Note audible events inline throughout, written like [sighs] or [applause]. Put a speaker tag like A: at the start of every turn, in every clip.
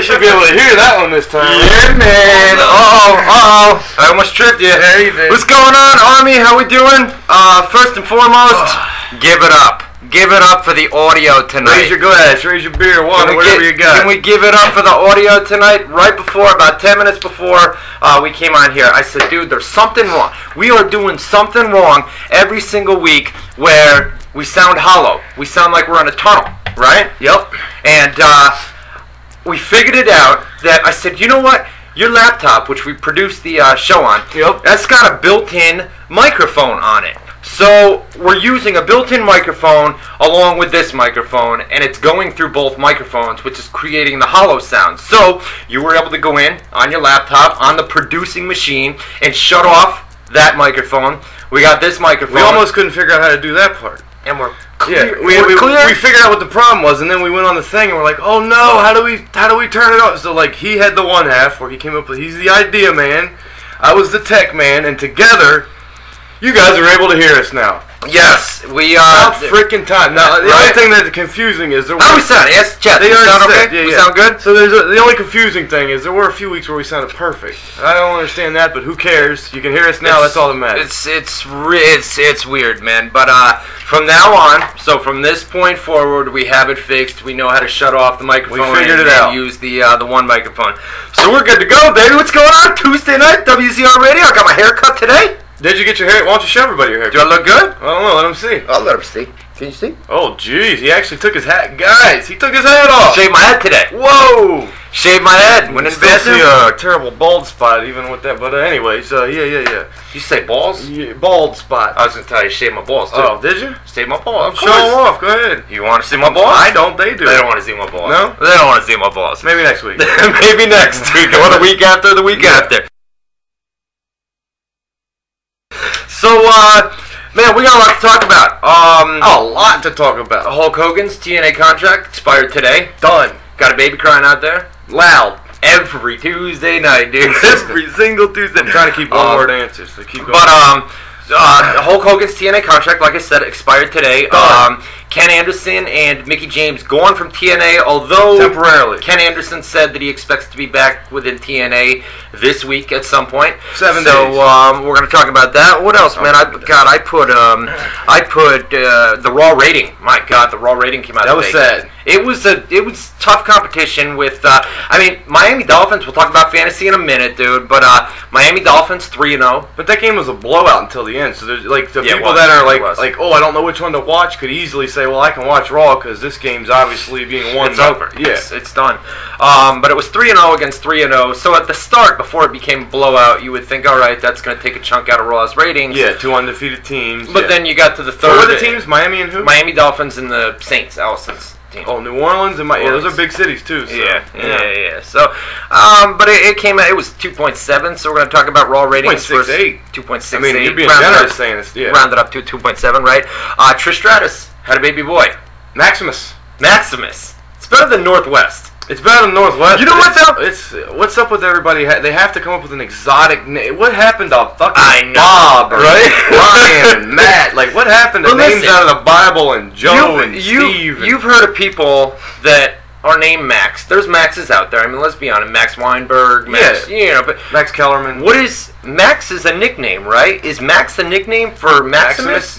A: should be able to hear that one this time. Oh,
B: Yeah, man. Uh-oh, uh-oh. I almost tripped you.
A: Yeah, you did.
B: What's going on, Army? How we doing? Uh, first and foremost, give it up. Give it up for the audio tonight.
A: Ah. Raise your glass, raise your beer,
B: Can
A: water,
B: we
A: whatever
B: gi-
A: you got.
B: Can we give it up for the audio tonight? Right before, about 10 minutes before uh, we came on here, I said, dude, there's something wrong. We are doing something wrong every single week where we sound hollow. We sound like we're in a tunnel, right? Yep. And uh, we figured it out that I said, you know what? Your laptop, which we produced the uh, show on,
A: Yep.
B: that's got a built-in microphone on it. So we're using a built-in microphone along with this microphone, and it's going through both microphones, which is creating the hollow sound. So you were able to go in on your laptop on the producing machine and shut off that microphone. We got this microphone.
A: we almost couldn't figure out how to do that part.
B: and we're
A: Yeah,
B: clear.
A: we,
B: we're
A: we,
B: clear.
A: we figured out what the problem was, and then we went on the thing, and we're like, "Oh no, how do we how do we turn it on?" So like, he had the one half where he came up with he's the idea man, I was the tech man, and together, you guys are able to hear us now.
B: yes, we uh.
A: About freaking time! Now the only
B: Right.
A: thing that's confusing is there.
B: How
A: were-
B: we sound? Yes, Chad.
A: They
B: we
A: already
B: sound
A: said-
B: okay.
A: yeah,
B: we
A: yeah.
B: sound good.
A: So there's a, the only confusing thing is there were a few weeks where we sounded perfect. I don't understand that, but who cares? You can hear us now. that's all that matters.
B: It's it's re- it's it's weird, man. But uh, from now on, so from this point forward, we have it fixed. We know how to shut off the microphone.
A: figured
B: and,
A: it out.
B: And use the uh, the one microphone. So we're good to go, baby. What's going on? Tuesday night, WZR Radio. I got my hair cut today.
A: Did you get your hair? Why don't you show everybody your hair?
B: Do I look good?
A: I don't know. Let him see.
B: I'll Oh, let him see. Can you see?
A: Oh, jeez, he actually took his hat. Guys, he took his hat off.
B: Oh. Shave my head today.
A: Whoa!
B: Shave my head. Went in uh, the
A: Still see
B: bathroom.
A: a terrible bald spot even with that. But uh, anyways, uh, yeah, yeah,
B: you say balls?
A: yeah, yeah. Bald spot.
B: I was gonna tell you shave my balls too.
A: oh, did you?
B: Shave my balls. Of
A: Show
B: course.
A: him off. Go ahead.
B: You want to see my balls?
A: I don't. They do.
B: They don't want to see my balls.
A: No?
B: They don't want to see my balls.
A: Maybe next week.
B: [laughs] Maybe next week or the week after the week after. So, uh, man, we got a lot to talk about. Um,
A: a lot to talk about.
B: Hulk Hogan's TNA contract expired today.
A: Done.
B: Got a baby crying out there
A: Loud.
B: every Tuesday night, dude. [laughs] every single Tuesday. I'm
A: Trying to keep one
B: um,
A: word answers. So keep going.
B: But um, uh, Hulk Hogan's TNA contract, like I said, expired today.
A: Done.
B: Um, Ken Anderson and Mickey James gone from TNA, although
A: Temporarily.
B: Ken Anderson said that he expects to be back within TNA this week at some point.
A: Seven
B: so,
A: days.
B: um, we're gonna talk about that. What else, man? I God, I put um, I put uh, the Raw rating. My God, the Raw rating came out.
A: That was
B: today.
A: sad.
B: It was a it was tough competition with uh, I mean Miami Dolphins. We'll talk about fantasy in a minute, dude. But uh, Miami Dolphins three and oh. zero.
A: But that game was a blowout until the end. So there's like the
B: Yeah, it
A: people
B: was.
A: that are
B: It
A: like
B: was.
A: like oh I don't know which one to watch could easily say well I can watch Raw because this game's obviously being won.
B: It's
A: by-
B: over.
A: Yeah.
B: It's, it's done. Um, but it was 3 and 0 against 3 and 0. So at the start, before it became blowout, you would think, all right, that's going to take a chunk out of Raw's ratings.
A: Yeah. Two undefeated teams.
B: But
A: yeah.
B: then you got to the third.
A: what were the teams? Miami and who?
B: Miami Dolphins and the Saints, Allison's team.
A: Oh, New Orleans and Miami. Yeah, those
B: Orleans.
A: are big cities too. So,
B: yeah, yeah, yeah, yeah. So, um, but it, it came out. It was two point seven. So we're going to talk about raw ratings.
A: 2.68.
B: Two point
A: I
B: six eight.
A: mean, you're being generous saying this. Yeah.
B: Rounded up to two point seven, right? Uh, Trish Stratus had a baby boy,
A: Maximus.
B: Maximus. It's better than Northwest.
A: It's better than Northwest.
B: You know
A: but
B: what's
A: it's-
B: up?
A: It's what's up with everybody? Ha- they have to come up with an exotic name. What happened to fucking
B: I know,
A: Bob, or
B: right?
A: Brian,
B: [laughs]
A: and Matt? Like what happened to
B: But
A: names
B: listen,
A: out of the Bible and Joe
B: you've,
A: and
B: you-
A: Steve? and-
B: you've heard of people that are named Max. There's Maxes out there. I mean, let's be honest. Max Weinberg, Max,
A: Yeah.
B: you know, but
A: Max Kellerman.
B: what is Max is a nickname, right? Is Max the nickname for Maximus?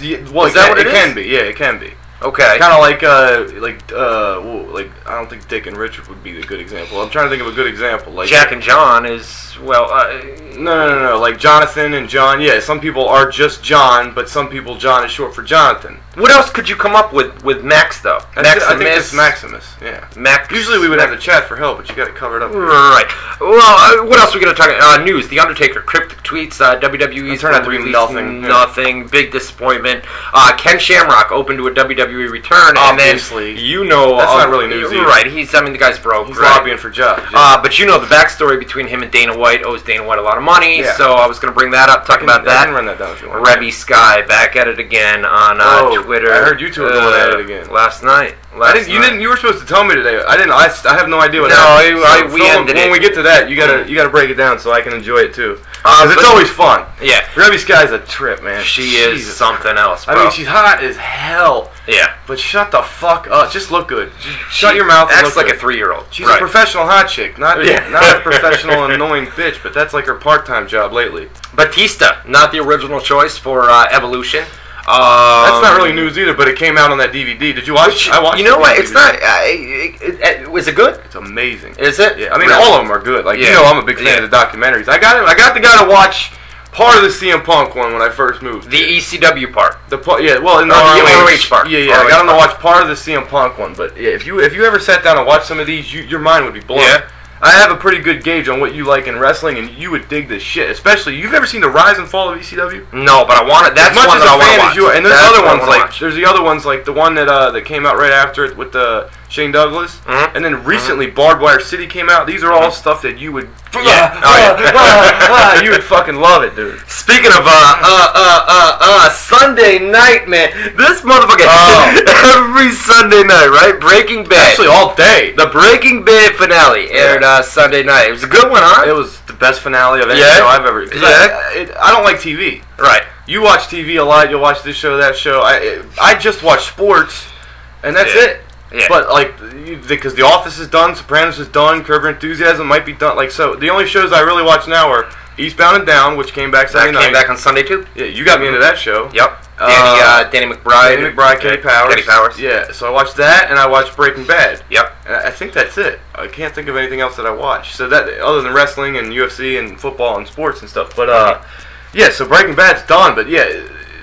A: Maximus? Yeah, well,
B: Is
A: it
B: that
A: can-
B: what it
A: it
B: is?
A: can be. Yeah, it can be.
B: Okay.
A: Kind of like uh, like uh, whoa, like I don't think Dick and Richard would be a good example. I'm trying to think of a good example. Like
B: Jack and John is well. Uh,
A: No, no, no, no. Like Jonathan and John. Yeah, some people are just John, but some people John is short for Jonathan.
B: what else could you come up with with Max though?
A: I thi- I think it's Maximus. Yeah.
B: Max.
A: Usually we would have to chat for help, but you got it covered up. here.
B: Right. Well, uh, what else are we going to talk about? Uh, news. The Undertaker. Cryptic tweets. Uh, WWE's
A: Turned out to be
B: released
A: nothing, yeah.
B: Nothing. Big disappointment. Uh, Ken Shamrock opened to a WWE return.
A: Obviously.
B: And then you know.
A: That's
B: uh,
A: not really news either.
B: Right. He's, I mean, the guy's broke.
A: He's
B: right?
A: lobbying for jobs. yeah.
B: Uh, but you know the backstory between him and Dana White owes Dana White a lot of money,
A: Yeah.
B: so I was going to bring that up, talk
A: I
B: about
A: can- I
B: that.
A: can run that down if you want.
B: Rebby Sky back at it again on uh,
A: Oh,
B: Twitter. uh,
A: I heard you two were going at it again.
B: last night. Last
A: I didn't, you
B: night.
A: didn't. You were supposed to tell me today. I didn't. I, I have no idea what.
B: No,
A: happened.
B: I- I- we
A: Phil,
B: ended
A: when
B: it.
A: we get to that, you gotta you gotta break it down so I can enjoy it too. 'Cause
B: Uh,
A: it's
B: but-
A: always fun.
B: Yeah.
A: Rebby Sky's a trip, man.
B: She
A: Jesus.
B: is something else,
A: I
B: bro.
A: mean, she's hot as hell.
B: yeah.
A: But shut the fuck up. Just look good. Just shut
B: She
A: your mouth. and look
B: Acts like
A: good.
B: a three-year-old.
A: She's a
B: Right.
A: professional hot chick, not
B: [laughs] Yeah.
A: not a professional annoying bitch. But that's like her part-time job lately.
B: Batista, not the original choice for uh, Evolution. Um,
A: That's not really news either, but it came out on that DVD. Did you watch? it? I watched.
B: You know
A: the
B: what? It's
A: DVD.
B: not. Uh, it, it, it, was it good?
A: It's amazing.
B: Is it?
A: Yeah, I mean,
B: Really?
A: all of them are good. Like
B: Yeah.
A: you know, I'm a big fan
B: Yeah.
A: of the documentaries. I got it. I got the guy to watch part of the CM Punk one when I first moved.
B: The ECW part.
A: The part, yeah, well, in the
B: Oh, the
A: ROH,
B: ROH part.
A: yeah, yeah. I
B: ROH
A: got him to
B: part.
A: watch part of the CM Punk one, but yeah, if you if you ever sat down and watched some of these, you, your mind would be blown.
B: Yeah.
A: I have a pretty good gauge on what you like in wrestling, and you would dig this shit. Especially, you've ever seen the rise and fall of E ECW?
B: No, but I want it. That's
A: as much
B: one
A: as a
B: that I want
A: fan
B: to
A: as
B: watch.
A: you are, and there's
B: That's
A: other
B: what I
A: ones
B: wanna
A: like
B: watch.
A: there's the other ones like the one that uh, that came out right after it with the Shane Douglas,
B: Mhm.
A: and then recently Barbed Wire City came out. These are all stuff that you
B: [laughs]
A: would, [laughs]
B: Mm-hmm. Yeah. Oh, yeah. [laughs]
A: you would fucking love it, dude.
B: Speaking of uh uh uh uh uh Sunday night, man, this motherfucker
A: Oh.
B: [laughs] every Sunday night, right? Breaking Bad.
A: Actually, all day.
B: the Breaking Bad finale aired uh, Sunday night. It was a good one, huh?
A: It was the best finale of any
B: Yeah?
A: show I've ever. 'cause
B: Yeah.
A: I, it, I don't like TV.
B: right.
A: You watch TV a lot. You'll watch this show, that show. I it, I just watch sports, and that's
B: Yeah.
A: it.
B: Yeah.
A: But like, you- because The Office is done, Sopranos is done, Curb Your Enthusiasm might be done. Like, so the only shows I really watch now are Eastbound and Down, which came back
B: that
A: Sunday
B: came
A: night.
B: back on Sunday too.
A: yeah, you got me into that show.
B: Yep.
A: Uh,
B: Danny, uh, Danny McBride.
A: Danny McBride, Kenny Powers.
B: Kenny Powers.
A: Yeah, so I watched that, and I watched Breaking Bad.
B: Yep.
A: And I I think that's it. I can't think of anything else that I watch. So that other than wrestling and UFC and football and sports and stuff. But uh, yeah. So Breaking Bad's done. But yeah,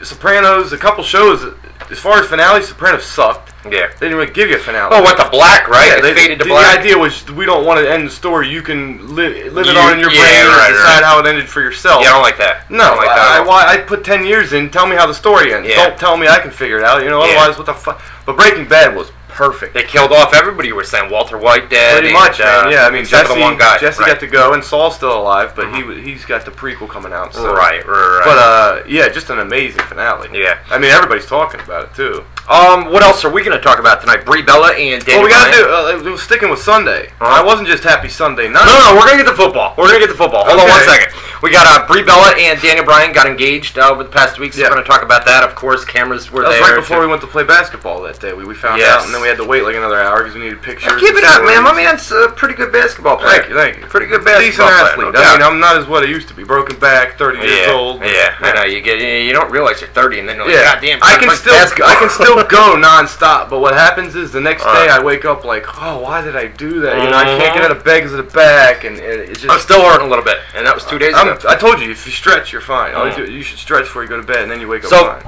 A: Sopranos. A couple shows. As far as finale, Sopranos sucked.
B: Yeah.
A: They didn't really give you a finale.
B: Oh, what the black, right?
A: Yeah,
B: it
A: they,
B: faded to
A: the
B: black.
A: idea was we don't want to end the story. You can li- live it
B: You-
A: on in your
B: yeah,
A: brain
B: right,
A: and decide
B: right.
A: how it ended for yourself.
B: yeah, I don't like that.
A: No,
B: I don't like that.
A: I,
B: at
A: I,
B: all.
A: why- I put ten years in. Tell me how the story ends.
B: Yeah.
A: Don't tell me I can figure it out. You know,
B: Yeah.
A: otherwise, what the fuck? But Breaking Bad was perfect.
B: they killed off everybody. You were saying Walter White dead.
A: Pretty much,
B: and, uh,
A: man. Yeah, I mean,
B: except
A: Jesse,
B: for the one guy.
A: Jesse
B: right.
A: got
B: Mm-hmm.
A: to go, and Saul's still alive, but he he he's got the prequel coming out. So.
B: right, right, right.
A: But uh, yeah, just an amazing finale.
B: Yeah.
A: I mean, everybody's talking about it too.
B: Um, what else are we gonna talk about tonight? Brie Bella and Danny.
A: well, we gotta
B: Ryan.
A: do. Uh, we're sticking with Sunday.
B: Uh-huh.
A: I wasn't just happy Sunday night.
B: No, no, we're gonna get to football. We're gonna get to football. Hold on one
A: Okay.
B: second. We got uh, Brie Bella and Daniel Bryan got engaged uh, over the past week, so
A: Yeah.
B: we're gonna talk about that. Of course, cameras were
A: That was
B: there.
A: right before we went to play basketball that day. We, we found
B: Yes.
A: out, and then we had to wait like another hour because we needed pictures.
B: Keep it
A: and
B: up, man. My
A: stories.
B: man's a pretty good basketball player.
A: Thank you, thank you.
B: Pretty good
A: Decent
B: basketball player.
A: athlete.
B: no
A: I mean,
B: doubt.
A: I'm not as what I used to be. Broken back, 30 years
B: yeah,
A: old.
B: yeah, I know. You get, you don't realize you're 30, and then you're like, [laughs]
A: Yeah,
B: God damn,
A: I can
B: my
A: still
B: basketball."
A: I can still go nonstop, but what happens is the next
B: Uh.
A: day I wake up like, oh, why did I do that? You know, I can't
B: Mhm.
A: get out of bed because of the back, and it, it's
B: [laughs] I'm
A: just.
B: still hurting a little bit, and that was two days
A: I'm-
B: ago.
A: I told you, if you stretch, you're fine. All you,
B: Mm.
A: do, you should stretch before you go to bed, and then you wake up
B: So-
A: fine.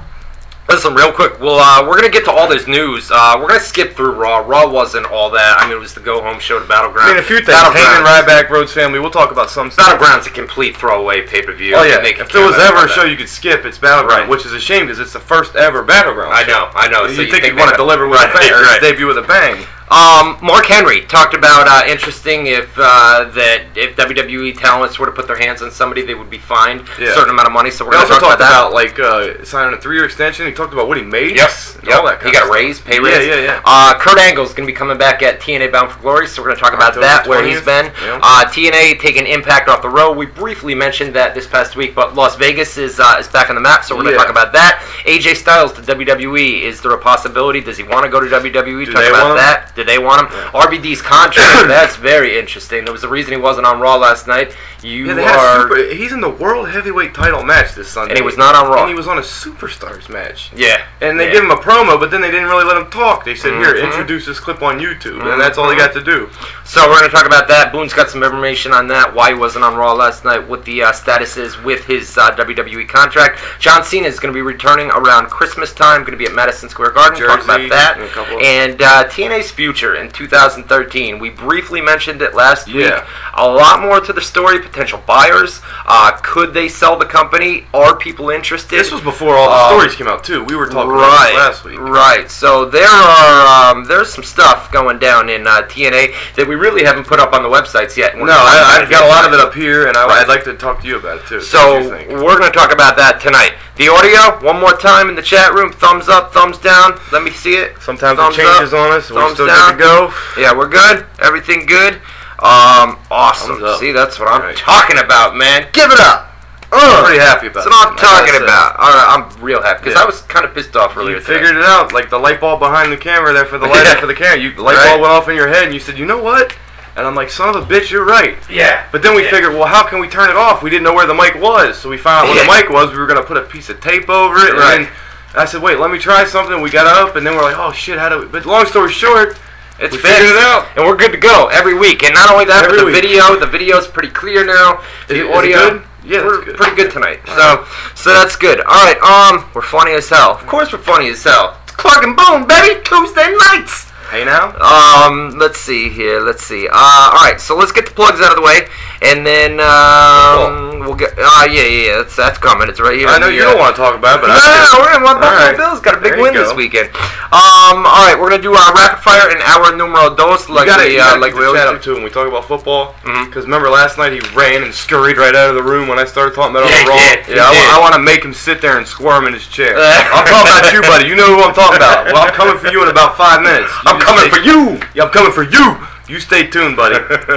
B: Listen, real quick. Well, uh, we're gonna get to all this news. Uh, we're gonna skip through Raw. Raw wasn't all that. I mean, it was the go home show to Battleground.
A: I mean, a few things. Heyman,
B: Battleground.
A: Ryback, Rhodes family. We'll talk about some stuff.
B: Battleground's a complete throwaway pay per view.
A: Oh yeah, if there was ever a show you could skip, it's Battleground,
B: Right.
A: which is a shame because it's the first ever Battleground.
B: I know, I know.
A: You
B: so
A: would think you'd
B: they
A: want to
B: got- [laughs]
A: deliver with a
B: Right,
A: bang, or
B: right.
A: debut with a bang.
B: Um, Mark Henry talked about uh, interesting if uh, that if WWE talents were to put their hands on somebody, they would be fined
A: Yeah.
B: a certain amount of money. So we're
A: We
B: gonna
A: also
B: talk
A: talked
B: about that.
A: about, like uh, signing a three-year extension. He talked about what he made.
B: Yes,
A: and
B: yep.
A: all that. Kind
B: he got
A: of
B: a raise, pay
A: Yeah,
B: raise.
A: yeah, yeah.
B: Uh, Kurt Angle's going to be coming back at TNA Bound for Glory, so we're going to talk about
A: October
B: that, where he's
A: 20th,
B: been.
A: yeah.
B: Uh, TNA taking Impact off the road. We briefly mentioned that this past week, but Las Vegas is uh, is back on the map, so we're going to
A: Yeah.
B: talk about that. AJ Styles to WWE. Is there a possibility? Does he want to go to WWE?
A: Do
B: talk
A: they want
B: about
A: him?
B: that. Do they want him?
A: [coughs]
B: RBD's contract. that's very interesting. There was a reason he wasn't on Raw last night. You
A: Yeah, they had
B: are.
A: super, he's in the world heavyweight title match this Sunday,
B: And he was not on Raw.
A: And he was on a superstars match.
B: yeah.
A: And they
B: yeah.
A: gave him a promo, but then they didn't really let him talk. They said, "Here,
B: Mhm.
A: introduce this clip on YouTube," and that's all he got to do.
B: So we're going to talk about that. Boone's got some information on that. Why he wasn't on Raw last night. What the uh, status is with his uh, WWE contract. John Cena is going to be returning around Christmas time. Going to be at Madison Square Garden. talk
A: Jersey,
B: about that.
A: and a couple of-
B: And uh, TNA's future in 2013. We briefly mentioned it last
A: Yeah.
B: week. A lot more to the story. Potential buyers. Uh, could they sell the company? Are people interested?
A: This was before all the
B: Um,
A: stories came out too. We were talking about
B: right,
A: this last week.
B: Right. So there are um, there's some stuff going down in uh, TNA that we really haven't put up on the websites yet.
A: No, I, I've got a lot of it up here, and I,
B: Right.
A: I'd like to talk to you about it too.
B: So
A: What you think.
B: we're going to talk about that tonight. The audio, one more time in the chat room. Thumbs up, thumbs down. Let me see it.
A: sometimes
B: thumbs
A: it changes
B: up,
A: on us, and we're
B: thumbs
A: still
B: down.
A: good to go.
B: Yeah, we're good. Everything good. Um,
A: Thumbs
B: awesome.
A: up.
B: See, that's what I'm
A: Right.
B: talking about, man. Give it up. Oh,
A: pretty happy about
B: That's what I'm
A: it. Like I
B: talking
A: said.
B: about. All right, I'm real happy because
A: Yeah.
B: I was kind of pissed off earlier.
A: You
B: today.
A: figured it out, like the light bulb behind the camera there for the [laughs] light
B: [laughs] Yeah.
A: for the camera. You, the light
B: Right.
A: bulb went off in your head, and you said, "You know what?" And I'm like, "Son of a bitch, you're right."
B: Yeah.
A: But then we
B: Yeah.
A: figured, well, how can we turn it off? We didn't know where the mic was, so we found out where the
B: Yeah.
A: mic was. We were gonna put a piece of tape over it,
B: Right.
A: and then I said, "Wait, let me try something." We got up, and then we're like, "Oh shit, how do we?" But long story short,
B: It's
A: We
B: fixed.
A: figured it out.
B: and we're good to go every week. And not only that,
A: Every
B: but the
A: week.
B: video, the video's pretty clear now.
A: Is-
B: the
A: is it
B: audio,
A: good? Yeah, that's
B: we're
A: good.
B: pretty good tonight. So, so that's good. All right, um, we're funny as hell. Of course, we're funny as hell. It's Clark and Boom, baby, Tuesday nights.
A: hey now,
B: Um, let's see here. Let's see. Uh, all right. So let's get the plugs out of the way, and then um, we'll get. Uh, yeah, yeah, yeah. That's that's coming. It's right here.
A: I
B: in
A: know
B: the,
A: you
B: uh,
A: don't want to talk about it, but
B: no, no, no,
A: I
B: we're gonna want
A: All
B: Buffalo
A: right.
B: Bills got a
A: There
B: big
A: you
B: win this
A: go.
B: weekend. Um, all right, we're gonna do uh, rapid fire in hour numero dos, like
A: got
B: we uh, like we always
A: too
B: do.
A: when we talk about football.
B: Mhm.
A: Because remember last night he ran and scurried right out of the room when I started talking about
B: Yeah,
A: all
B: he
A: the wrong.
B: did. He
A: Yeah, I wa-
B: did.
A: I, want to make him sit there and squirm in his
B: [laughs]
A: chair.
B: Uh.
A: I'm talking about you, buddy. You know who I'm talking about. Well, I'm coming for you in about five minutes. You
B: I'm
A: just
B: coming
A: stay-
B: for you.
A: Yeah, I'm coming for you. You stay tuned, buddy.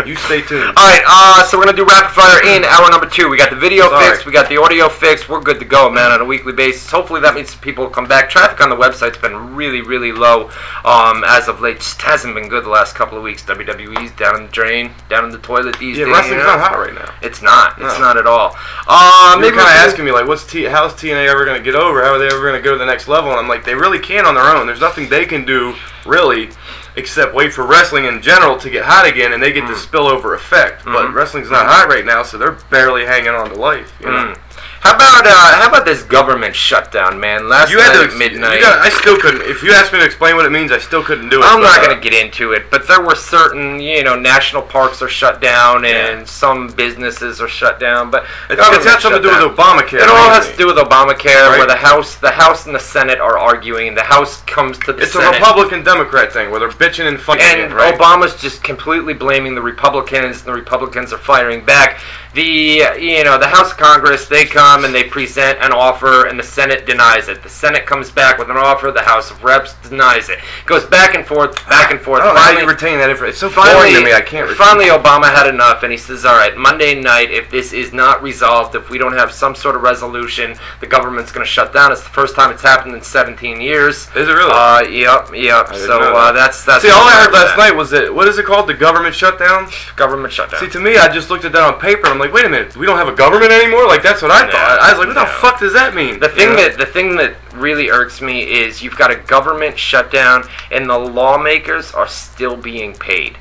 A: You stay
B: [laughs]
A: tuned.
B: All right, uh, so we're gonna do rapid fire in hour number two. We got the video
A: Sorry.
B: fixed, we got the audio fixed. We're good to go, man, on a weekly basis. Hopefully, that means people will come back. Traffic on the website's been really, really low um, as of late. Just hasn't been good the last couple of weeks. WWE's down in the drain, down in the toilet these
A: Yeah,
B: days.
A: wrestling's
B: you know?
A: not hot right now.
B: It's not. It's
A: No.
B: not at all. Uh,
A: You're
B: maybe
A: kind of
B: we can-
A: asking me like, what's T? How's TNA ever going to get over? How are they ever going to go to the next level? And I'm like, they really can on their own. There's nothing they can do really, except wait for wrestling in general to get hot again, and they get the
B: Mm.
A: spillover effect. But
B: Mhm.
A: wrestling's not hot right now, so they're barely hanging on to life. You know.
B: Mm. How about uh, how about this government shutdown, man? Last
A: You had
B: night
A: to
B: at midnight.
A: You got, I still couldn't. If you asked me to explain what it means, I still couldn't do it.
B: I'm
A: but,
B: not
A: uh,
B: going to get into it, but there were certain, you know, national parks are shut down and
A: Yeah.
B: some businesses are shut down. But
A: It's, it's had something to do with Obamacare.
B: It all
A: mainly.
B: has to do with Obamacare, where
A: Right.
B: the House, the House and the Senate are arguing. The House comes to the
A: It's a
B: Senate.
A: Republican Democrat thing where they're bitching and fighting.
B: and
A: it, right?
B: Obama's just completely blaming the Republicans, and the Republicans are firing back. The uh, you know the House of Congress they come and they present an offer, and the Senate denies it. The Senate comes back with an offer, the House of Reps denies it. Goes back and forth, back and forth.
A: I don't know how
B: Finally-
A: you retain that information. It's so foreign to me. I can't. retain
B: Finally, Obama had enough, and he says, "All right, Monday night, if this is not resolved, if we don't have some sort of resolution, the government's going to shut down." It's the first time it's happened in 17 years.
A: Is it really?
B: Uh, yep, yep.
A: didn't
B: So
A: know that.
B: uh, that's that's.
A: See, all I heard
B: about
A: last
B: that.
A: night was that what is it called? The government shutdown.
B: Government shutdown.
A: See, to me, I just looked at that on paper. and I'm like, wait a minute, we don't have a government anymore. Like that's what I
B: No.
A: thought. I was like, what the
B: No.
A: fuck does that mean?
B: the thing
A: You know?
B: that the thing that really irks me is you've got a government shutdown, and the lawmakers are still being paid.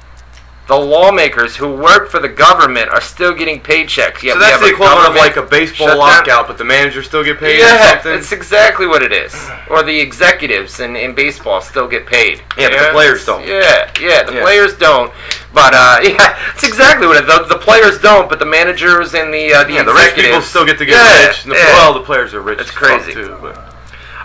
B: The lawmakers who work for the government are still getting paychecks.
A: so
B: Yet we
A: that's
B: have
A: the equivalent of
B: government
A: like a baseball
B: shutdown.
A: lockout, but the managers still get paid
B: yeah,
A: or something.
B: it's exactly what it is. Or the executives in, in baseball still get paid.
A: Yeah, but the
B: You know?
A: players don't.
B: Yeah, yeah, the
A: Yeah.
B: players don't. But uh, [laughs] yeah, it's exactly what it. The, the players don't, but the managers and the uh, the,
A: yeah, the rich people
B: executives-
A: still get to get
B: yeah,
A: rich. And the,
B: yeah.
A: Well, the players are rich.
B: That's
A: as fuck,
B: crazy.
A: too. But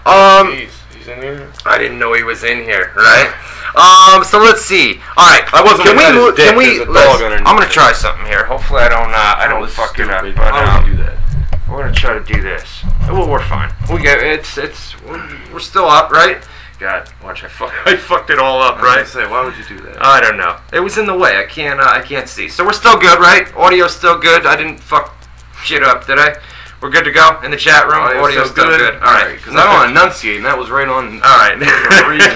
B: um,
A: Jeez, he's in here.
B: I didn't know he was in here, right? Um, so let's see. All right,
A: I wasn't
B: Can
A: looking at
B: we?
A: his
B: move-
A: dick,
B: Can we?
A: there's a
B: let's-
A: dog underneath
B: I'm gonna
A: it.
B: try something here. Hopefully, I don't. Uh, I don't fuck it up. But
A: How
B: um,
A: would you do that?
B: We're gonna try to do this. Well, we're fine. We get it's it's we're still up, right? God, watch I fuck [laughs] I fucked it all up,
A: I was gonna
B: right? Uh,
A: Say, why would you do that?
B: I don't know. It was in the way. I can't uh, I can't see. So we're still good, right? Audio's still good. I didn't fuck shit up, did I? We're good to go in the chat room. Audio's, still good. All right,
A: Because I don't want to enunciate, and that was right on.
B: All right.
A: For a
B: [laughs]
A: reason.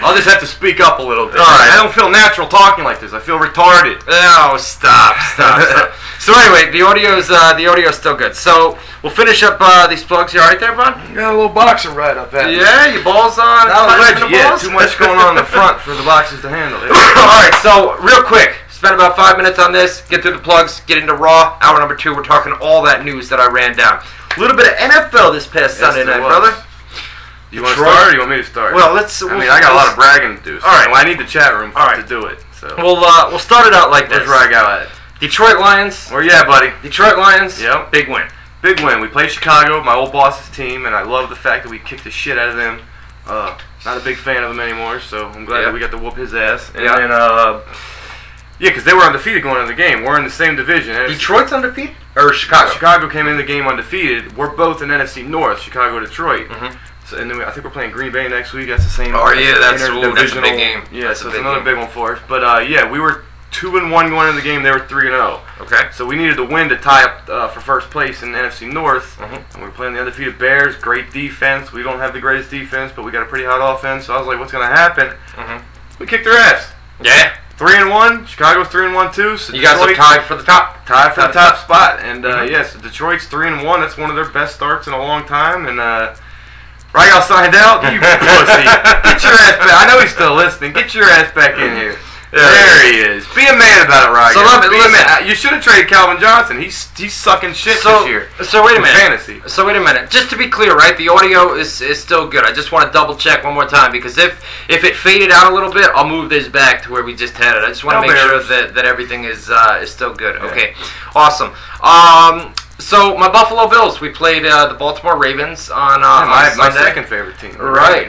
A: [laughs] I'll just have to speak up a little bit.
B: All right.
A: I don't feel natural talking like this. I feel retarded. [laughs]
B: Oh, stop, stop, stop. So anyway, the audio's uh, the audio's still good. So we'll finish up uh, these plugs. You all right there, bud?
A: You got a little boxer right up there.
B: Yeah, your balls on.
A: That was
B: touching
A: Reggie.
B: the
A: Yeah,
B: balls?
A: too much going on in the front [laughs] for the boxes to handle. [laughs]
B: All right, so real quick, spend about five minutes on this, get through the plugs, get into Raw. Hour number two, we're talking all that news that I ran down. A little bit of NFL this past Sunday
A: there
B: night,
A: was.
B: brother.
A: You want to
B: Detroit?
A: start? or You want me to start?
B: Well, let's.
A: I mean, I got a lot of bragging to do. So
B: All right.
A: well, I need the chat room
B: All right.
A: to do it. So
B: We'll uh, we'll start it out like this.
A: that's where I got at.
B: Detroit Lions.
A: Where you at, buddy?
B: Detroit Lions.
A: Yep.
B: Big win.
A: Big win. We played Chicago, my old boss's team, and I love the fact that we kicked the shit out of them. Uh, not a big fan of him anymore, so I'm glad
B: Yeah.
A: that we got to whoop his ass. And
B: Yeah.
A: then, uh, yeah, because they were undefeated going into the game. We're in the same division. NFC.
B: Detroit's undefeated or Chicago.
A: Chicago came in the game undefeated. We're both in NFC North, Chicago, Detroit.
B: Mhm.
A: So, and then we, I think we're playing Green Bay next week. That's the same.
B: Oh, yeah, that's- ooh, that's a big
A: interdivisional-
B: game.
A: Yeah,
B: That's
A: so
B: a
A: it's
B: big
A: another
B: game.
A: big one for us. But uh, yeah, we were two and one going into the game. They were three and oh. zero.
B: Okay.
A: So we needed to win to tie up uh, for first place in the NFC North.
B: Mhm.
A: And we're playing the undefeated Bears. Great defense. We don't have the greatest defense, but we got a pretty hot offense. So I was like, what's going to happen?
B: Mhm.
A: We kicked their ass.
B: Yeah.
A: Three and one. Chicago's three and one too. So
B: You guys are
A: Detroit-
B: tied for the top.
A: tied for the top spot. And uh,
B: Mhm.
A: yes, Detroit's three and one. That's one of their best starts in a long time. And uh, Rygal signed out. You
B: [laughs]
A: pussy. Get your ass back. I know he's still listening. Get your ass back in here.
B: There
A: There he is. Be a man about it, Rygal.
B: So let me-
A: Be a
B: listen.
A: man. You should have traded Calvin Johnson. He's he's sucking shit
B: So,
A: this year.
B: so wait a
A: in
B: minute.
A: fantasy.
B: So wait a minute. Just to be clear, right? The audio is, is still good. I just want to double check one more time because if if it faded out a little bit, I'll move this back to where we just had it. I just want
A: No
B: to make sure
A: worries.
B: that, that everything is uh, is still good. Okay, awesome. Um, so my Buffalo Bills. We played uh, the Baltimore Ravens
A: Yeah,
B: on uh,
A: my,
B: on
A: my
B: Sunday.
A: second favorite team.
B: Right,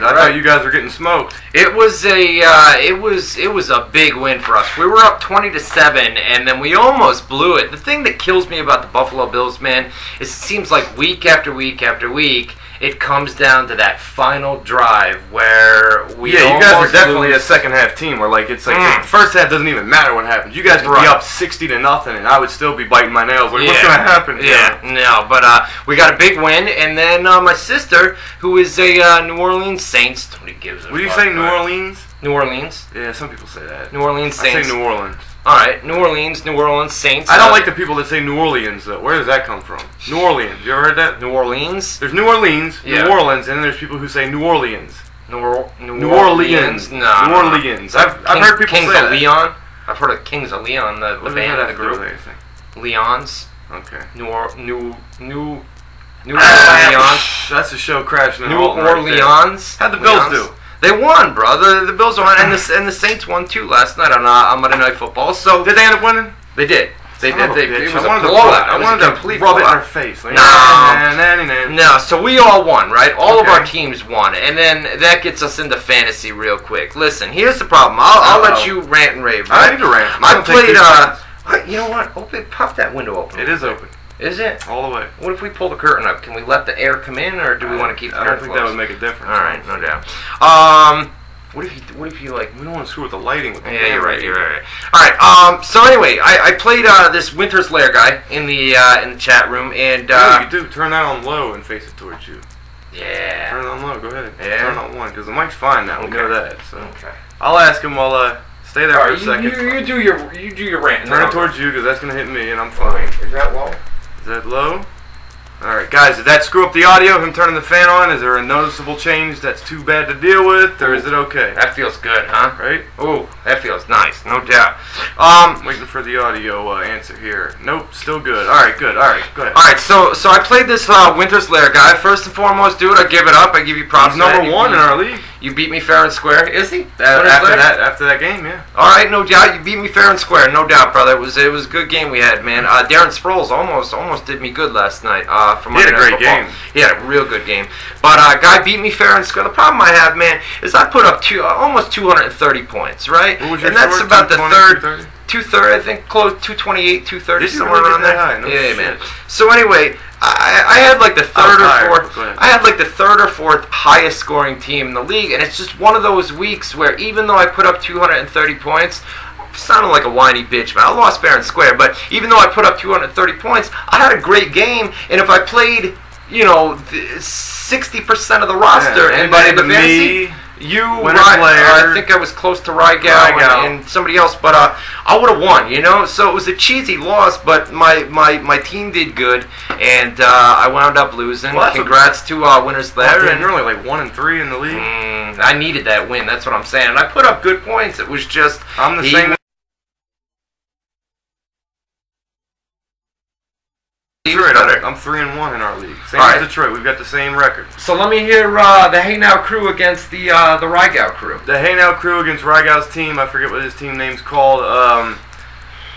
A: I
B: right.
A: thought you guys were getting smoked.
B: It was a uh, it was it was a big win for us. We were up twenty to seven, and then we almost blew it. The thing that kills me about the Buffalo Bills, man, is it seems like week after week after week, it comes down to that final drive where we
A: yeah, you guys
B: almost
A: are definitely
B: lose.
A: a second half team where like it's like
B: Mm.
A: the first half doesn't even matter what happens. You guys could
B: Right.
A: be up sixty to nothing, and I would still be biting my nails. Like, what's gonna happen? here?
B: Yeah, no, but uh, we got a big win, and then uh, my sister, who is a uh, New Orleans Saints, nobody gives a
A: Would you
B: fuck,
A: say New
B: right?
A: Orleans?
B: New Orleans,
A: Yeah, some people say that.
B: New Orleans
A: I
B: Saints.
A: say New Orleans.
B: All right, New Orleans, New Orleans Saints.
A: I
B: Uh,
A: don't like the people that say New Orleans though. Where does that come from? New Orleans. You ever heard that?
B: New Orleans.
A: There's New Orleans,
B: Yeah.
A: New Orleans, and then there's people who say New Orleans.
B: New, Or- New,
A: New Orleans.
B: No.
A: New Orleans. I've, I've heard people
B: Kings
A: say
B: of
A: that.
B: Leon. I've heard of Kings of Leon, the, the
A: What does that
B: band,
A: have
B: the
A: to do with
B: group.
A: anything?
B: Leon's.
A: Okay.
B: New or- New New New Orleans.
A: Ah, That's a show crashing. in
B: New
A: Alton right there.
B: Orleans.
A: How'd the Bills
B: Leons.
A: do?
B: They won, brother. The Bills won, and the and the Saints won too last night on uh, on Monday Night Football. So
A: Did they end up winning?
B: they did. They
A: Son
B: did.
A: of a
B: They,
A: Oh, bitch.
B: it was
A: I
B: a
A: wanted to
B: blowout.
A: rub it- I
B: It was
A: wanted
B: a
A: to
B: complete
A: rub it in
B: blowout.
A: her face. Like,
B: No.
A: nah, nah, nah, nah, nah.
B: No, so we all won, right? All of
A: Okay.
B: our teams won, and then that gets us into fantasy real quick. Listen, here's the problem. I'll, I'll
A: Uh-oh.
B: let you rant and rave.
A: I
B: right?
A: need to rant.
B: I
A: don't take
B: played.
A: these
B: Uh,
A: shots.
B: I- you know what? Open, pop that window open.
A: It is open
B: Is it?
A: all the way.
B: What if we pull the curtain up? Can we let the air come in, or do we want to keep the
A: I don't
B: curtain
A: think
B: closed?
A: that would make a difference.
B: All right, no doubt. Um, what if you? What if you like?
A: We don't want to screw with the lighting. With the
B: Yeah, you're right.
A: camera.
B: You're right. All right. Um. So anyway, I, I played uh, this Winter's Lair guy in the uh, in the chat room, and
A: No,
B: uh,
A: you do. Turn that on low and face it towards you. Turn
B: yeah.
A: it on low. Go ahead.
B: Yeah.
A: Turn on one because the mic's fine now. We
B: Okay.
A: know that. So
B: Okay.
A: I'll ask him while uh, stay there
B: All
A: for
B: right.
A: a second.
B: You, you, you do your you do your rant.
A: Turn it towards you because that's gonna hit me and I'm fine.
B: Is that low?
A: Is that low? All right, guys. Did that screw up the audio? Him turning the fan on? Is there a noticeable change that's too bad to deal with, or is it okay?
B: That feels good, huh?
A: Right.
B: Oh, that feels nice, no doubt. Um,
A: I'm waiting for the audio uh, answer here. Nope, still good. All right, good. All right, go ahead.
B: All right, so so I played this uh, Winter's Lair guy. First and foremost, dude, I give it up. I give you props.
A: He's
B: for that.
A: number
B: You Uh,
A: one
B: beat-
A: in our league.
B: You beat me fair and square. Is he?
A: After,
B: Winter's Lair?
A: that, after that game, yeah.
B: All right, no doubt. You beat me fair and square. No doubt, brother. It was it was a good game we had, man. Uh, Darren Sproles almost almost did me good last night. Uh, from
A: He had a
B: Monday Night
A: great
B: Football.
A: game.
B: He had a real good game. But uh, guy beat me fair and square. The problem I have, man, is I put up two uh, almost 230 points, right?
A: What was your
B: and that's
A: score?
B: about the
A: 220,
B: third
A: 230?
B: two thirty, I think, close two twenty eight, two thirty,
A: Did you
B: somewhere
A: really
B: around
A: get
B: there.
A: that high? No
B: yeah, man.
A: shit.
B: So anyway, I, I had like the third
A: tired,
B: or
A: but
B: fourth.
A: go ahead.
B: I had like the third or fourth highest scoring team in the league, and it's just one of those weeks where even though I put up two hundred and thirty points. Sounded like a whiny bitch, man. I lost fair and square, but even though I put up 230 points, I had a great game. And if I played, you know, th- 60% of the roster,
A: Yeah,
B: and by
A: anybody
B: the
A: but
B: fantasy,
A: me,
B: you,
A: Winter
B: Ry-
A: Blair.
B: I think I was close to Rygal, and-
A: Rygal.
B: and somebody else, but uh, I would have won, you know. So it was a cheesy loss, but my my, my team did good, and uh, I wound up losing.
A: Well, that's a-
B: Congrats to uh, winners
A: Well,
B: there.
A: dude,
B: And,
A: you're only like one and three in the league.
B: Mm, I needed that win. That's what I'm saying. And I put up good points. It was just
A: I'm the
B: he
A: same.
B: he was
A: Detroit.
B: better.
A: I'm, I'm three and one in our league. Same
B: All
A: as
B: right.
A: Detroit. We've got the same record.
B: So let me hear uh, the Hey Now crew against the uh, the Rygal crew.
A: The Hey Now crew against Rygal's team. I forget what his team name's called. Um,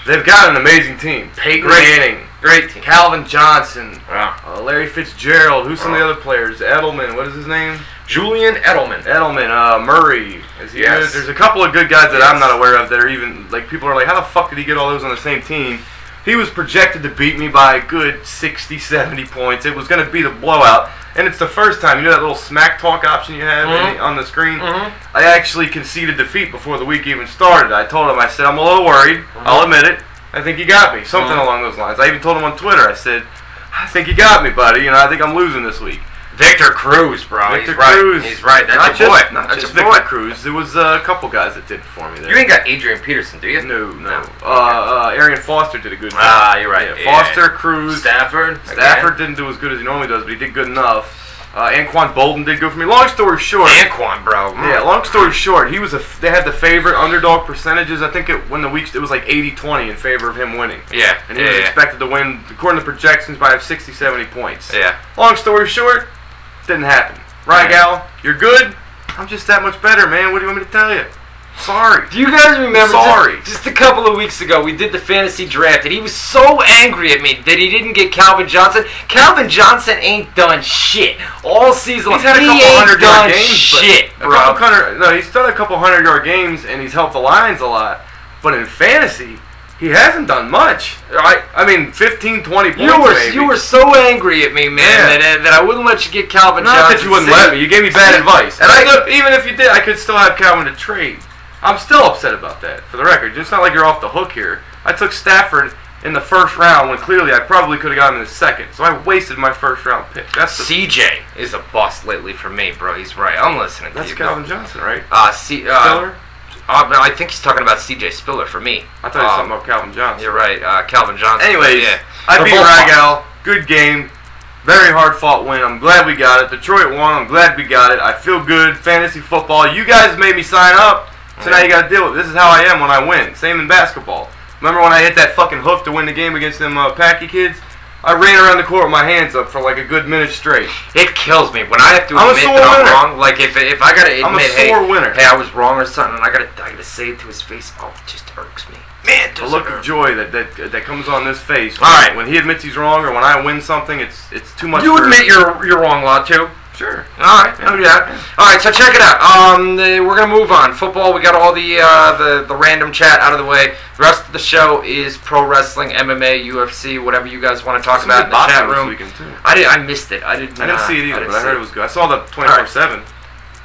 A: they've got an amazing team. Peyton
B: Great.
A: Manning,
B: Great team.
A: Calvin Johnson,
B: Yeah.
A: uh, Larry Fitzgerald. Who's some of the other players? Edelman. What is his name?
B: Julian Edelman.
A: Edelman, uh, Murray. Is he
B: Yes.
A: good? There's a couple of good guys that I'm
B: Yes.
A: not aware of that are even like people are like, how the fuck did he get all those on the same team? He He was projected to beat me by a good 60, 70 points. It was going to be the blowout. And it's the first time, you know that little smack talk option you have in-
B: Mm-hmm.
C: Mhm.
A: on the screen?
C: Mhm.
A: I actually conceded defeat before the week even started. I told him, I said, I'm a little worried. I'll
B: Mm-hmm.
A: admit it. I think you got me. Something
C: Mhm.
A: along those lines. I even told him on Twitter, I said, I think you got me, buddy. You know, I think I'm losing this week.
B: Victor Cruz, bro.
A: Victor
B: He's right.
A: Cruz.
B: He's right. That's
A: not
B: your
A: just,
B: boy.
A: Not
B: That's
A: just
B: your
A: Victor
B: boy.
A: Cruz. There was uh, a couple guys that did it for me there.
B: You ain't got Adrian Peterson, do you?
A: No, no. Uh, uh, Arian Foster did a good job.
B: Ah, you're right.
A: Yeah,
B: Yeah.
A: Foster, Cruz,
B: Stafford.
A: Stafford didn't do as good as he normally does, but he did good enough. Uh, Anquan Bolden did good for me. Long story short,
B: Again. Anquan, bro. Mm.
A: yeah. Long story short, he was a. They had the favorite underdog percentages. I think it when the week it was like 80-20 in favor of him winning,
B: Yeah.
A: and he
B: yeah,
A: was
B: yeah.
A: expected to win according to projections by 60-70 points.
B: yeah.
A: Long story short, didn't happen. Right, Gal? You're good. I'm just that much better, man. What do you want me to tell you? Sorry.
C: Do you guys remember? just-
A: Sorry.
C: Just, a couple of weeks ago, we did the fantasy draft, and he was so angry at me that he didn't get Calvin Johnson. Calvin Johnson ain't done shit all season.
A: He's
C: long.
A: had a
C: he
A: couple
C: ain't
A: hundred
C: done
A: yard games,
C: shit,
A: but
C: bro.
A: A couple hundred, no, he's done a couple hundred yard games and he's helped the Lions a lot. But in fantasy, he hasn't done much.
C: Right.
A: I mean, 15, 20 points.
C: You were
A: maybe.
C: you were so angry at me, man,
A: Yeah.
C: that, that I wouldn't let you get Calvin
A: not
C: Johnson.
A: that you wouldn't
C: See,
A: let me. You gave me bad advice. And I
C: Right.
A: know, even if you did, I could still have Calvin to trade. I'm still upset about that. For the record, it's not like you're off the hook here. I took Stafford in the first round when clearly I probably could have gotten him in the second. So I wasted my first round pick. That's the,
C: CJ.
B: He's a bust lately for me, bro. He's right. I'm listening to
A: that's
B: you.
A: Calvin
B: bro.
A: Johnson, right?
B: Uh, C- uh,
A: Spiller?
B: Uh, no, I think he's talking about C.J. Spiller for me.
A: I thought you were
B: Um,
A: talking about Calvin Johnson.
B: You're right, uh, Calvin Johnson.
A: Anyways,
B: yeah.
A: I
C: They're
A: beat
C: both
A: Ragal. Good game. Very hard fought win. I'm glad we got it. Detroit won. I'm glad we got it. I feel good. Fantasy football. You guys made me sign up. So now you got to deal with it. This is how I am when I win. Same in basketball. Remember when I hit that fucking hook to win the game against them uh, Packy kids? I ran around the court with my hands up for like a good minute straight.
B: It kills me when I have to
A: I'm a
B: admit
A: sore
B: that I'm
A: winner.
B: wrong. Like if, if I gotta admit,
A: I'm a
B: hey,
A: sore winner.
B: hey, I was wrong or something, and I gotta I gotta say it to his face. Oh, it just irks me. Man,
A: The
B: does
A: look
B: it
A: of
B: irk.
A: joy that that, that comes on this face.
B: All right.
A: When he admits he's wrong or when I win something, it's it's too much.
B: You
A: for-
B: admit you're you're wrong, Law too.
A: Sure.
B: All right, oh yeah. All right, so check it out. Um, the- we're gonna move on. Football. We got all the uh, the the random chat out of the way. The rest of the show is pro wrestling, MMA, UFC, whatever you guys want to talk
A: Some good
B: about in the
A: boxing
B: chat
A: this
B: room.
A: weekend, too.
B: I did. I missed it. I didn't.
A: I didn't
B: uh,
A: see it either,
B: didn't
A: but I
B: see
A: heard
B: it.
A: it was good. I saw the 24 7.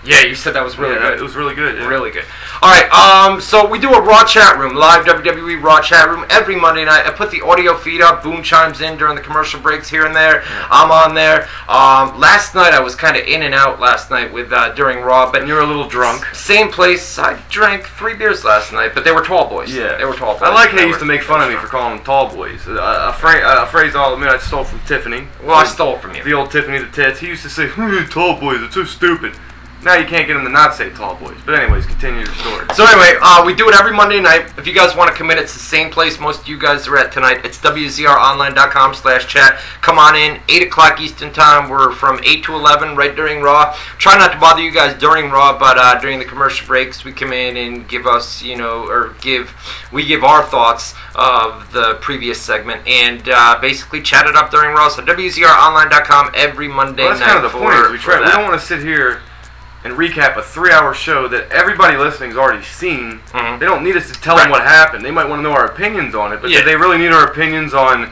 B: Yeah, you said that was really
A: Yeah,
B: good.
A: it was really good. yeah.
B: Really good. All right. Um. So we do a raw chat room, live WWE raw chat room every Monday night. I put the audio feed up. Boom chimes in during the commercial breaks here and there. I'm on there. Um. Last night I was kind of in and out last night with uh, during raw, but
A: And you were a little drunk.
B: same place. I drank three beers last night, but they were tall boys. they were tall boys.
A: I like how
B: They
A: you used to
B: were-
A: make
B: they
A: fun
B: were
A: of me for
B: strong.
A: calling them tall boys. Uh, a, fra- a phrase I'll admit I stole from Tiffany.
B: Well, I stole it from you.
A: The old Tiffany the Tits. He used to say, "Hmm, tall boys, they're too stupid. Now you can't get him to not say tall boys. But, anyways, continue your story.
B: So anyway, uh, we do it every Monday night. If you guys want to come in, it's the same place most of you guys are at tonight. It's wzronline.com slash chat. Come on in, 8 o'clock Eastern Time. We're from 8 to 11 right during Raw. Try not to bother you guys during Raw, but uh, during the commercial breaks, we come in and give us, you know, or give, we give our thoughts of the previous segment and uh, basically chat it up during Raw. So wzronline.com every Monday
A: Well, that's
B: night.
A: kind of the
B: for,
A: point. Is we,
B: for
A: try, we
B: that.
A: don't want to sit here and recap a three-hour show that everybody listening's already seen.
B: Mhm.
A: They don't need us to tell
B: Right.
A: them what happened. They might want to know our opinions on it, but
B: Yeah.
A: do they really need our opinions on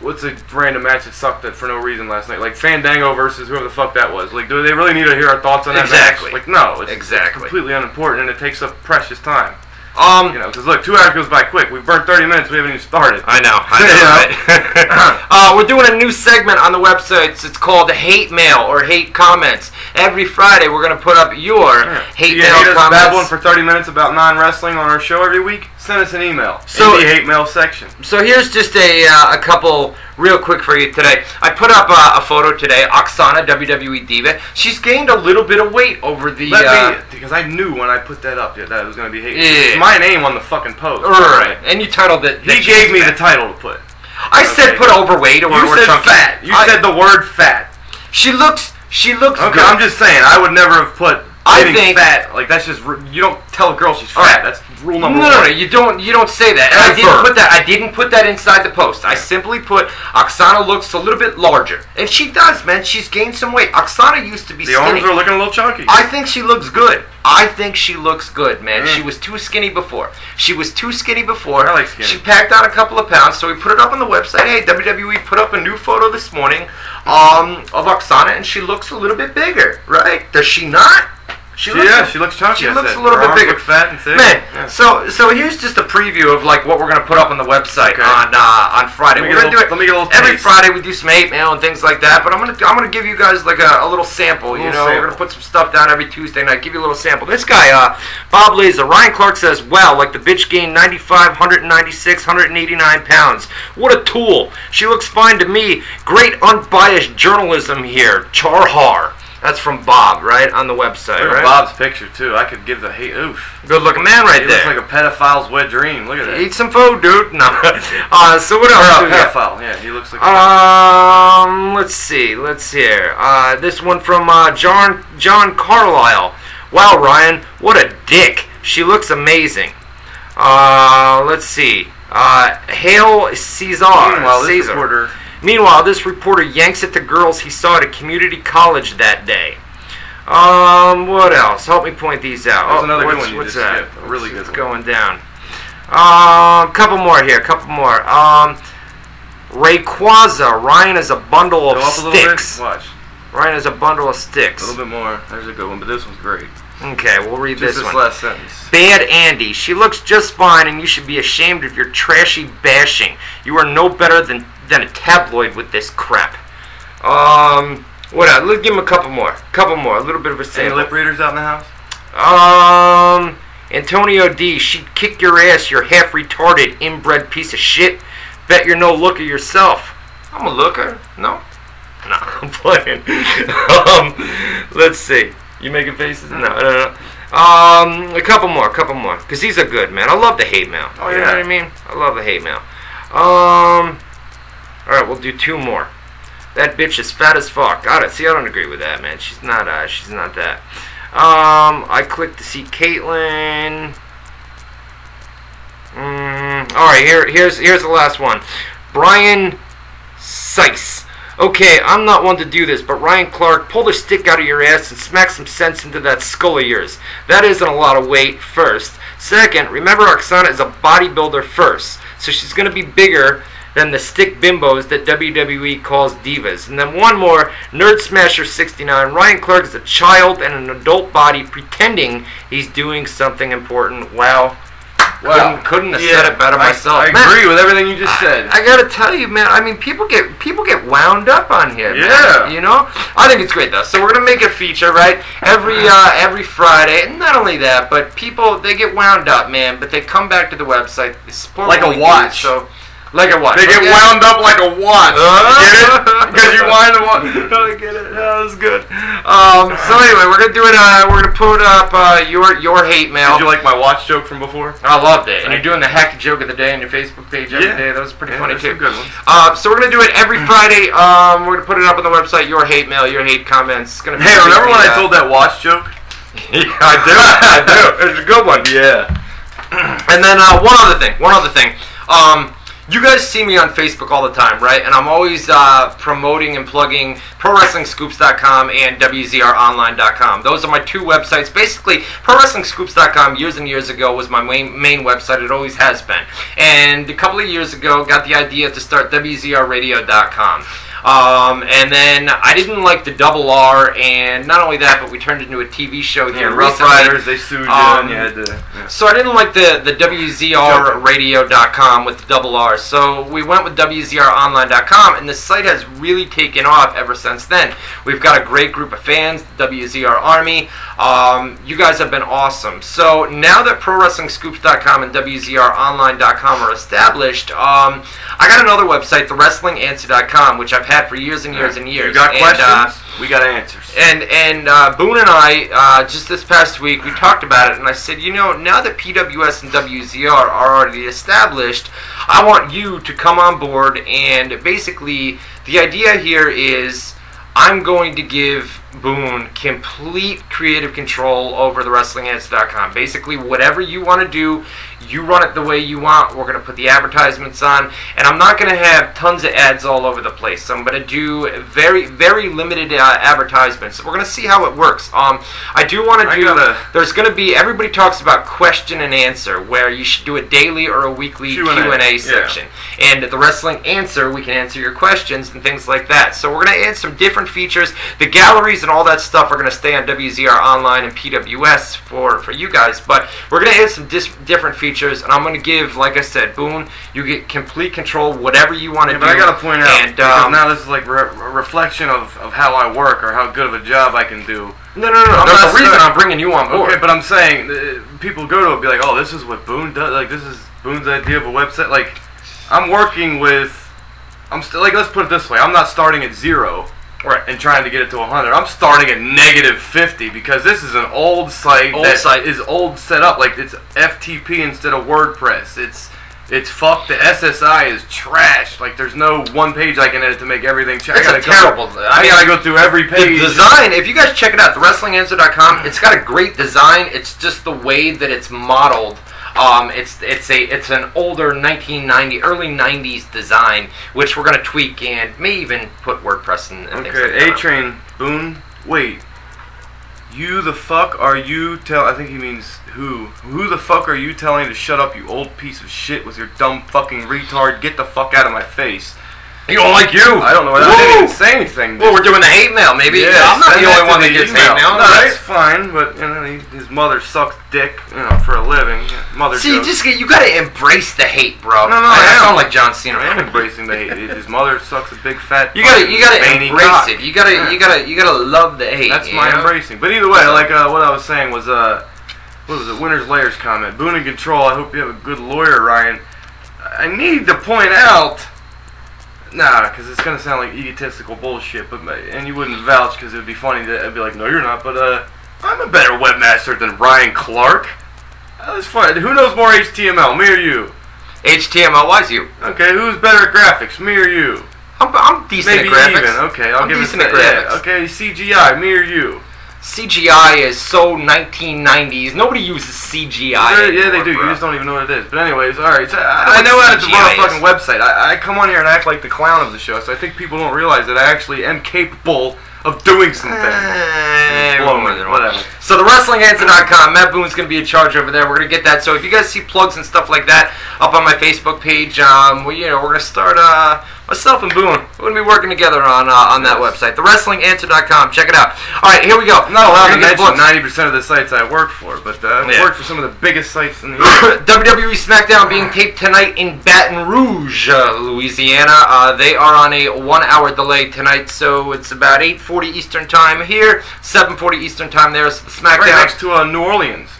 A: what's a random match that sucked that for no reason last night, like Fandango versus whoever the fuck that was. Like, do they really need to hear our thoughts on that? match?
B: Exactly.
A: Like, no, it's
B: Exactly.
A: completely unimportant, and it takes up precious time.
B: Um,
A: You know, because look, two hours goes by quick. We've burned 30 minutes. We haven't even started.
B: I know.
A: Uh-huh.
B: I know. right? [laughs] uh, we're doing a new segment on the website. It's, it's called Hate Mail or Hate Comments. Every Friday, we're going to put up your
A: Yeah.
B: hate
A: Do you
B: mail
A: hate us
B: comments.
A: babbling for 30 minutes about non-wrestling on our show every week? Send us an email.
B: So-
A: in the hate mail section.
B: so here's just a, uh, a couple real quick for you today. I put up uh, a photo today. Oksana, WWE diva. She's gained a little bit of weight over the.
A: Let
B: uh,
A: me, because I knew when I put that up that that was gonna be hate.
B: Yeah.
A: It's my name on the fucking post.
B: Right. uh, er, And you titled it.
A: He gave me the title to put.
B: I said
A: okay.
B: put overweight or,
A: You
B: or
A: said
B: chunky.
A: fat. You
B: I-
A: said the word fat.
B: she looks. She looks.
A: Okay,
B: good.
A: I'm just saying. I would never have put
B: I
A: getting
B: think-
A: fat. Like that's just ru- you don't tell a girl she's
B: All
A: fat.
B: right.
A: That's rule
B: No,
A: number
B: no,
A: one.
B: no, you don't. You don't say that. And I didn't
A: Ever.
B: put that. I didn't put that inside the post. I simply put Oksana looks a little bit larger, and she does, man. She's gained some weight. Oksana used to be
A: The
B: skinny.
A: arms are looking a little chunky.
B: I think she looks good. I think she looks good, man. She was too skinny before. She was too skinny before.
A: Mm. I like skinny.
B: She packed on a couple of pounds, so we put it up on the website. Hey, WWE put up a new photo this morning um, of Oksana, and she looks a little bit bigger, right? Does she not? She
A: She- yeah, she looks chunky.
B: She
A: I
B: looks
A: said.
B: a little
A: Her
B: bit
A: arms
B: bigger.
A: look fat and thick.
B: Man,
A: Yeah.
B: so so here's just a preview of like what we're gonna put up on the website
A: Okay.
B: on uh, on Friday.
A: Let me
B: We're
A: get
B: gonna
A: a
B: do
A: little-
B: it
A: let me get a little
B: every
A: taste.
B: Friday. We do some hate mail and things like that. But I'm gonna I'm gonna give you guys like a, a little sample. you
A: Little
B: know, we're gonna
A: sample.
B: put some stuff down every Tuesday night. Give you a little sample. This guy, uh, Bob Laser, Ryan Clark says, "Wow, like the bitch gained 95, 196, 189 pounds. What a tool. She looks fine to me. Great unbiased journalism here. Char har." That's from Bob, right on the website.
A: Look
B: right?
A: at Bob's picture too. I could give the hate. Oof.
B: good looking man right
A: He
B: there.
A: looks like a pedophile's wet dream. Look at that.
B: Eat some food, dude. No. [laughs] Uh, so what else? do
A: Or a
B: we got?
A: pedophile. Yeah, he looks like. a
B: Oh, Um, let's see. Let's hear. Uh, this one from uh, John John Carlisle. Wow, Ryan, what a dick. She looks amazing. Uh, let's see. Uh, Hail Caesar.
A: Meanwhile, this
B: Caesar.
A: reporter-
B: Meanwhile, this reporter yanks at the girls he saw at a community college that day. Um, what else? Help me point these out. Oh,
A: That's another good
B: what's,
A: one you
B: What's
A: just
B: that?
A: skipped. A really
B: What's-
A: good
B: what's going down. Um, couple more here. Couple more. Um, Rayquaza. Ryan is a bundle of
A: Go up a little bit.
B: sticks.
A: Watch.
B: Ryan is a bundle of sticks.
A: A little bit more. There's a good one, but this one's great.
B: Okay, we'll read
A: Just
B: this
A: this
B: one.
A: last sentence.
B: Bad Andy. She looks just fine, and you should be ashamed of your trashy bashing. You are no better than than a tabloid with this crap. Um, what else? Let's give him a couple more. Couple more. A little bit of a
A: Any
B: sample.
A: lip readers out in the house?
B: Um, Antonio D. She'd kick your ass. You're half retarded, inbred piece of shit. Bet you're no looker yourself. I'm a looker. No. [laughs] No, I'm playing. [laughs] um, let's see. You making faces? No, no, no. Um, a couple more, a couple more, cause these are good, man. I love the hate mail.
A: Oh,
B: you know
A: yeah.
B: what I mean? I love the hate mail. Um, all right, we'll do two more. That bitch is fat as fuck. Got it. See, I don't agree with that, man. She's not. Uh, she's not that. Um, I clicked to see Caitlyn. Mm, all right, here, here's here's the last one. Brian Sice. Okay, I'm not one to do this, but Ryan Clark, pull the stick out of your ass and smack some sense into that skull of yours. That isn't a lot of weight, first. Second, remember Oksana is a bodybuilder first, so she's going to be bigger than the stick bimbos that WWE calls divas. And then one more, Nerd Smasher 69, Ryan Clark is a child in an adult body pretending he's doing something important. Wow. Couldn't, couldn't have said it better
A: I-
B: myself.
A: I,
B: Man,
A: agree with everything you just said.
B: I gotta tell you, man. I mean, people get people get wound up on here. man,
A: Yeah.
B: you know. I think it's great though. So we're gonna make a feature, right? Every uh, every Friday, and not only that, but people they get wound up, man. But they come back to the website. They support
A: Like
B: what
A: a
B: we do,
A: watch.
B: so like a watch.
A: they get
B: Okay.
A: wound up like a watch.
B: Uh.
A: get it? Because you wind the
B: [laughs]
A: watch.
B: I get it. That was good. Um, so anyway, we're gonna do it. Uh, we're gonna put up uh, your your hate mail.
A: Did you like my watch joke from before?
B: I loved it. And you're doing the hack joke of the day on your Facebook page every day.
A: Yeah.
B: That was pretty
A: Yeah,
B: funny
A: there's
B: too.
A: some good ones.
B: Uh, so we're gonna do it every
A: Mm.
B: Friday. Um, we're gonna put it up on the website. Your hate mail, your hate comments. It's gonna. Be
A: Hey, remember when I
B: uh,
A: told that watch joke?
B: [laughs] yeah, I do. I
A: [laughs]
B: do. It's a good one.
A: Yeah.
B: And then uh, one other thing. One other thing. Um, you guys see me on Facebook all the time, right? And I'm always uh, promoting and plugging ProWrestlingScoops.com and WZROnline.com. Those are my two websites. Basically, ProWrestlingScoops.com years and years ago was my main, main website. It always has been. And a couple of years ago, got the idea to start WZRRadio.com. Um, and then I didn't like the double R, and not only that, but we turned into a TV show here.
A: Yeah, Rough
B: recently.
A: Riders, they sued you and
B: Um,
A: you had to. yeah.
B: So I didn't like the, the WZRradio.com with the double R. So we went with WZRonline.com, and the site has really taken off ever since then. We've got a great group of fans, WZR Army. Um, you guys have been awesome. So now that ProWrestlingScoops.com and WZRonline.com are established, um, I got another website, TheWrestlingAnswer.com, which I've had for years and years and years.
A: You got
B: And,
A: questions?
B: uh,
A: we got answers.
B: and and uh, Boone and I uh, just this past week we talked about it, and I said, you know, now that PWS and WZR are already established, I want you to come on board, and basically the idea here is I'm going to give Boone complete creative control over the WrestlingAds.com. Basically, whatever you want to do, you run it the way you want. We're going to put the advertisements on, and I'm not going to have tons of ads all over the place. I'm going to do very, very limited uh, advertisements. We're going to see how it works. Um, I do want to
A: I
B: do.
A: gotta-
B: There's going to be. Everybody talks about question and answer, where you should do a daily or a weekly Q
A: Q&A,
B: and A
A: yeah.
B: section and the wrestling answer we can answer your questions and things like that so we're going to add some different features the galleries and all that stuff are going to stay on wzr online and pws for for you guys but we're going to add some dis- different features and i'm going to give like i said boone you get complete control whatever you want to
A: Yeah,
B: do
A: but I gotta point out
B: and,
A: because
B: um,
A: now this is like re- a reflection of, of how I work or how good of a job I can do.
B: no no no, no
A: I'm
B: there's
A: not
B: a reason
A: saying-
B: i'm bringing you on board
A: Okay, but I'm saying uh, people go to it and be like, "Oh, this is what Boone does. Like, this is Boone's idea of a website." Like, I'm working with. I'm still like, let's put it this way: I'm not starting at zero
B: Right.
A: and trying to get it to 100. I'm starting at negative 50 because this is an old site
B: Old
A: that
B: site.
A: is old set up. Like, it's FTP instead of WordPress. It's it's fucked. The SSI is trash. Like, there's no one page I can edit to make everything. Ch- I
B: It's a
A: gotta go-
B: terrible- I
A: I
B: mean,
A: gotta go through every
B: The
A: page.
B: design, if you guys check it out, thewrestlinganswer.com, it's got a great design. It's just the way that it's modeled. Um, it's it's a it's an older 1990 early 90s design, which we're gonna tweak and may even put WordPress and, and things like
A: Okay, A
B: that.
A: Train, Boone, wait. You the fuck are you tell? I think he means who? Who the fuck are you telling to shut up, you old piece of shit, with your dumb fucking retard? Get the fuck out of my face!
B: You don't like you?
A: I don't know. I
B: Woo!
A: didn't even say anything.
B: Well, we're doing the hate mail, maybe.
A: Yeah,
B: I'm not
A: send
B: the
A: to
B: only one that
A: the
B: gets
A: email.
B: hate mail,
A: No,
B: right?
A: that's fine. But you know, he, his mother sucks dick, you know, for a living. Mother.
B: See, you
A: jokes.
B: just get- you gotta embrace the hate, bro.
A: No, no, I am.
B: sound like John Cena.
A: I am embracing the hate. His mother sucks a big fat.
B: You gotta,
A: fucking
B: you gotta
A: veiny
B: embrace
A: cock.
B: it. You gotta,
A: Yeah.
B: you gotta, you gotta love the hate.
A: That's
B: you
A: my
B: know?
A: embracing. But either way, like uh, what I was saying was, uh, what was it? Winner's Layers comment. Boone in control. I hope you have a good lawyer, Ryan. I need to point out. Nah, because it's gonna sound like egotistical bullshit. But my- and you wouldn't vouch because it'd be funny to I'd be like, no, you're not. But uh, I'm a better webmaster than Ryan Clark. That was fun. Who knows more HTML, me or you?
B: HTMLY's you.
A: Okay, who's better at graphics, me or you?
B: I'm, I'm decent
A: Maybe
B: at graphics.
A: even. Okay, I'll
B: I'm
A: give
B: decent
A: it
B: at
A: to yeah,
B: graphics.
A: Okay, CGI, me or you?
B: CGI is so 1990s. Nobody uses CGI.
A: Yeah, yeah, they
B: anymore,
A: do.
B: bro.
A: You just don't even know what it is. But anyways, all right. So I,
B: I
A: I know how to run
B: like
A: a
B: CGI is-
A: fucking website. I, I come on here and act like the clown of the show, so I think people don't realize that I actually am capable of doing something.
B: [sighs] Eh,
A: Blow
B: more
A: me,
B: than
A: whatever.
B: one. So the wrestlinganswer.com, Matt Boone's gonna be in charge over there. We're gonna get that. So if you guys see plugs and stuff like that up on my Facebook page, um, well, you know, we're gonna start uh, myself and Boone. We're gonna be working together on uh, on that
A: Yes.
B: website, thewrestlinganswer.com. Check it out. All right, here we go.
A: I'm not allowed to
B: We're gonna get the
A: mention
B: plugs.
A: ninety percent of the sites I work for, but uh, I've
B: Yeah.
A: worked for some of the biggest sites
B: [coughs]
A: in the world.
B: WWE E SmackDown being taped tonight in Baton Rouge, uh, Louisiana. Uh, they are on a one-hour delay tonight, so it's about 8:40 Eastern time here, 7:40 Eastern time there. So the SmackDown,
A: Right next to uh, New Orleans.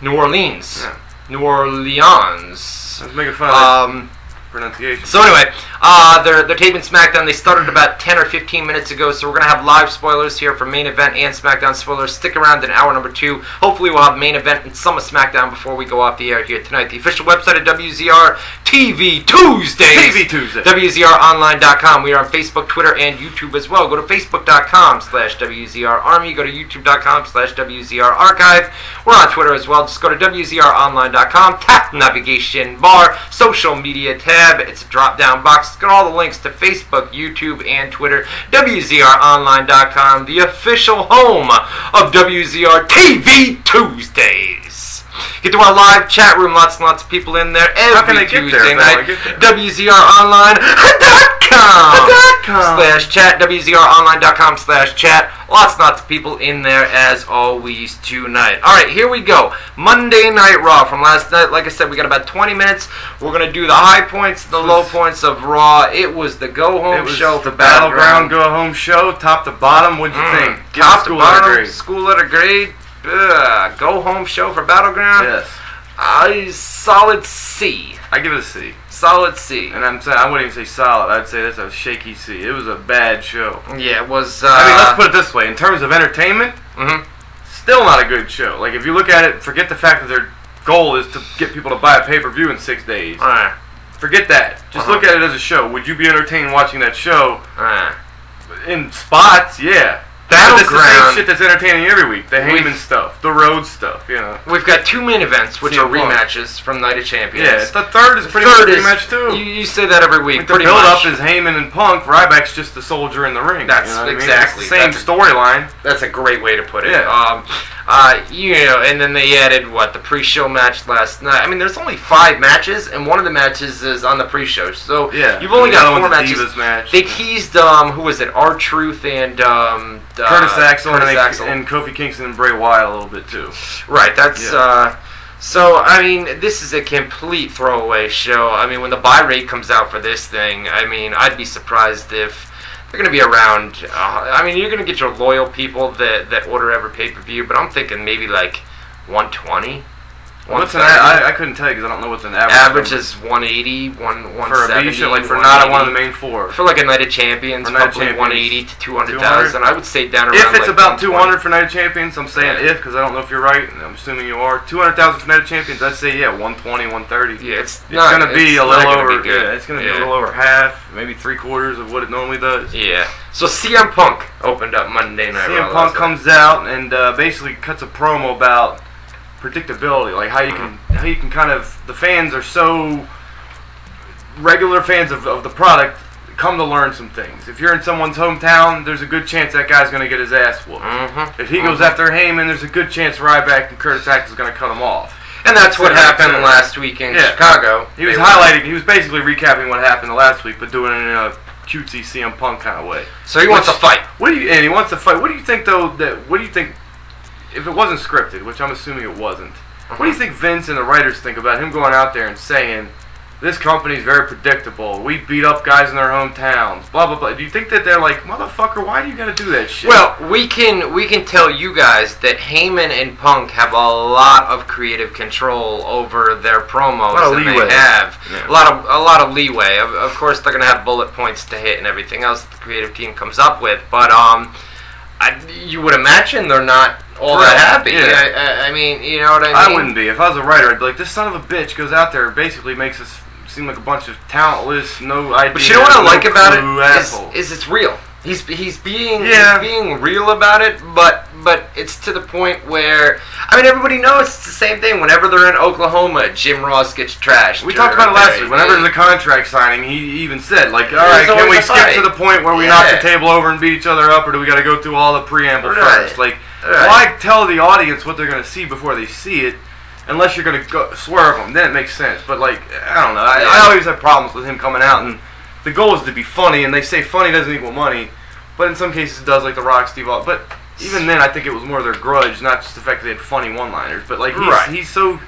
B: New Orleans,
A: Yeah.
B: New Orleans.
A: I was making fun of that
B: Um,
A: pronunciation.
B: so anyway, uh, they're they're taping SmackDown. They started about 10 or 15 minutes ago, so we're gonna have live spoilers here for main event and SmackDown spoilers. Stick around in hour number two. Hopefully, we'll have main event and some of SmackDown before we go off the air here tonight. The official website of WZR TV Tuesdays.
A: TV Tuesday.
B: WZRonline.com. We are on Facebook, Twitter, and YouTube as well. Go to Facebook.com slash WZR Army. Go to YouTube.com slash WZR Archive. We're on Twitter as well. Just go to WZRonline.com. Tap the navigation bar, social media tab. It's a drop down box. It's got all the links to Facebook, YouTube, and Twitter. WZRonline.com, the official home of WZR TV Tuesdays. Get to our live chat room. Lots and lots of people in there every
A: can they get
B: Tuesday
A: there if they
B: night.
A: wanna get there?
B: WZRonline.com
A: com.
B: slash chat. WZRonline.com slash chat. Lots and lots of people in there as always tonight. All right, here we go. Monday Night Raw from last night. Like I said, we got about 20 minutes. We're going to do the high points, the low points of Raw. It was the go home
A: It was
B: show,
A: the battleground go home show, top to bottom. What'd you
B: Mm.
A: think? Give the
B: Top to
A: school our
B: bottom,
A: grade.
B: school letter grade. Ugh, go home show for Battleground.
A: Yes,
B: I solid C.
A: I give it a C.
B: Solid C.
A: And I'm saying I wouldn't even say solid. I'd say that's a shaky C. It was a bad show.
B: Yeah, it was. Uh,
A: I mean, let's put it this way: in terms of entertainment,
B: Mhm.
A: still not a good show. Like if you look at it, forget the fact that their goal is to get people to buy a pay per view in six days.
B: Uh,
A: Forget that. Just
B: Uh-huh.
A: look at it as a show. Would you be entertained watching that show?
B: uh.
A: In spots, yeah. That's the same
B: Battleground.
A: shit that's entertaining every week. The
B: We've-
A: Heyman stuff, the Road stuff, you know.
B: We've got two main events, which
A: CM
B: are
A: Punk.
B: rematches from Night of Champions.
A: Yeah, the third is pretty much
B: Third is-
A: a rematch too.
B: You, you say that every week,
A: Like, the
B: pretty
A: build up
B: much.
A: is Heyman and Punk. Ryback's just the soldier in the ring.
B: That's
A: you know what I mean?
B: exactly-
A: It's the same
B: that's-
A: storyline.
B: That's a great way to put it.
A: Yeah.
B: Um, uh, you know, and then they added what the pre-show match last night. I mean, there's only five matches, and one of the matches is on the pre-show. So
A: Yeah,
B: you've only
A: the
B: got
A: other
B: four
A: one's a
B: matches.
A: Divas match.
B: They teased um, who was it? R Truth and um, uh,
A: Curtis Axel,
B: Curtis
A: and, they-
B: Axel.
A: and Kofi Kingston and Bray Wyatt a little bit too.
B: Right. That's.
A: Yeah.
B: Uh, so I mean, this is a complete throwaway show. I mean, when the buy rate comes out for this thing, I mean, I'd be surprised if they're going to be around. Uh, I mean, you're going to get your loyal people that that order every pay per view, but I'm thinking maybe like 120.
A: What's an,
B: 130.
A: I, I couldn't tell you because I don't know what's an average.
B: Average
A: number.
B: is 180, one,
A: for a
B: 170,
A: B show, like for not a one of the
B: 180.
A: main four.
B: For like a night of champions,
A: For Night of
B: probably
A: Champions,
B: 180 to 200,000. I would say down around.
A: If it's
B: like
A: about
B: 120.
A: 200 for Night of Champions, I'm saying
B: Yeah.
A: if because I don't know if you're right. and I'm assuming you are. 200,000 for Night of Champions, I'd say yeah, 120, 130.
B: yeah, it's,
A: It's
B: not-
A: gonna be
B: it's
A: a
B: not
A: little
B: gonna be
A: over.
B: good.
A: Yeah, it's gonna be
B: Yeah.
A: a little over half, maybe three quarters of what it normally does.
B: Yeah. So CM Punk opened up Monday Night Raw
A: CM
B: last
A: Punk
B: night.
A: comes out and uh, basically cuts a promo about predictability, like how you can how you can kind of the fans are so regular fans of, of the product come to learn some things. If you're in someone's hometown, there's a good chance that guy's gonna get his ass whooped.
B: Mhm.
A: If he goes after Heyman, there's a good chance Ryback and Curtis Axel's gonna cut him off.
B: And that's what
A: Yeah,
B: happened
A: yeah.
B: last week in
A: uh, Yeah.
B: Chicago.
A: He was
B: They were-
A: highlighting. He was basically recapping what happened last week, but doing it in a cutesy CM Punk kind of way.
B: So he wants a
A: Which-
B: fight.
A: What do you and he wants to fight? What do you think though? That what do you think? If it wasn't scripted, which I'm assuming it wasn't, what
B: Uh-huh.
A: do you think Vince and the writers think about him going out there and saying, "This company's very predictable. We beat up guys in their hometowns." Blah blah blah. Do you think that they're like, "Motherfucker, why do you gotta do that shit?"
B: Well, we can we can tell you guys that Heyman and Punk have a lot of creative control over their promos
A: lot of
B: than
A: leeway.
B: they have.
A: Yeah.
B: A lot of a lot of leeway. Of, of course, they're gonna have bullet points to hit and everything else that the creative team comes up with. But um, I, you would imagine they're not all
A: Correct.
B: that happy.
A: Yeah.
B: I, I, I mean, you know what I mean?
A: I wouldn't be. If I was a writer, I'd be like, "This son of a bitch goes out there, and basically makes us seem like a bunch of talentless, no idea."
B: But you know what I
A: no
B: like about
A: clue
B: it is,
A: assholes."
B: is it's real. He's he's being
A: Yeah.
B: he's being real about it, but but it's to the point where I mean everybody knows it's the same thing. Whenever they're in Oklahoma, Jim Ross gets trashed.
A: We
B: or-
A: talked about it last
B: or- uh,
A: week. Whenever the contract signing, he even said, like, all
B: There's
A: right, can we
B: always a
A: skip to
B: fight."
A: the point where we
B: Yeah.
A: knock the table over and beat each other up, or do we got to go through all the preamble
B: Right.
A: first? Like,
B: Right.
A: why tell the audience what they're going to see before they see it? Unless you're going to go swerve them, then it makes sense. But like, I don't know. I,
B: Yeah.
A: I always have problems with him coming out, and the goal is to be funny. And they say funny doesn't equal money, but in some cases it does, like The Rock, Steve. Au- But even then, I think it was more their grudge, not just the fact that they had funny one-liners. But like, he's,
B: Right.
A: he's so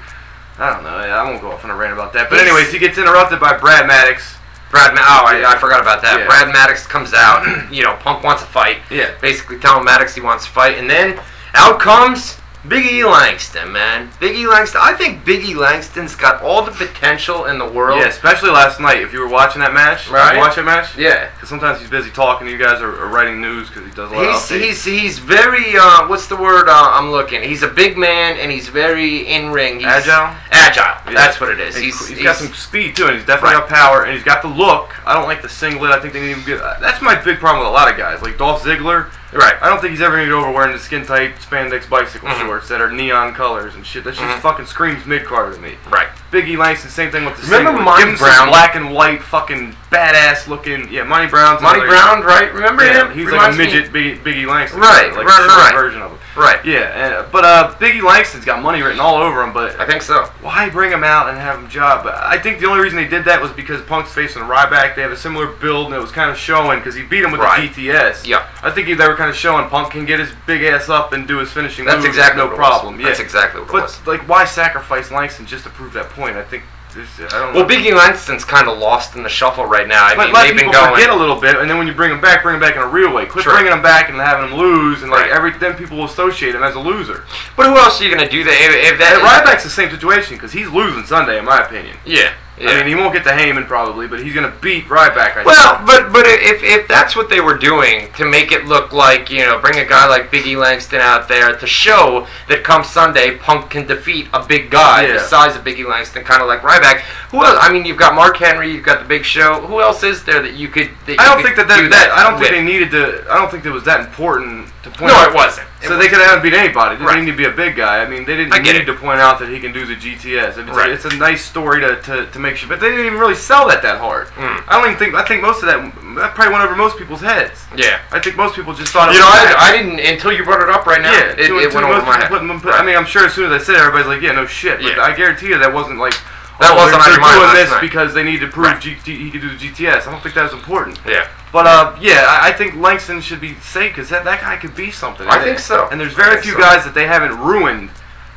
A: I don't know. I won't go off on a rant about that. But
B: He's-
A: anyways, he gets interrupted by Brad Maddox.
B: Brad, Ma- oh I, I forgot about that.
A: Yeah.
B: Brad Maddox comes [clears throat] out. You know, Punk wants a fight.
A: Yeah.
B: basically telling Maddox he wants to fight, and then out comes Big E Langston, man. Big E Langston. I think Big E Langston's got all the potential in the world.
A: Yeah, especially last night. If you were watching that match, Did you
B: Right.
A: watch that match.
B: Yeah.
A: Because sometimes he's busy talking. You guys are, are writing news because he does a lot
B: He's,
A: of updates.
B: he's, he's very uh, what's the word uh, I'm looking? He's a big man and he's very in ring. He's-
A: Agile?
B: Agile.
A: Yeah.
B: That's what it is.
A: And
B: He's,
A: he's got some speed too, and he's definitely got power, and he's got the look. I don't like the singlet. I think they need to get. uh, That's my big problem with a lot of guys, like Dolph Ziggler.
B: right.
A: I don't think he's ever gonna get over wearing the skin tight spandex bicycle shorts that are neon colors and shit. That shit fucking screams mid card to me.
B: Right.
A: Biggie Langston, same thing with the
B: Remember
A: singlet.
B: Monty
A: Give him some
B: Brown?
A: black and white, fucking badass looking. Yeah, Monty Brown's
B: Monty
A: another-
B: Brown, right? Remember
A: Yeah,
B: him?
A: he's
B: Reminds me-
A: like a midget Biggie, Biggie Langston,
B: Right,
A: like a
B: right,
A: short
B: right.
A: version of him.
B: Right.
A: Yeah, and, but uh, Biggie Langston's got money written all over him. But
B: I think so.
A: why bring him out and have him job? I think the only reason they did that was because Punk's facing Ryback. They have a similar build, and it was kind of showing because he beat him with
B: Right.
A: the GTS.
B: Yeah.
A: I think they were kind of showing Punk can get his big ass up and do his finishing.
B: That's
A: move with
B: exactly
A: no
B: what it was.
A: problem. Yeah.
B: That's exactly what it was.
A: But like, why sacrifice Langston just to prove that point? I think there's, I don't.
B: Well,
A: know.
B: Biggie Langston's kind of lost in the shuffle right now. I
A: But
B: mean,
A: let
B: they've been
A: people
B: going.
A: forget a little bit, and then when you bring him back, bring him back in a real way. Quit
B: Sure.
A: bringing him back and having him lose, and like
B: Right.
A: every then people will associate him as a loser.
B: but who else are you gonna do that? If, if that
A: And Ryback's the same situation because he's losing Sunday, in my opinion.
B: Yeah.
A: I
B: Yeah.
A: mean, he won't get to Heyman probably, but he's gonna beat Ryback. I
B: Well, but but if if that's what they were doing to make it look like you know bring a guy like Biggie Langston out there to show that come Sunday Punk can defeat a big guy
A: Yeah.
B: the size of Biggie Langston, kind of like Ryback. Who else? I mean, you've got Mark Henry, you've got the Big Show. Who else is there that you could? That
A: I
B: you
A: don't
B: could
A: think that that,
B: do
A: that I don't think
B: with?
A: they needed to. I don't think it was that important to point.
B: No,
A: out.
B: it wasn't. It
A: so they could have beat anybody. They
B: Right.
A: didn't need to be a big guy. I mean, they didn't
B: I
A: need
B: get it.
A: to point out that he can do the GTS. If It's,
B: Right.
A: it's a nice story to, to, to make sure, but they didn't even really sell that that hard.
B: Mm.
A: I don't even think. I think most of that that probably went over most people's heads.
B: Yeah.
A: I think most people just thought. it
B: You know,
A: was
B: I,
A: that.
B: I didn't until you brought it up right now.
A: Yeah,
B: it, it
A: to-
B: went
A: to
B: over
A: most
B: my
A: people
B: head.
A: put them- put- I mean, I'm sure as soon as I said, it, everybody's like, "Yeah, no shit." But
B: Yeah.
A: I guarantee you, that wasn't like
B: That
A: oh,
B: wasn't on
A: they're,
B: your
A: they're
B: mind
A: doing
B: last
A: this
B: night.
A: because they need to prove
B: Right.
A: GT, he could do the GTS. I don't think that was important.
B: Yeah.
A: But uh, yeah, I, I think Langston should be safe because that, that guy could be something.
B: I think so.
A: And there's
B: I
A: very
B: think
A: few
B: so.
A: guys that they haven't ruined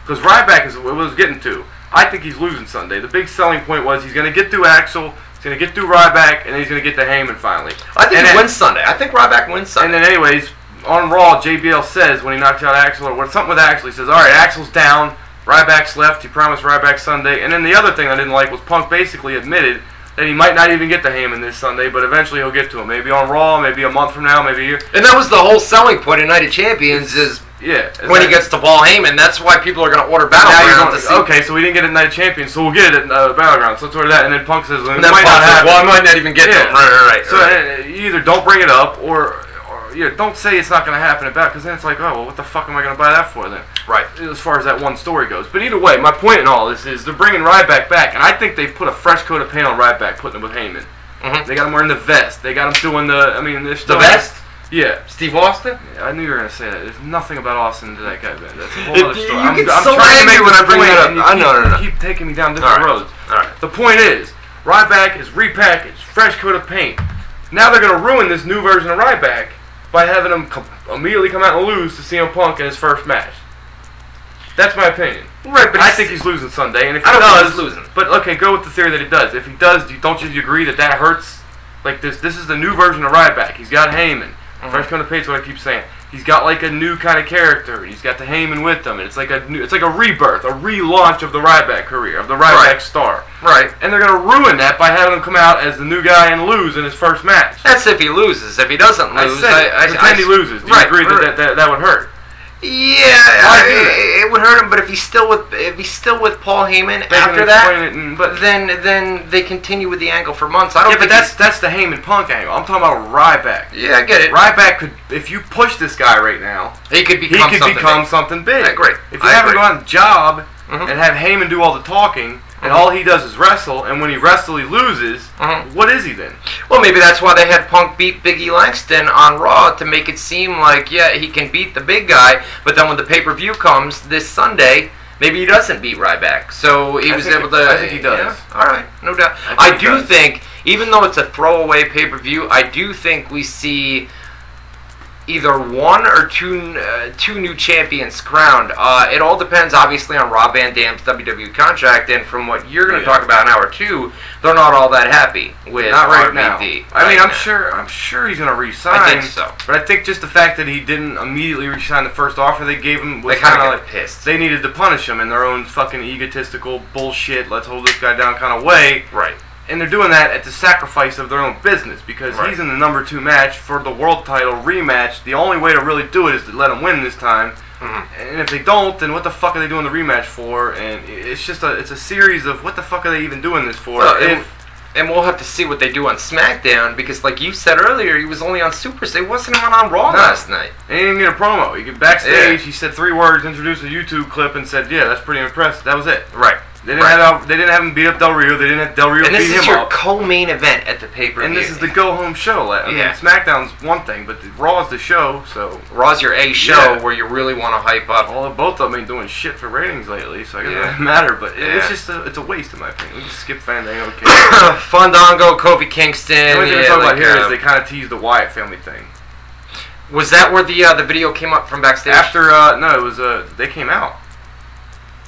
A: because Ryback is what it was getting to. I think he's losing Sunday. The big selling point was he's going to get through Axel, he's going to get through Ryback, and then he's going to get to Heyman finally.
B: I think
A: and
B: he
A: then,
B: wins Sunday. I think Ryback wins
A: And
B: Sunday.
A: then, anyways, on Raw, JBL says when he knocks out Axel or what something with Axel, he says, "All right, Axel's down, Ryback's left. He promised Ryback Sunday." And then the other thing I didn't like was Punk basically admitted that he might not even get to Heyman this Sunday, but eventually he'll get to him. Maybe on Raw, maybe a month from now, maybe a year.
B: and that was the whole selling point of Night of Champions is
A: Yeah.
B: when he gets to Paul Heyman. That's why people are going to order
A: now you're
B: Battleground
A: going
B: to see.
A: okay, so we didn't get it at Night of Champions, so we'll get it at uh, Battleground. So it's where that, and then Punk says, well, it
B: And then
A: might
B: Paul
A: not
B: says,
A: happen.
B: Well, I might not even get
A: Yeah.
B: to him. Right, right, right.
A: So
B: right.
A: uh, you either don't bring it up or, or you know, don't say it's not going to happen about because then it's like, oh, well, what the fuck am I going to buy that for then?
B: Right.
A: As far as that one story goes. But either way, my point in all this is they're bringing Ryback back, and I think they've put a fresh coat of paint on Ryback, putting him with Heyman.
B: Mhm.
A: They got him wearing the vest. They got him doing the. I mean, they're
B: The
A: still
B: best?
A: Yeah,
B: Steve Austin?
A: I knew you were gonna say that. There's nothing about Austin to that guy, man. That's a whole
B: It-
A: other story.
B: you
A: I'm,
B: get
A: I'm
B: so
A: trying to
B: angry
A: make
B: when
A: this
B: I bring
A: point,
B: that up.
A: and you
B: I know,
A: keep,
B: no, no.
A: you keep taking me down different
B: All right.
A: roads.
B: All right.
A: The point is, Ryback is repackaged, fresh coat of paint. Now they're gonna ruin this new version of Ryback by having him com- immediately come out and lose to CM Punk in his first match. That's my opinion.
B: Right,
A: I think he's losing Sunday, and if he
B: I don't think
A: does,
B: he's losing.
A: But okay, go with the theory that he does. If he does, do you, don't you agree that that hurts? Like this, this is the new version of Ryback. He's got Heyman,
B: Mm-hmm.
A: fresh coat of paint's what I keep saying. He's got like a new kind of character. He's got the Heyman with him, and it's like a new, it's like a rebirth, a relaunch of the Ryback career, of the Ryback
B: Right.
A: star.
B: Right.
A: And they're gonna ruin that by having him come out as the new guy and lose in his first match.
B: That's if he loses. If he doesn't
A: I
B: lose,
A: said,
B: I,
A: it.
B: I,
A: pretend
B: I-
A: he loses. Do you
B: right,
A: agree that,
B: right.
A: that, that that would hurt?
B: Yeah,
A: Why
B: I-
A: do that?
B: it would hurt him. But if he's still with, if he's still with Paul Heyman
A: They can
B: after
A: explain
B: that,
A: it and- but
B: then then they continue with the angle for months. I don't.
A: yeah, but
B: think
A: that's that's the Heyman Punk angle. I'm talking about Ryback.
B: he's- yeah, I get it.
A: Ryback could, if you push this guy right now,
B: He could
A: he
B: become.
A: could
B: something
A: become
B: big.
A: something big.
B: I agree.
A: If you
B: I
A: have him
B: agree.
A: go out and job
B: Mhm.
A: and have Heyman do all the talking, and all he does is wrestle, and when he wrestles, he loses.
B: Mhm.
A: what is he then?
B: Well, maybe that's why they had Punk beat Biggie Langston on Raw to make it seem like yeah he can beat the big guy, but then when the pay per view comes this Sunday, maybe he doesn't beat Ryback. So he
A: I
B: was
A: think-
B: able to.
A: I think he does.
B: yeah, all right, no doubt.
A: think he
B: I, do
A: does.
B: think even though it's a throwaway pay per view, I do think we see either one or two n- uh, two new champions crowned. Uh, it all depends, obviously, on Rob Van Dam's WWE contract, and from what you're going to
A: Yeah.
B: talk about in hour two, they're not all that happy with
A: Not right
B: RVD.
A: now. I
B: right
A: mean, I'm
B: now.
A: sure, I'm sure he's gonna resign.
B: I think so.
A: But I think just the fact that he didn't immediately resign the first offer they gave him was
B: They kind of
A: kinda
B: got pissed.
A: they needed to punish him in their own fucking egotistical bullshit. Let's hold this guy down kind of way.
B: right.
A: and they're doing that at the sacrifice of their own business because
B: Right.
A: he's in the number two match for the world title rematch. The only way to really do it is to let him win this time.
B: Mm-hmm.
A: And if they don't, then what the fuck are they doing the rematch for? And i- it's just a it's a series of what the fuck are they even doing this for?
B: Well, and,
A: if
B: and we'll have to see what they do on SmackDown because, like you said earlier, he was only on Super. He wasn't even on Raw
A: No.
B: last night.
A: and he didn't get a promo, he get backstage.
B: Yeah.
A: He said three words, introduced a YouTube clip, and said, "Yeah, that's pretty impressive." That was it.
B: Right.
A: They didn't have they didn't have him beat up Del Rio. They didn't have Del Rio
B: and
A: beat
B: this is
A: him
B: your
A: up.
B: co-main event at the pay-per-view.
A: and this is the go home show. I mean,
B: Yeah.
A: SmackDown's one thing, but the- Raw's the show. So
B: Raw's your A show
A: Yeah.
B: where you really want to hype up. [coughs]
A: Although both of them ain't doing shit for ratings lately, so I guess it
B: Yeah.
A: doesn't matter. But it- it's
B: Yeah.
A: just a, it's a waste in my opinion. We just skip Fandango.
B: [coughs]
A: Okay.
B: Fandango, Kofi Kingston.
A: the only thing
B: yeah,
A: we talk about
B: like,
A: here is
B: uh,
A: they kind of teased the Wyatt family thing.
B: was that where the uh, the video came up from backstage?
A: After uh, no, it was uh, they came out.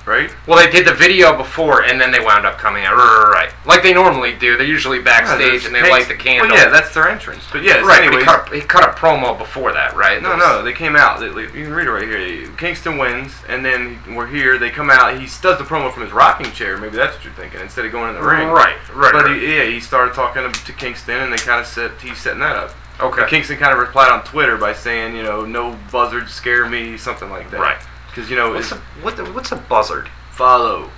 A: right?
B: Well, they did the video before, and then they wound up coming out. Right, right, right. like they normally do. They're usually backstage,
A: Yeah,
B: and they
A: there's-
B: light the candle.
A: Well, yeah, that's their entrance. But yes,
B: right.
A: Anyway,
B: but he cut, he cut a promo before that, right?
A: no, no, they came out. They, you can read it right here. Kingston wins, and then we're here. They come out. He does the promo from his rocking chair. Maybe that's what you're thinking instead of going in the ring.
B: Right, right.
A: But
B: right.
A: He, yeah, he started talking to Kingston, and they kind of set he's setting that up.
B: okay.
A: And Kingston kind of replied on Twitter by saying, you know, no buzzard scare me, something like that.
B: Right.
A: Because you know,
B: What's
A: it's
B: a, what, the- what's a buzzard?
A: follow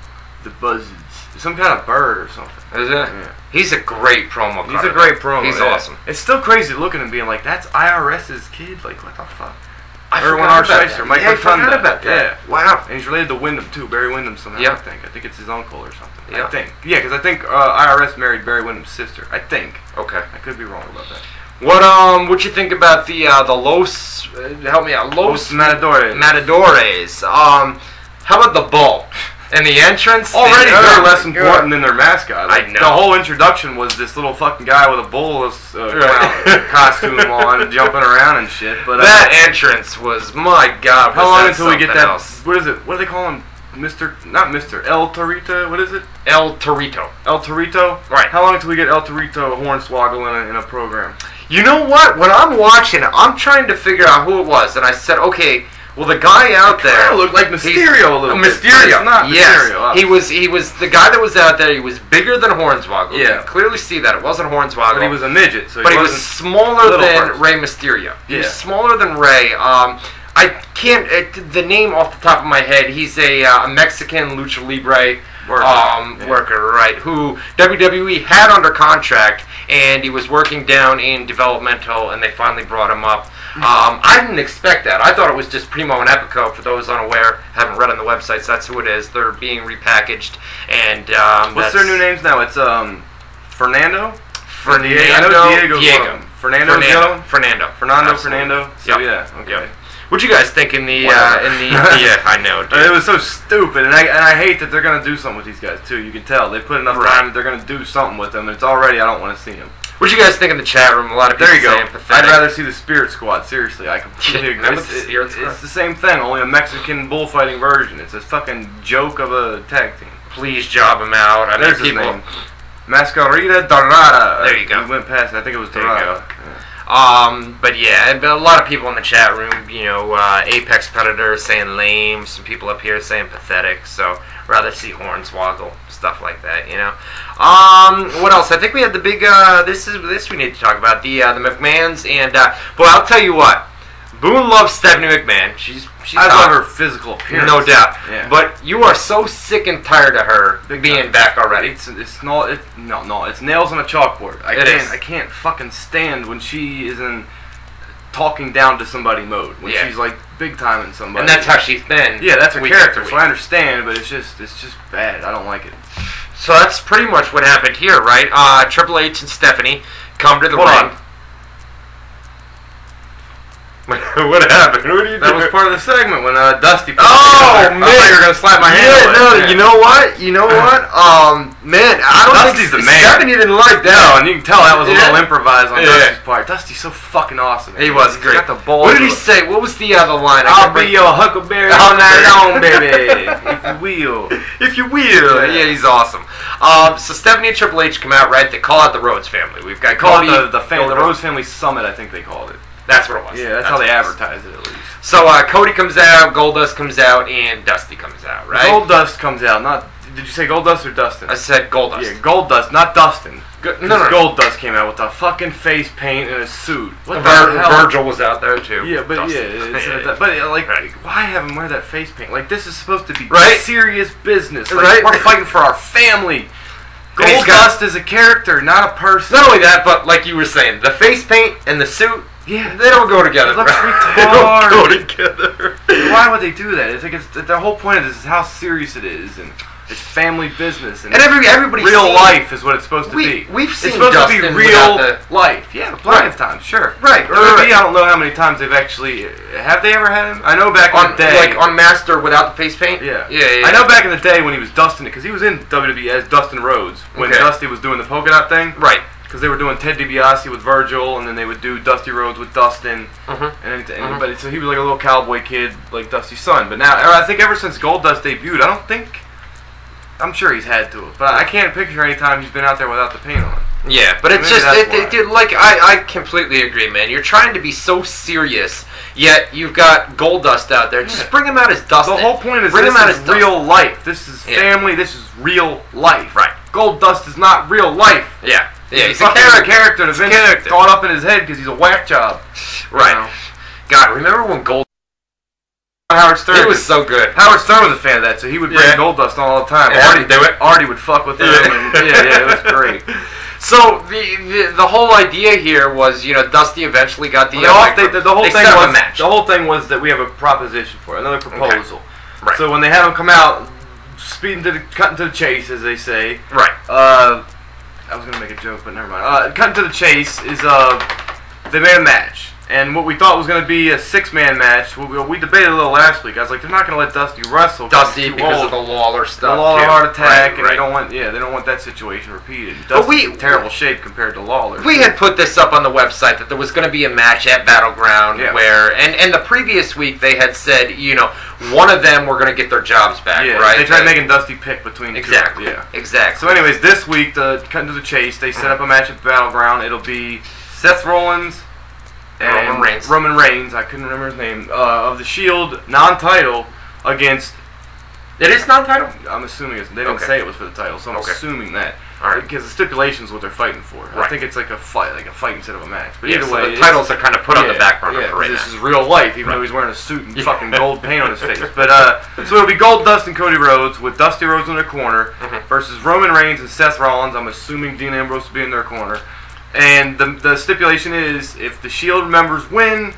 A: the buzzards, some kind of bird or something.
B: Is it? He's a great promo.
A: He's
B: cutter.
A: a great promo.
B: He's
A: yeah.
B: awesome.
A: It's still crazy looking and being like, that's IRS's kid. Like, what the fuck?
B: I
A: Erwin
B: forgot
A: R.
B: about
A: Schweitzer,
B: that.
A: Mike
B: yeah, I forgot
A: Rotunda.
B: about that.
A: Yeah.
B: Wow.
A: And he's related to Wyndham too, Barry Wyndham somehow.
B: Yeah.
A: I think. I think it's his uncle or something.
B: Yeah.
A: I think. Yeah, because I think uh, IRS married Barry Wyndham's sister. I think.
B: Okay.
A: I could be wrong about that.
B: What um? What you think about the uh, the Los? Uh, help me out.
A: Los
B: Los,
A: Matadores.
B: Matadores. Um, how about the bull and the entrance?
A: Already,
B: The-
A: they're
B: oh,
A: less
B: God.
A: important than their mascot.
B: I know.
A: The whole introduction was this little fucking guy with a bull's uh,
B: Right.
A: clown
B: [laughs]
A: costume on, jumping around and shit. But uh,
B: That entrance was my God.
A: How
B: was
A: long
B: that
A: until we get
B: something
A: that?
B: else.
A: What is it? What do they call him? Mister, not Mister El Torito. What is it?
B: El Torito.
A: El Torito.
B: Right.
A: How long until we get El Torito hornswoggle in a, in a program?
B: You know what? When I'm watching it, I'm trying to figure out who it was, and I said, okay, well, the guy out
A: Kinda
B: there
A: look like Mysterio a little bit.
B: Mysterio,
A: It's not
B: yes,
A: Mysterio,
B: he was. He was the guy that was out there. He was bigger than Hornswoggle. You
A: Yeah.
B: can clearly see that it wasn't Hornswoggle.
A: But he was a midget, so
B: but he was
A: wasn't.
B: smaller
A: little
B: than
A: person.
B: Rey Mysterio. He was
A: Yeah.
B: smaller than Rey. Um, I can't it, the name off the top of my head. He's a, uh, a Mexican lucha libre
A: Worker.
B: Um,
A: Yeah.
B: worker, right? Who WWE had under contract, and he was working down in developmental, and they finally brought him up.
A: Hmm.
B: Um, I didn't expect that. I thought it was just Primo and Epico. For those unaware, haven't read on the websites. That's who it is. They're being repackaged, and um,
A: What's
B: that's
A: their new names now? It's um, Fernando.
B: Fernando
A: I know Diego's
B: Diego.
A: one of them. Fernando's the other one?
B: Fernando.
A: Fernando
B: Absolutely.
A: Fernando. So
B: Yep.
A: yeah. Okay.
B: Yep. What you guys think in the uh,
A: Whatever. [laughs]
B: in the yeah? I know.
A: Uh, It
B: Dude.
A: was so stupid, and I and I hate that they're gonna do something with these guys too. You can tell they put enough
B: Right.
A: time that they're gonna do something with them. And it's already I don't want to see them.
B: What you guys think in the chat room? A lot of people
A: There you go.
B: saying pathetic.
A: I'd rather see the Spirit Squad. Seriously, I completely
B: [laughs] Yeah,
A: agree.
B: I'm with
A: It's,
B: the Spirit
A: it's-
B: Squad.
A: it's the same thing, only a Mexican bullfighting version. It's a fucking joke of a tag team.
B: please job him out. I mean,
A: There's his
B: people.
A: name. Masquerita Dorada.
B: There you go.
A: We went past. I think it was
B: There you
A: Dorada.
B: Um, but yeah, but a lot of people in the chat room, you know, uh, Apex Predator saying lame. Some people up here saying pathetic. So rather see Hornswoggle stuff like that, you know. Um, what else? I think we had the big. Uh, this is this we need to talk about the uh, the McMahon's and uh, boy, I'll tell you what. Boone loves Stephanie McMahon. She's she's
A: I
B: hot.
A: love her physical appearance.
B: No doubt.
A: Yeah.
B: But you are so sick and tired of her
A: Big
B: being
A: time.
B: back already.
A: It's it's not it, no no it's nails on a chalkboard. I
B: It
A: can't
B: is.
A: I can't fucking stand when she is in talking down to somebody mode when
B: Yeah.
A: she's like big time in somebody.
B: and that's how she's been.
A: yeah that's her
B: week
A: character.
B: after
A: So
B: week.
A: I understand, but it's just it's just bad. I don't like it.
B: So that's pretty much what happened here, right? Uh, Triple H and Stephanie come to the
A: Hold
B: ring. [laughs] what happened? What are you
A: That was
B: doing?
A: part of the segment when uh, Dusty.
B: [laughs] Oh,
A: I thought you were gonna slap my hand. away.
B: Yeah, no,
A: Yeah.
B: you know what?
A: [laughs]
B: You know what? Um, man, I don't
A: Dusty's the
B: think
A: man.
B: Stephanie didn't like that.
A: No, and you can tell that was a
B: Yeah.
A: little improvised on
B: Yeah.
A: Dusty's part. Dusty's so fucking awesome.
B: He
A: man.
B: was
A: He's
B: great.
A: Got the balls.
B: what
A: of
B: did he
A: a-
B: say? What was the other line?
A: I'll
B: I
A: be
B: can't remember.
A: your huckleberry all
B: All night
A: night long,
B: long, baby.
A: baby. if you will. [laughs]
B: if you will.
A: Yeah.
B: Yeah, he's awesome. Um, so Stephanie and Triple H come out, right? They call out the Rhodes family. We've got
A: Called
B: Cody,
A: the the, fam- the Rose Family Summit, I think they called it.
B: That's what it was.
A: Yeah, that's, how they
B: what it was.
A: advertise it at least.
B: So uh, Cody comes out, Goldust comes out, and Dusty comes out, right?
A: Gold Dust comes out. Not did you say Gold Dust or Dustin?
B: I said Goldust.
A: Yeah, Gold Dust, not Dustin.
B: Go- no,
A: 'Cause
B: no, no.
A: Gold Dust came out with a fucking face paint and a suit. What
B: Vir-
A: the hell?
B: Virgil was out there too.
A: Yeah, but
B: Dusty.
A: yeah,
B: [laughs]
A: it's, uh, but uh, like,
B: Right.
A: why have him wear that face paint? Like, this is supposed to be
B: Right.
A: serious business. Like,
B: Right.
A: We're fighting for our family.
B: And he's
A: Gold
B: got-
A: Dust is a character, not a person.
B: Not only that, but like you were saying, the face paint and the suit,
A: Yeah.
B: they don't go together.
A: It looks
B: bro. [laughs]
A: retarded.
B: they don't go together.
A: Why would they do that? It's like it's the the whole point of this is how serious it is, and it's family business, and,
B: And every everybody
A: real
B: seen-
A: life is what it's supposed to
B: We-
A: be.
B: we've
A: it's
B: seen
A: supposed to
B: Dustin
A: be real
B: without the-
A: life. Yeah, plenty of
B: Right.
A: times, sure.
B: Right, right,
A: WWE,
B: right.
A: I don't know how many times they've actually have they ever had him. I know back in
B: on
A: the day,
B: like on Master without the face paint.
A: yeah.
B: yeah. yeah
A: I know back in the day when he was Dustin, because he was in WWE as Dustin Rhodes when
B: Okay.
A: Dusty was doing the polka dot thing.
B: Right.
A: because they were doing Ted DiBiase with Virgil, and then they would do Dusty Rhodes with Dustin,
B: Mhm.
A: and, and but so he was like a little cowboy kid, like Dusty's son. But now, or I think ever since Goldust debuted, I don't think, I'm sure he's had to, but I can't picture any time he's been out there without the paint on.
B: Yeah, but it's
A: Maybe
B: just
A: that's
B: it, it,
A: why.
B: it- like I, I completely agree, man. You're trying to be so serious, yet you've got gold dust out there. Just
A: Yeah.
B: bring him out as dust.
A: The whole point is
B: bring
A: this
B: him out
A: is
B: as Dustin.
A: real life. This is
B: Yeah.
A: family. This is real life.
B: Right.
A: Gold Dust is not real life.
B: Yeah, yeah, he's a
A: fucking
B: character.
A: character that's been
B: character.
A: caught up in his head because he's a whack job.
B: Right.
A: You know?
B: God, remember when gold?
A: Howard Stern.
B: It was so good.
A: Howard Stern was a fan of that, so he would bring
B: Yeah.
A: Gold Dust on all the time.
B: Yeah.
A: Artie, they would, Artie would fuck with him.
B: Yeah.
A: Yeah. And, yeah, yeah, it was great.
B: So the, the the whole idea here was, you know, Dusty eventually got the.
A: The, whole,
B: they,
A: thing, the, the whole
B: they
A: thing
B: set up
A: was
B: a match.
A: the whole thing was that we have a proposition for it, another proposal.
B: Right.
A: So when they had him come out, speeding to the cutting to the chase, as they say.
B: right.
A: Uh, I was gonna make a joke, but never mind. Uh, cutting to the chase is uh, they made a match, and what we thought was gonna be a six-man match, we, we debated a little last week. I was like, they're not gonna let Dusty wrestle. 'cause he's
B: Dusty
A: too
B: because of
A: old.
B: the Lawler
A: The
B: stuff.
A: Lawler
B: too.
A: heart attack,
B: Right,
A: and
B: right.
A: they don't want yeah, they don't want that situation repeated. Dusty's
B: But we-
A: in terrible shape compared to Lawler.
B: We had put this up on the website that there was going to be a match at Battleground
A: Yeah.
B: where, and, and the previous week they had said, you know, one of them were going to get their jobs back,
A: yeah,
B: right?
A: They tried
B: That-
A: making Dusty pick between the two.
B: exactly,
A: Yeah.
B: exactly.
A: So, anyways, this week, the cutting to the chase, they set up a match at Battleground. It'll be Seth Rollins and
B: Roman Reigns.
A: Roman Reigns, I couldn't remember his name, uh, of the Shield non-title against.
B: it is non-title.
A: I'm assuming it's, they didn't
B: Okay.
A: say it was for the title, so I'm
B: Okay.
A: assuming that.
B: All right.
A: Because the stipulations what they're fighting for. I
B: Right.
A: think it's like a fight, like a fight instead of a match. But
B: Yeah,
A: either
B: so
A: way,
B: the
A: it's-
B: titles are kind of put on the back burner
A: yeah,
B: for right
A: This
B: now.
A: is real life, even though he's wearing a suit
B: [laughs]
A: and fucking gold paint on his face. But uh, so it'll be Gold Dust and Cody Rhodes with Dusty Rhodes in their corner
B: Mm-hmm.
A: versus Roman Reigns and Seth Rollins. I'm assuming Dean Ambrose will be in their corner. And the, the stipulation is if the Shield members win,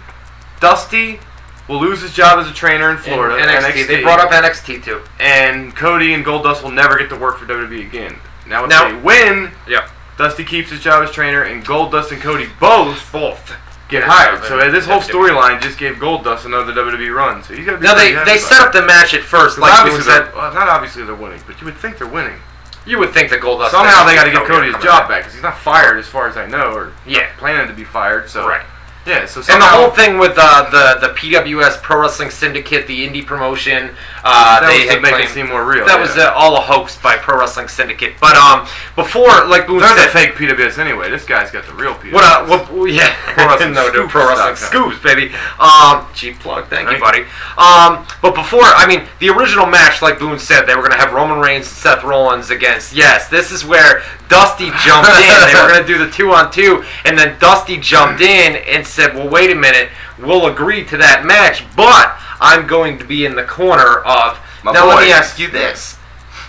A: Dusty will lose his job as a trainer in
B: In
A: Florida.
B: NXT. They brought up NXT too.
A: and Cody and Gold Dust will never get to work for WWE again. Now if
B: Now-
A: they win,
B: Yeah.
A: Dusty keeps his job as trainer, and Gold Dust and Cody both both get hired. So uh, this whole storyline just gave Gold Dust another WWE run. So he's gonna be.
B: Now they,
A: pretty happy
B: they
A: about
B: set up
A: it.
B: the match at first,
A: 'Cause
B: like you
A: obviously
B: said.
A: they're, well, not obviously they're winning, but you would think they're winning.
B: You would think the Goldust.
A: Somehow Oh, they got to give Cody his job back because he's not fired, as far as I know, or
B: Yeah.
A: planning to be fired. So
B: Right.
A: yeah. So somehow,
B: And the whole thing with uh, the the PWS Pro Wrestling Syndicate, the indie promotion, uh,
A: that
B: they
A: was
B: had
A: to make it
B: claimed-
A: seem more real.
B: That
A: yeah.
B: was uh, all a hoax by Pro Wrestling Syndicate. But um, before, like Boone
A: They're
B: said,
A: the fake PWS anyway. This guy's got the real PWS.
B: what? Uh, what? Yeah,
A: Pro Wrestling
B: [laughs] no, dude,
A: Scoops
B: Pro Wrestling
A: dot
B: Scoops, baby. Um, cheap plug. Thank you,
A: Thank
B: buddy. Um, but before, I mean, the original match, like Boone said, they were gonna have Roman Reigns and Seth Rollins against. Yes, this is where Dusty jumped in. They were gonna do the two on two, and then Dusty jumped in and said, "Well, wait a minute. We'll agree to that match, but I'm going to be in the corner of."
A: My
B: now let me
A: boy.
B: ask you this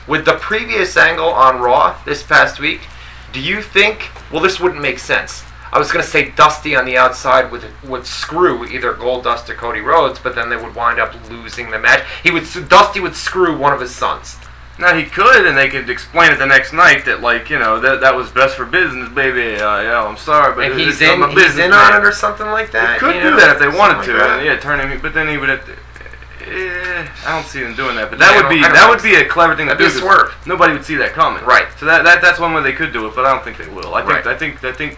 B: with the previous angle on Raw this past week, do you think? Well, this wouldn't make sense. I was gonna say Dusty on the outside would would screw either Gold Dust or Cody Rhodes, but then they would wind up losing the match. He would Dusty would screw one of his sons.
A: Now he could, and they could explain it the next night that, like, you know, that that was best for business, baby. Uh, yeah, I'm sorry, but
B: And
A: it's-
B: he's
A: I'm
B: in,
A: a
B: he's in on
A: businessman.
B: it or something like that.
A: They could
B: you
A: do
B: know,
A: that if they wanted
B: something
A: to.
B: like that.
A: yeah, turn him. But then he would have. To, eh, I don't see them doing that. But that
B: Yeah, I
A: would
B: don't-
A: be
B: I don't
A: that
B: think
A: would be a clever thing to
B: That'd
A: do.
B: be a swerve.
A: Nobody would see that coming.
B: Right.
A: So that, that that's one way they could do it, but I don't think they will. I think
B: Right.
A: I think I think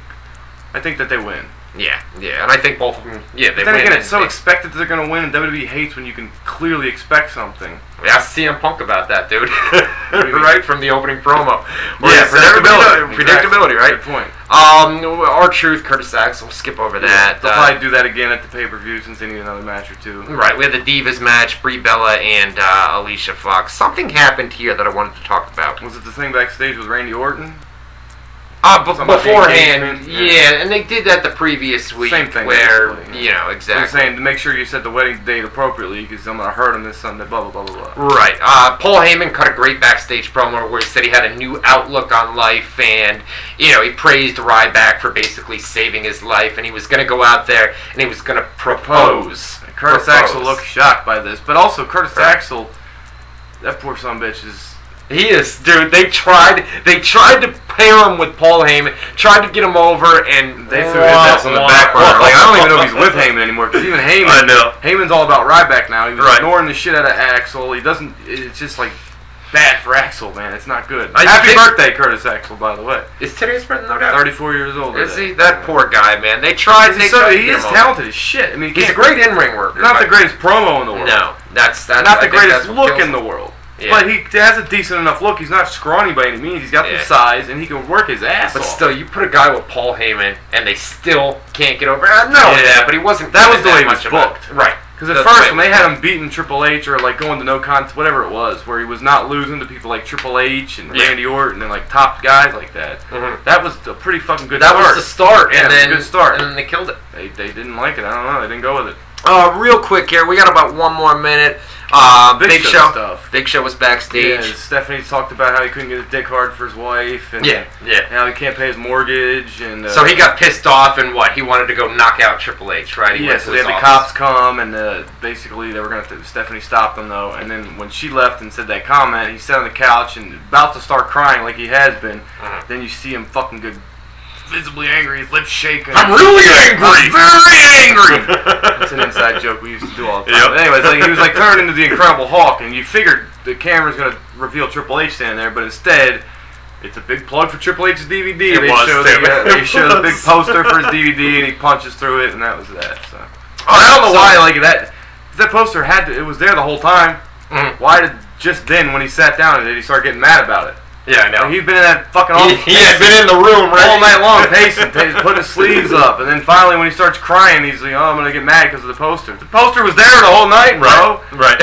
A: I think that they win.
B: Yeah, yeah, and I think both of them. Yeah, they
A: But then
B: win.
A: again,
B: and
A: it's so
B: they-
A: expected that they're gonna win, and WWE hates when you can clearly expect something.
B: Yeah, ask CM Punk about that, dude. [laughs]
A: do you mean?
B: right from the opening promo.
A: Yeah,
B: yeah, predictability,
A: exactly.
B: predictability, right?
A: Good point.
B: Um, our truth, Curtis Axel. Skip over that.
A: They'll
B: Uh,
A: probably do that again at the pay per view since they need another match or two.
B: Right, we had the Divas match, Brie Bella and uh, Alicia Fox. Something happened here that I wanted to talk about.
A: Was it the thing backstage with Randy Orton?
B: Uh, b-
A: Something about the
B: beforehand,
A: engagement,
B: yeah. and they did that the previous week.
A: Same thing,
B: Where,
A: basically,
B: you know,
A: I'm
B: exactly.
A: saying to make sure you set the wedding date appropriately because I'm gonna hurt him this Sunday. Blah blah blah blah blah.
B: Right. Uh, Paul Heyman cut a great backstage promo where he said he had a new outlook on life, and you know he praised Ryback for basically saving his life, and he was going to go out there and he was going to propose.
A: Curtis
B: Propose.
A: Axel looked shocked by this, but also Curtis
B: Right.
A: Axel, that poor son of a bitch is.
B: He is, dude. They tried. They tried to pair him with Paul Heyman. Tried to get him over, and
A: They threw his ass on the back burner. Like I don't even know if he's with Heyman anymore because
B: [laughs]
A: even Heyman,
B: I know.
A: Heyman's all about Ryback now. He was
B: Right.
A: ignoring the shit out of Axel. He doesn't. It's just like bad for Axel, man. It's not good.
B: I
A: Happy
B: think-
A: birthday, Curtis Axel, by the way.
B: Is today's birthday no doubt?
A: 34 years old.
B: Is
A: today.
B: he that poor guy, man? They tried.
A: He's
B: they
A: so-
B: tried to
A: he
B: get
A: is
B: him on.
A: talented as shit. I mean, he
B: He's a
A: can't-
B: great in-ring worker.
A: Not the
B: but-
A: greatest promo in the world.
B: No, that's that's
A: Not the
B: I think
A: greatest
B: that's what
A: look
B: kills
A: in the
B: him.
A: world.
B: Yeah.
A: But he has a decent enough look. He's not scrawny by any means. He's got
B: Yeah.
A: the size, and he can work his ass
B: But
A: off.
B: still, you put a guy with Paul Heyman, and they still can't get over. I know
A: Yeah.
B: that, but he wasn't.
A: That was
B: given
A: the way he was
B: much of a-
A: booked.
B: right?
A: Because at
B: That's the way
A: first,
B: it
A: when they
B: was
A: had
B: booked.
A: him beating Triple H or like going to no contest, whatever it was, where he was not losing to people like Triple H and
B: Yeah.
A: Randy Orton and like top guys like that,
B: Mhm.
A: that was a pretty fucking good
B: that
A: start.
B: was the start,
A: Yeah, it
B: and
A: was a
B: then
A: good start.
B: and then they killed it.
A: they, they didn't like it. I don't know. They didn't go with it.
B: Uh, real quick here, we got about one more minute. Uh, Big,
A: Big Show
B: Show,
A: stuff.
B: Big Show was backstage.
A: Yeah, Stephanie talked about how he couldn't get his dick hard for his wife, and
B: Yeah, yeah.
A: how he can't pay his mortgage, and uh,
B: So he got pissed off and what? He wanted to go knock out Triple H, right? He
A: yeah,
B: went
A: so
B: to
A: they
B: his
A: had the cops
B: office.
A: come, and uh, basically they were gonna. Have to, Stephanie stopped them though, and then when she left and said that comment, he sat on the couch and about to start crying like he has been.
B: Mhm.
A: Then you see him fucking good, visibly angry, his lips shaking.
B: I'm really angry.
A: I'm very angry.
B: [laughs]
A: It's an [laughs] inside joke we used to do all the time.
B: Yep.
A: But anyways, like, he was like turned into the Incredible Hulk, and you figured the camera's gonna reveal Triple H standing there, but instead. It's a big plug for Triple H's DVD.
B: It
A: they
B: was,
A: show
B: too.
A: the, uh,
B: [laughs]
A: they
B: It
A: show the big
B: was.
A: poster for his DVD, and he punches through it, and that was that. So.
B: Oh,
A: I don't know
B: so-
A: why like that. That poster had to, it was there the whole time.
B: Mhm.
A: Why did just then when he sat down did he start getting mad about it?
B: Yeah, I know.
A: He'd been in that fucking office
B: He, he had been in the room right?
A: all night long, [laughs] pacing,
B: [laughs]
A: pacing, putting his sleeves up, and then finally when he starts crying, he's like, "Oh, I'm gonna get mad because of the poster." The poster was there the whole night, bro.
B: Right.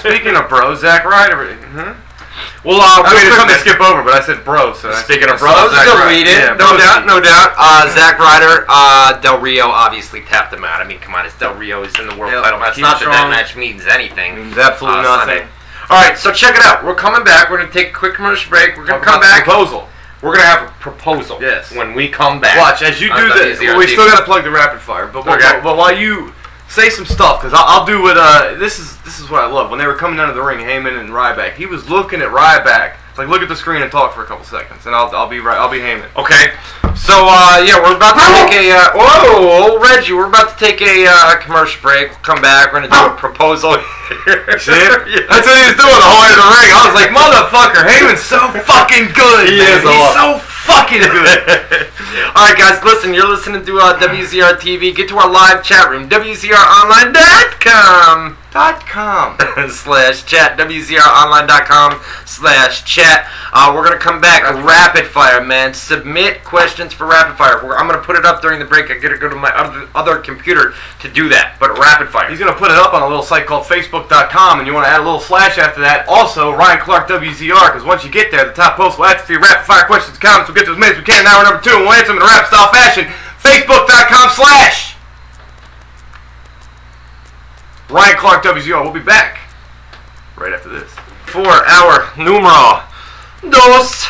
A: [laughs] Speaking of bro, Zack Ryder. Hmm?
B: well, uh,
A: I mean,
B: real
A: it's something
B: quick,
A: to skip over, but I said bro. So I-
B: Speaking
A: I
B: of
A: saw
B: brothers,
A: Zack Ryder.
B: deleted.
A: Yeah,
B: no
A: proceed.
B: doubt, no doubt. Uh, Zack Ryder, uh, Del Rio obviously tapped him out. I mean, come on, it's Del Rio. He's in the world
A: Yep,
B: title match.
A: keep
B: Not that that
A: strong. Mm-hmm.
B: match means anything.
A: Means absolutely
B: Uh,
A: nothing.
B: Sunday. All right, so check it out. We're coming back. We're gonna take a quick commercial break. We're gonna
A: Talk
B: come
A: about the
B: back.
A: Proposal.
B: We're gonna have a proposal.
A: Yes.
B: When we come back.
A: Watch as you
B: on
A: do this.
B: WZRT.
A: we still gotta plug the rapid fire, but but-
B: Okay.
A: but while you say some stuff, because I'll, I'll do what. Uh, this is this is what I love. When they were coming down to the ring, Heyman and Ryback, he was looking at Ryback. Like look at the screen and talk for a couple seconds, and I'll, I'll be right. I'll be Heyman.
B: Okay. So uh, yeah, we're about to take a uh, whoa, old Reggie. We're about to take a uh, commercial break. We'll come back. We're gonna do
A: [laughs]
B: a proposal.
A: See?
B: [laughs]
A: That's what he was doing the whole way to the ring. I was like, motherfucker, Heyman's so fucking good.
B: He
A: man.
B: is a
A: He's
B: lot.
A: so fucking good.
B: [laughs] All right, guys, listen. You're listening to uh, WZR TV. Get to our live chat room, WZROnline.com.
A: Dot com.
B: [laughs] slash chat wzronline.com slash chat uh, we're gonna come back rapid fire man submit questions for rapid fire We're- i'm gonna put it up during the break i gotta go to my other, other computer to do that but rapid fire
A: He's gonna put it up on a little site called Facebook.com, and you want to add a little slash after that. Also, Ryan Clark WZR, because once you get there, the top post will ask for your rapid fire questions, comments. We'll get to as many as we can in hour number two, and we'll answer them in a rap style fashion. Facebook.com slash Ryan Clark WZR. We'll be back right after this.
B: for our numero dos.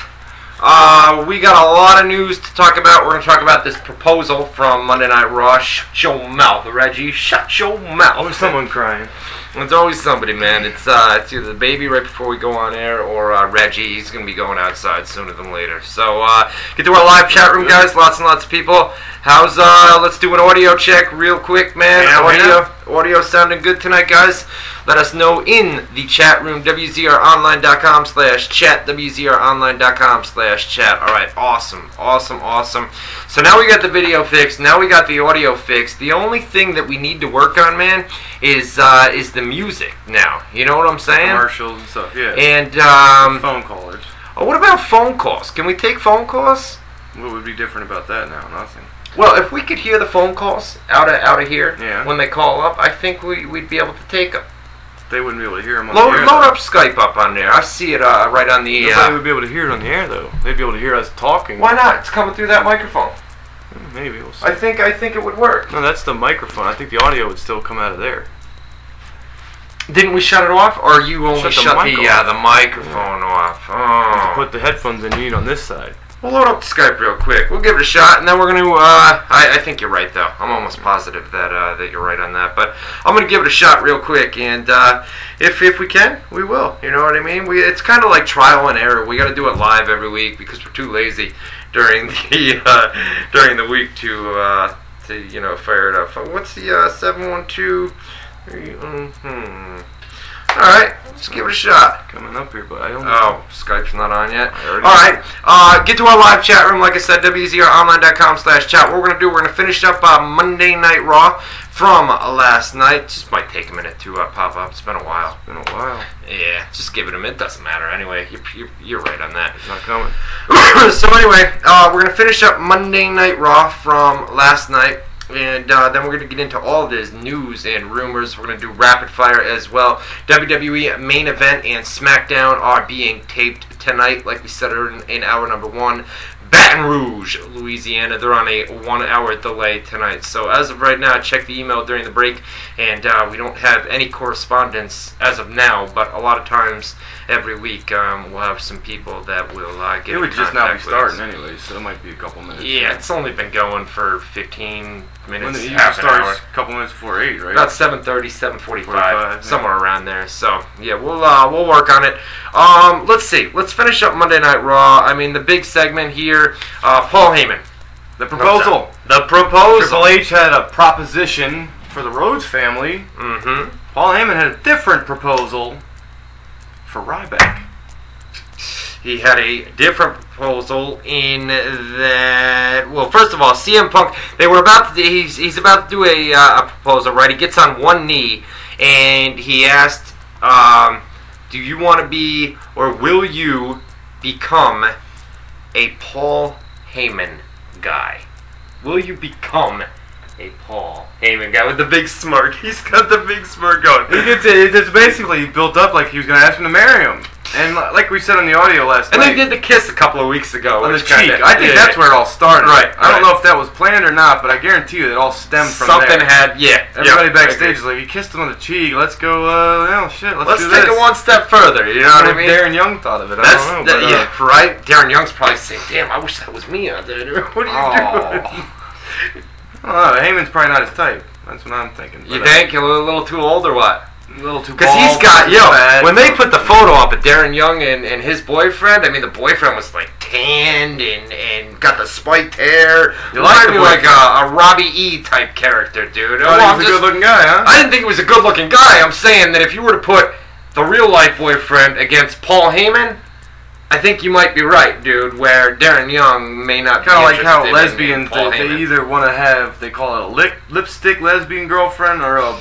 B: Uh, we got a lot of news to talk about. We're going to talk about this proposal from Monday Night Raw. Shut your mouth, Reggie. Shut your mouth.
A: Oh, [laughs] someone crying.
B: It's always somebody, man. It's uh, it's either the baby right before we go on air, or uh, Reggie. He's gonna be going outside sooner than later. So uh, get to our live chat room, guys. Lots and lots of people. How's uh? Let's do an audio check real quick, man.
A: Yeah,
B: audio, audio sounding good tonight, guys. Let us know in the chat room, wzronline.com slash chat, wzronline.com slash chat. All right, awesome, awesome, awesome. So now we got the video fixed. Now we got the audio fixed. The only thing that we need to work on, man, is uh, is the music now. You know what I'm saying?
A: Commercials and stuff, yeah.
B: And um,
A: phone callers.
B: oh, what about phone calls? Can we take phone calls?
A: What would be different about that now? Nothing.
B: Well, if we could hear the phone calls out of out of here
A: Yeah.
B: when they call up, I think we, we'd be able to take them.
A: They wouldn't be able to hear him on
B: Load,
A: the air.
B: load
A: though.
B: up Skype up on there. I see it uh, right on the.
A: Nobody
B: Uh,
A: would be able to hear it on the air though. They'd be able to hear us talking.
B: why not? It's coming through that microphone.
A: Maybe we'll see.
B: I think I think it would work.
A: No, that's the microphone. I think the audio would still come out of there.
B: Didn't we shut it off, or you only
A: Shut the
B: shut the shut
A: mic
B: the, uh,
A: off.
B: the microphone off? Oh.
A: Put the headphones in. You need on this side.
B: We'll load up Skype real quick. We'll give it a shot, and then we're gonna. Uh, I, I think you're right, though. I'm almost positive that uh, that you're right on that. But I'm gonna give it a shot real quick, and uh, if if we can, we will. You know what I mean? We it's kind of like trial and error. We got to do it live every week because we're too lazy during [laughs] the uh, during the week to uh, to you know fire it up. What's the uh, seven one two? Hmm. All right, let's give it a shot.
A: Coming up here, but I don't
B: Oh, Skype's not on yet. All
A: already-
B: right, uh, get to our live chat room. Like I said, wzronline.com slash chat. What we're gonna do, we're gonna finish up uh, Monday Night Raw from last night. Just might take a minute to uh, pop up. It's been a while.
A: Been a while.
B: Yeah, just give it a minute. Doesn't matter anyway. You're, you're, you're right on that.
A: It's not coming.
B: [coughs] so anyway, uh, we're gonna finish up Monday Night Raw from last night, and uh, then we're gonna get into all of this news and rumors. We're gonna do rapid fire as well. WWE main event and SmackDown are being taped tonight, like we said in, in hour number one. Baton Rouge, Louisiana. They're on a one-hour delay tonight. So as of right now, check the email during the break, and uh, we don't have any correspondence as of now. But a lot of times, every week, um, we'll have some people that will uh, get.
A: It
B: in
A: would just now be
B: contact with us.
A: starting anyway, so it might be a couple minutes.
B: Yeah, it's only been going for 15
A: When
B: minutes,
A: the usually
B: half an hour.
A: starts a couple minutes before eight, right?
B: About 7:30, 7:45,
A: 45, yeah.
B: somewhere around there. So yeah, we'll uh, we'll work on it. Um, let's see. Let's finish up Monday Night Raw. I mean, the big segment here. Uh, Paul Heyman.
A: the proposal.
B: The proposal.
A: Triple H had a proposition for the Rhodes family.
B: Mm-hmm.
A: Paul Heyman had a different proposal for Ryback.
B: He had a different proposal in that. Well, first of all, CM Punk. They were about to. He's, he's about to do a, uh, a proposal, right? He gets on one knee and he asked, um, "Do you want to be, or will you become a Paul Heyman guy? Will you become a Paul Heyman guy with the big smirk? [laughs] He's got the big smirk
A: He
B: going."
A: did say- It's basically built up like he was going to ask him to marry him. And li- like we said on the audio last
B: And
A: night,
B: they did the kiss a couple of weeks ago.
A: on the
B: which
A: cheek.
B: kinda-
A: I think
B: yeah.
A: that's where it all started.
B: Right,
A: I don't
B: right.
A: know if that was planned or not, but I guarantee you it all stemmed from
B: something
A: there.
B: had yeah.
A: Everybody
B: yeah, I agree.
A: backstage is like, he kissed him on the cheek. Let's go. Uh, well, shit. Let's,
B: Let's
A: do
B: take
A: this.
B: it one step further. You know what I
A: What
B: mean?
A: Darren Young thought of it.
B: That's
A: I don't know.
B: the-
A: but, uh,
B: yeah, right. Darren Young's probably saying, "Damn, I wish that was me out there. dude. [laughs] What are you [laughs] doing?"
A: uh, I don't know, Heyman's probably not his type. That's what I'm thinking.
B: You
A: But, uh,
B: think you're a little too old or what?
A: A little too
B: Because he's
A: bald,
B: got
A: too
B: yo.
A: fat.
B: When they put the photo up of Darren Young and, and his boyfriend, I mean the boyfriend was like tanned and, and got the spiked hair.
A: You like
B: Reminded
A: the
B: me like a, a Robbie E type character, dude.
A: Oh,
B: Well, I'm
A: he's a
B: just-
A: good looking guy, huh?
B: I didn't think he was a good looking guy. I'm saying that if you were to put the real life boyfriend against Paul Heyman, I think you might be right, dude, where Darren Young may not
A: Kind of
B: be
A: like how
B: interested in
A: lesbians,
B: Paul
A: they, they
B: Heyman.
A: either want to have, they call it a lip, lipstick lesbian girlfriend or a,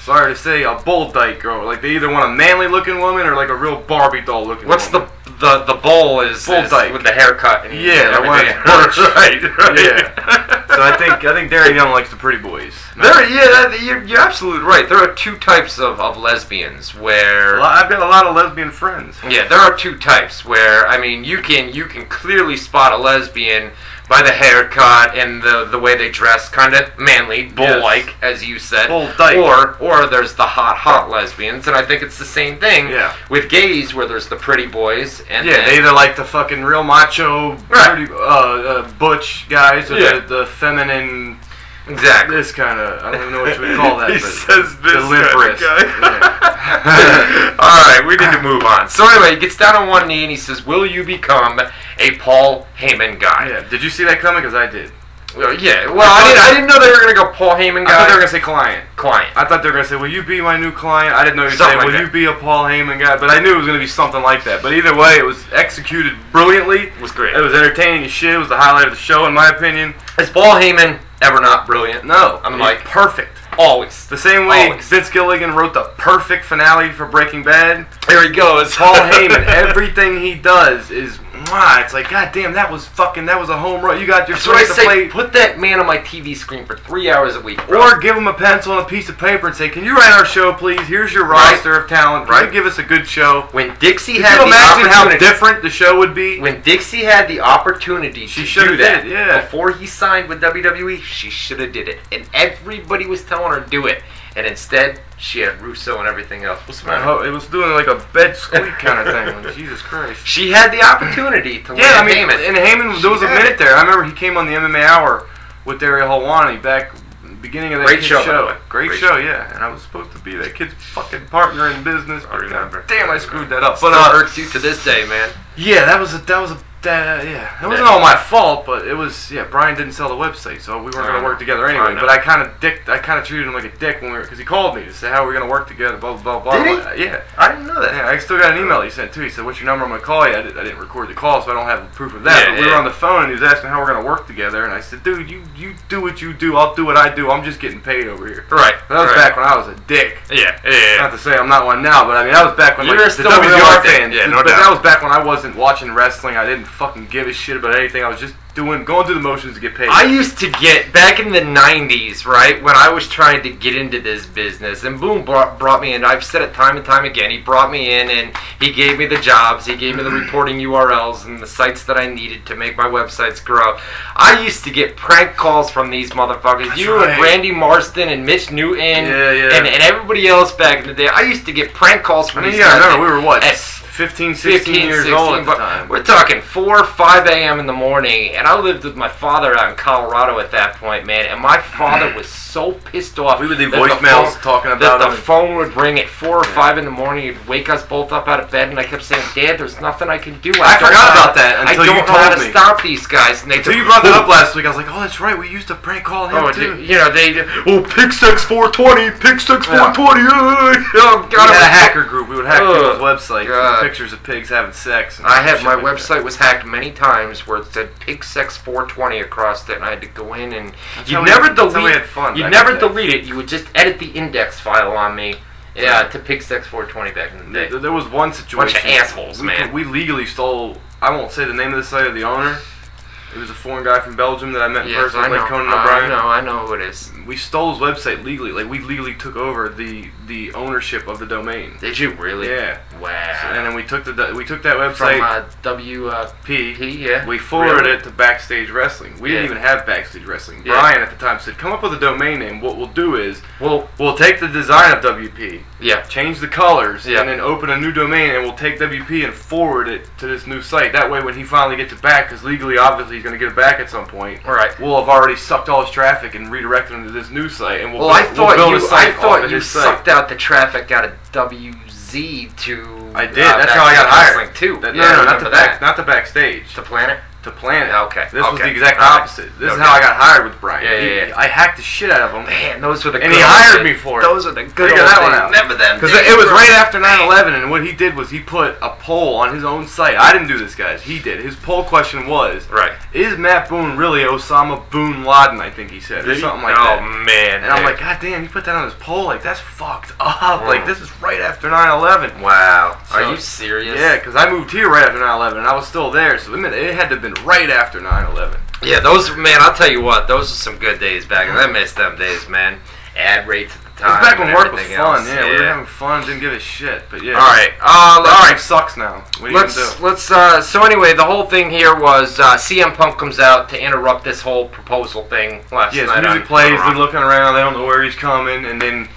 A: sorry to say, a bull dyke girl. Like, they either want a manly looking woman or like a real Barbie doll looking
B: What's the the the bowl is,
A: Bull
B: is
A: dyke.
B: with the haircut and
A: Yeah, the one
B: everything.
A: that's butch.
B: right, [laughs] right.
A: [laughs] Yeah. so I think, I think Darren Young likes the pretty
B: [laughs]
A: boys.
B: There, yeah, that, you're, you're absolutely right. There are two types of, of lesbians where
A: A lot- I've got a lot of lesbian friends.
B: Yeah, there are two types where I mean you can you can clearly spot a lesbian by the haircut and the the way they dress, kind of manly, bull like
A: Yes.
B: as you said,
A: Bull dyke.
B: or or there's the hot hot lesbians, and I think it's the same thing
A: Yeah.
B: with gays where there's the pretty boys and
A: Yeah,
B: then-
A: they either like the fucking real macho,
B: Right.
A: pretty, uh, uh, butch guys, or
B: Yeah.
A: the, the feminine, [laughs]
B: exactly.
A: this kind of, I don't even know what you would
B: [laughs]
A: call that.
B: he
A: but
B: says this
A: the limp
B: kinda
A: wrist. Yeah. [laughs]
B: guy. [laughs] All right, we need to move on. So anyway, he gets down on one knee and he says, "Will you become a Paul Heyman guy?"
A: yeah, did you see that coming? Because I did.
B: Well, yeah. Well, I didn't, I didn't know they were gonna go Paul Heyman
A: I thought
B: guy.
A: they were gonna say client.
B: client.
A: I thought they were gonna say, "Will you be my new client?" I didn't know you were
B: Something
A: saying,
B: like
A: "Will
B: that.
A: you be a Paul Heyman guy?" But I knew it was gonna be something like that. But either way, it was executed brilliantly.
B: was great.
A: It was entertaining as shit. It was the highlight of the show, in my opinion.
B: Is Paul Heyman ever not brilliant?
A: No,
B: I'm
A: he's
B: like-
A: perfect.
B: Always.
A: The same way
B: Always.
A: Vince Gilligan wrote the perfect finale for Breaking Bad.
B: There he goes.
A: Paul
B: [laughs]
A: Heyman, everything he does is, mwah, it's like, God damn, that was fucking, that was a home run. You got your
B: That's what I
A: choice to
B: say.
A: play.
B: Put that man on my TV screen for three hours a week. bro.
A: Or give him a pencil and a piece of paper and say, "Can you write our show, please? Here's your
B: Right.
A: roster of talent. Can
B: Right.
A: you give us a good show?"
B: when Dixie
A: Can
B: had
A: you
B: the
A: imagine how
B: opportunity.
A: different the show would be?
B: when Dixie had the opportunity
A: She
B: to
A: shoulda
B: do that
A: did it, yeah.
B: before he signed with WWE, she should have did it, and everybody was telling her do it, and instead she had Russo and everything else. What's the
A: I
B: matter?
A: hope- it was doing like a bed squeak kind of thing. Like, Jesus Christ.
B: She had the opportunity to
A: [laughs] Yeah, I
B: win
A: mean,
B: Heyman.
A: and Heyman, there was a
B: had
A: minute
B: it.
A: there. I remember he came on the MMA Hour with Dario Helwani back beginning of that
B: Great
A: kid's
B: show, by the way.
A: show. Great,
B: Great
A: show, yeah. And I was supposed to be that kid's fucking partner in business.
B: I remember.
A: Damn, I screwed that up.
B: But
A: But
B: uh,
A: uh,
B: hurts you to this day, man.
A: yeah, that was a that was a that, uh, yeah, it wasn't all my fault, but it was yeah. Brian didn't sell the website, so we weren't
B: I
A: gonna
B: know.
A: work together
B: I
A: anyway.
B: know.
A: But I kind of dick, I kind of treated him like a dick when we were because he called me to say how we're gonna work together. Blah blah blah.
B: Did he?
A: blah. Yeah.
B: I didn't know that.
A: Yeah, I still got an email he sent too. He said, "What's your number? I'm gonna call you." I, did, I didn't record the call, so I don't have proof of that.
B: Yeah,
A: but we
B: yeah.
A: were on the phone, and he was asking how we're gonna work together, and I said, "Dude, you you do what you do. I'll do what I do. I'm just getting paid over here."
B: Right.
A: That was
B: right.
A: back when I was a dick.
B: Yeah, yeah, yeah.
A: Not to say I'm not one now, but I mean that was back when
B: You
A: like,
B: were
A: the
B: still a real
A: WWR
B: dick.
A: fan.
B: Yeah, no
A: but that
B: doubt.
A: was back when I wasn't watching wrestling. I didn't fucking give a shit about anything. I was just doing going through the motions to get paid.
B: I used to get back in the '90s, right when I was trying to get into this business, and Boom brought, brought me in. I've said it time and time again. He brought me in, and he gave me the jobs. He gave me the reporting URLs and the sites that I needed to make my websites grow. I used to get prank calls from these motherfuckers. you
A: right.
B: and Randy Marston and Mitch Newton
A: Yeah, yeah.
B: and and everybody else back in the day. I used to get prank calls
A: I
B: from
A: mean,
B: these
A: yeah, I
B: guys.
A: remember we were what
B: at
A: 15, 16 years old at the
B: but
A: time.
B: We're talking 4, 5 a.m. in the morning, and I lived with my father out in Colorado at that point, man. And my father was so pissed off.
A: We would leave
B: that the
A: voicemails
B: phone-
A: talking
B: that
A: about
B: the
A: it.
B: phone would ring at 4 or 5 in the morning. It'd wake us both up out of bed, and I kept saying, Dad, there's nothing I can do.
A: I
B: I, don't
A: forgot
B: know how
A: about
B: to-
A: that until
B: I
A: you
B: don't know how
A: told
B: to
A: me.
B: stop these guys. And they
A: so
B: took-
A: you brought that
B: Oh,
A: up last week. I was like, "Oh, that's right. We used to prank call him
B: Oh,
A: too."
B: dude, you know they. Oh, pick six 420, pick six
A: Yeah.
B: 420. Oh,
A: We
B: God,
A: had
B: I'm
A: a hacker group. We would hack
B: Ugh,
A: people's websites with
B: God.
A: pictures of pigs having sex. and
B: I
A: [laughs]
B: had
A: shit
B: my
A: like that.
B: website was hacked many times where it said pig sex 420 across it, and I had to go in and you
A: how we-
B: never
A: that's how
B: delete.
A: we had fun
B: You
A: back
B: never
A: in the day.
B: delete it. You would just edit the index file on me. Yeah, to pig sex 420 back in the
A: There,
B: day.
A: there was one situation.
B: assholes,
A: we,
B: man.
A: We legally stole. I won't say the name of the site or the owner. It was a foreign guy from Belgium that I met in
B: Yes,
A: person,
B: I know.
A: like Conan
B: I
A: O'Brien.
B: know. I know who it is.
A: We stole his website legally. Like we legally took over the the ownership of the domain.
B: Did you really?
A: Yeah.
B: Wow.
A: So- and then we took the do- we took that website
B: From uh, WP.
A: P.
B: yeah.
A: We forwarded
B: Really?
A: it to Backstage Wrestling. We
B: Yeah.
A: didn't even have Backstage Wrestling.
B: Yeah.
A: Brian at the time said, "Come up with a domain name. What we'll do is
B: Well,
A: we'll take the design of WP,
B: yeah.
A: change the colors,
B: Yeah.
A: and then open a new domain, and we'll take WP and forward it to this new site. That way, when he finally gets it back, because legally, obviously, he's going to get it back at some point.
B: All right.
A: We'll have already sucked all his traffic and redirected him to this new site, and we'll,
B: Well, I
A: build-
B: thought
A: we'll build
B: you.
A: a site
B: I
A: off
B: thought
A: of
B: you
A: his site.
B: sucked out the traffic out of WZ to.
A: I did. That's how I got hired.
B: Too.
A: That- no, no, not the back, not the backstage.
B: The planet.
A: to Planet.
B: Okay,
A: This was
B: okay,
A: the exact
B: all right.
A: opposite. This is
B: Okay.
A: how I got hired with Brian.
B: Yeah, yeah,
A: He-
B: yeah.
A: I hacked the shit out of him.
B: Man, those were the.
A: And
B: good
A: he
B: old
A: hired
B: days.
A: me for it.
B: Those are the good
A: Figure
B: old
A: that
B: days.
A: one out.
B: Remember them?
A: Because
B: days,
A: it was
B: bro.
A: right after 9/11, and what he did was he put a poll on his own site. I didn't do this, guys. He did. His poll question was,
B: Right.
A: "Is Matt Boone really Osama Boone Laden?" I think he said, or something like
B: oh,
A: that.
B: man.
A: And I'm
B: dude.
A: like, God damn, you put that on his poll? Like, that's fucked up. Like,
B: Mm.
A: this is right after 9/11.
B: wow.
A: So-
B: Are you seriserious?
A: Yeah, because I moved here right after 9/11, and I was still there, so it meant- it had to have been right after 9/11.
B: Yeah. Those man, I'll tell you what. Those are some good days back. I miss them days, man. Ad rates at the
A: Mm-hmm. It
B: time.
A: was back when
B: and
A: work was
B: everything
A: fun.
B: else.
A: Yeah, we were having fun. Didn't give a shit. But yeah.
B: All right. Uh, all
A: That
B: right.
A: shit sucks now. What are you gonna
B: Let's
A: do?
B: let's. Uh, so anyway, the whole thing here was uh, CM Punk comes out to interrupt this whole proposal thing last
A: Yes,
B: night.
A: music
B: on-
A: plays.
B: on
A: They're looking around. They don't know where he's coming, and then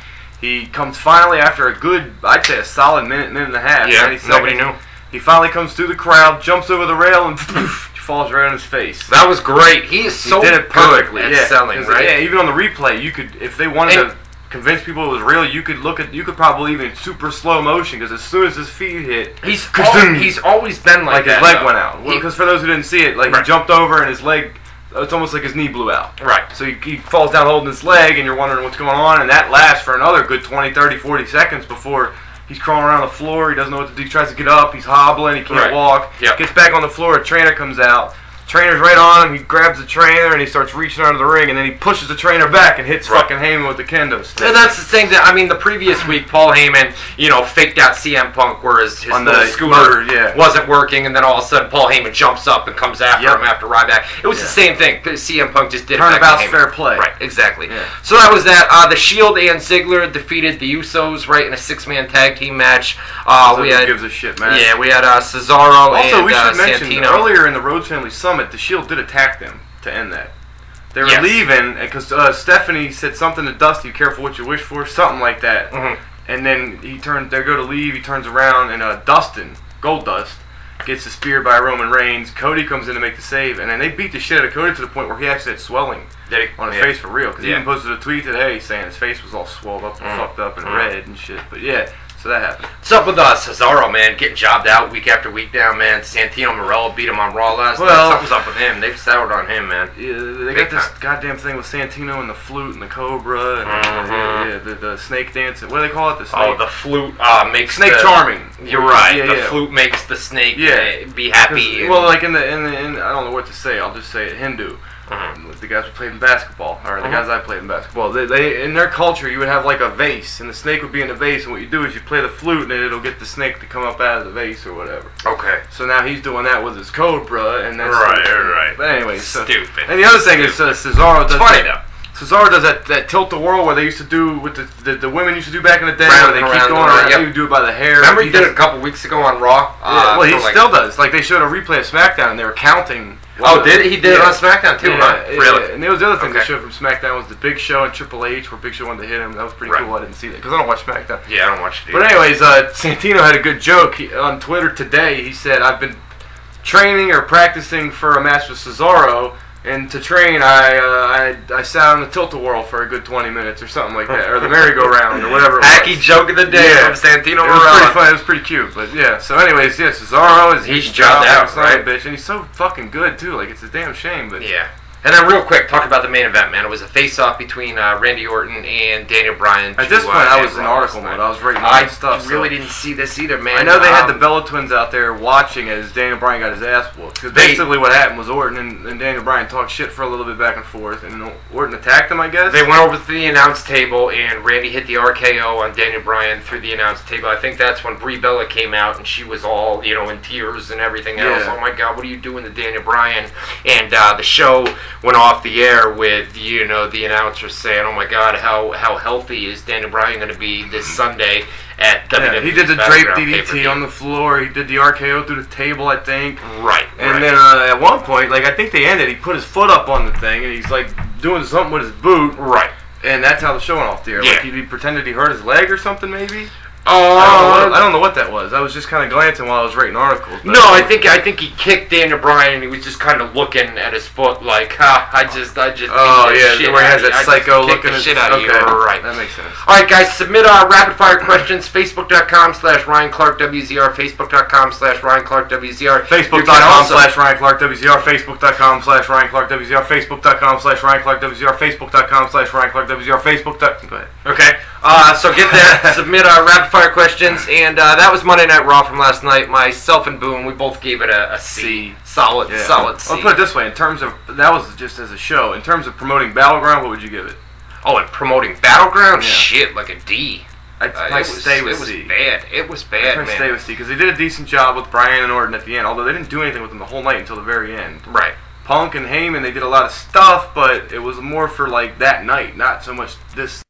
A: he comes finally after a good, I'd say, a solid minute, minute and a half.
B: Yeah,
A: 90
B: nobody
A: seconds.
B: knew.
A: He finally comes through the crowd, jumps over the rail, and [laughs] falls right on his face.
B: That was great. He is
A: he
B: so
A: did it perfectly.
B: good at
A: yeah,
B: selling,
A: 'cause,
B: right?
A: Yeah, even on the replay, you could, if they wanted
B: And-
A: to convince people it was real, you could look at, you could probably even super slow motion because as soon as his feet hit,
B: He's
A: Kazoom.
B: al- he's always been like,
A: like his
B: that,
A: leg
B: though.
A: went out.
B: He-
A: Because for those who didn't see it, like he
B: Right.
A: jumped over and his leg, it's almost like his knee blew out.
B: right.
A: So he, he falls down holding his leg, and you're wondering what's going on, and that lasts for another good 20, 30, 40 seconds before he's crawling around the floor. He doesn't know what to do. He tries to get up. He's hobbling. He can't
B: Right.
A: walk.
B: Yep.
A: Gets back on the floor. A trainer comes out. Trainer's right on him. He grabs the trainer and he starts reaching under the ring, and then he pushes the trainer back and hits
B: Right.
A: fucking Heyman with the kendo stick.
B: And that's the thing that I mean. The previous week, Paul Heyman, you know, faked out CM Punk, whereas his
A: On
B: little
A: the
B: scooter
A: motor, yeah.
B: wasn't working, and then all of a sudden, Paul Heyman jumps up and comes after
A: Yep.
B: him after Ryback. It was the
A: Yeah.
B: same thing. but CM Punk just did it back to
A: Turnabout's
B: Heyman.
A: fair play.
B: Right, exactly.
A: Yeah.
B: So that was that. Uh, the Shield and Ziggler defeated the Usos right in a six-man tag team match. Uh,
A: So
B: we
A: who
B: had
A: gives a shit, man.
B: yeah, we had uh, Cesaro
A: Also,
B: and
A: we should
B: uh,
A: mention
B: Santino.
A: earlier in the Rhodes Family Summit, the Shield E did attack them to end that. They were
B: Yes.
A: leaving because uh, Stephanie said something to Dusty, "Careful what you wish for," something like that.
B: Mhm.
A: And then he turned. They go to leave. He turns around, and uh, Dustin Gold Dust gets the spear by Roman Reigns. Cody comes in to make the save, and then they beat the shit out of Cody to the point where he actually had swelling
B: Did he?
A: on his
B: Yeah.
A: face for real. Because
B: Yeah.
A: he even posted a tweet today saying his face was all swelled up and
B: Mm.
A: fucked up and
B: Mm.
A: red and shit. But yeah,
C: So that happened.
B: What's up with us? Cesaro, man, getting jobbed out week after week now, man. Santino Morella beat him on Raw last
A: Well-
B: night. Something's up with him. They've soured on him, man.
A: Yeah, they got
B: Big
A: this
B: time.
A: goddamn thing with Santino and the flute and the cobra and
B: Mhm.
A: yeah, yeah, the, the snake dancing. What do they call it? The snake.
B: Oh, the flute uh, makes
A: snake
B: the-
A: charming.
B: You're right.
A: Yeah,
B: the
A: yeah.
B: flute makes the snake
A: Yeah.
B: uh, be
A: 'Cause-
B: happy. and-
A: Well, like in the in the in, I don't know what to say. I'll just say it. Hindu.
B: Mhm.
A: The guys who played in basketball, or the
B: Mhm.
A: guys I played in basketball, they, they in their culture you would have like a vase, and the snake would be in the vase, and what you do is you play the flute, and it'll get the snake to come up out of the vase or whatever.
B: okay.
A: So now he's doing that with his cobra, and that's
B: Right, right, right.
A: But anyway, so,
B: Stupid.
A: And the other thing is uh, Cesaro does
B: It's funny
A: that-
B: though.
A: Cesaro does that, that tilt the whirl where they used to do with the, the, the women used to do back in the day
B: Round
A: where they
B: and
A: keep
B: round
A: going
B: and round,
A: around.
B: yep.
A: You do it by the hair.
B: Remember he did it
A: does-
B: a couple weeks ago on Raw. Uh,
A: yeah, well, he
B: for, like-
A: still does. Like they showed a replay of SmackDown and they were counting.
B: Oh, did he? He did it
A: Yeah.
B: on SmackDown too,
A: Yeah,
B: huh?
A: yeah,
B: really?
A: yeah. And it was the other thing they
B: Okay.
A: showed from SmackDown was the Big Show and Triple H where Big Show wanted to hit him. That was pretty
B: Right.
A: cool. I didn't see that because I don't watch SmackDown.
B: Yeah, I don't watch it. Either.
A: But anyways, uh, Santino had a good joke he, on Twitter today. He said, "I've been training or practicing for a match with Cesaro, and to train, I uh, I, I sat on the tilt-a-whirl for a good 20 minutes or something like that, or the merry-go-round or whatever." It was.
B: Hacky joke of the day
A: Yeah.
B: from Santino
A: It was pretty
B: Morella.
A: fun. It was pretty cute, but yeah. So, anyways, yeah, Cesaro is
B: He's
A: he's
B: jobbed
A: jobbed
B: out,
A: son of a
B: right?
A: bitch, and he's so fucking good too. Like it's a damn shame, but
B: Yeah. And then real quick, talk about the main event, man. It was a face-off between uh, Randy Orton and Daniel Bryan.
A: at this
B: to, uh,
A: point, I
B: end
A: was in
B: Raw
A: article
B: last
A: mode.
B: night.
A: I was writing all
B: I
A: this stuff. so-
B: really didn't see this either, man.
A: I know they had
B: Um,
A: the Bella twins out there watching as Daniel Bryan got his ass whooped. 'Cause
B: They-
A: basically, what happened was Orton and, and Daniel Bryan talked shit for a little bit back and forth, and Orton attacked him, I guess.
B: They went over to the announce table, and Randy hit the RKO on Daniel Bryan through the announce table. I think that's when Brie Bella came out, and she was all, you know, in tears and everything else.
A: Yeah.
B: Oh my God, what are you doing to Daniel Bryan? And uh, the show went off the air with, you know, the announcer saying, "Oh my God, how how healthy is Daniel Bryan going to be this Sunday at
A: yeah,
B: WWE?"
A: he did the drape
B: Battleground
A: DDT
B: pay-per-view."
A: on the floor. He did the RKO through the table, I think.
B: right,
A: And
B: right.
A: then uh, at one point, like I think they ended, he put his foot up on the thing, and he's like doing something with his boot,
B: right.
A: and that's how the show went off the air.
B: Yeah.
A: Like he, he pretended he hurt his leg or something, maybe.
B: Oh,
A: I, don't know what, I don't know what that was. I was just kind of glancing while I was writing articles. but-
B: No, I think I think he kicked Daniel Bryan and he was just kind of looking at his foot like, ha, I just, I just.
A: Oh
B: beat the
A: yeah,
B: shit
A: where he has
B: out
A: that
B: of you. I just
A: psycho
B: kicked
A: look in
B: the
A: his
B: shit out of you.
A: okay,
B: Right.
A: That makes sense.
B: All right, guys, submit our rapid fire questions. Facebook.com slash Ryan Clark WZR. Facebook.com slash Ryan Clark WZR. You can
A: Facebook.com
B: also-
A: slash Ryan Clark WZR, Facebook.com slash Ryan Clark WZR, Facebook.com slash Ryan Clark WZR, Facebook.com slash Ryan Clark WZR, Facebook. Go ahead.
B: Okay. Uh, so get that. [laughs] submit our rapid fire questions. And uh, that was Monday Night Raw from last night. Myself and Boone, we both gave it a, a C.
A: C.
B: Solid, solid C.
A: I'll put it this way: in terms of that was just as a show. In terms of promoting Battleground, what would you give it?
B: oh, and promoting Battleground?
A: Yeah.
B: Shit, like a D.
A: I'd
B: Uh,
A: probably
B: it was,
A: stay with
B: it was
A: C.
B: bad. It was
A: I'd
B: bad,
A: probably
B: man.
A: stay with C because they did a decent job with Brian and Orton at the end, although they didn't do anything with them the whole night until the very end.
B: right.
A: Punk and Heyman, they did a lot of stuff, but it was more for like that night, not so much this.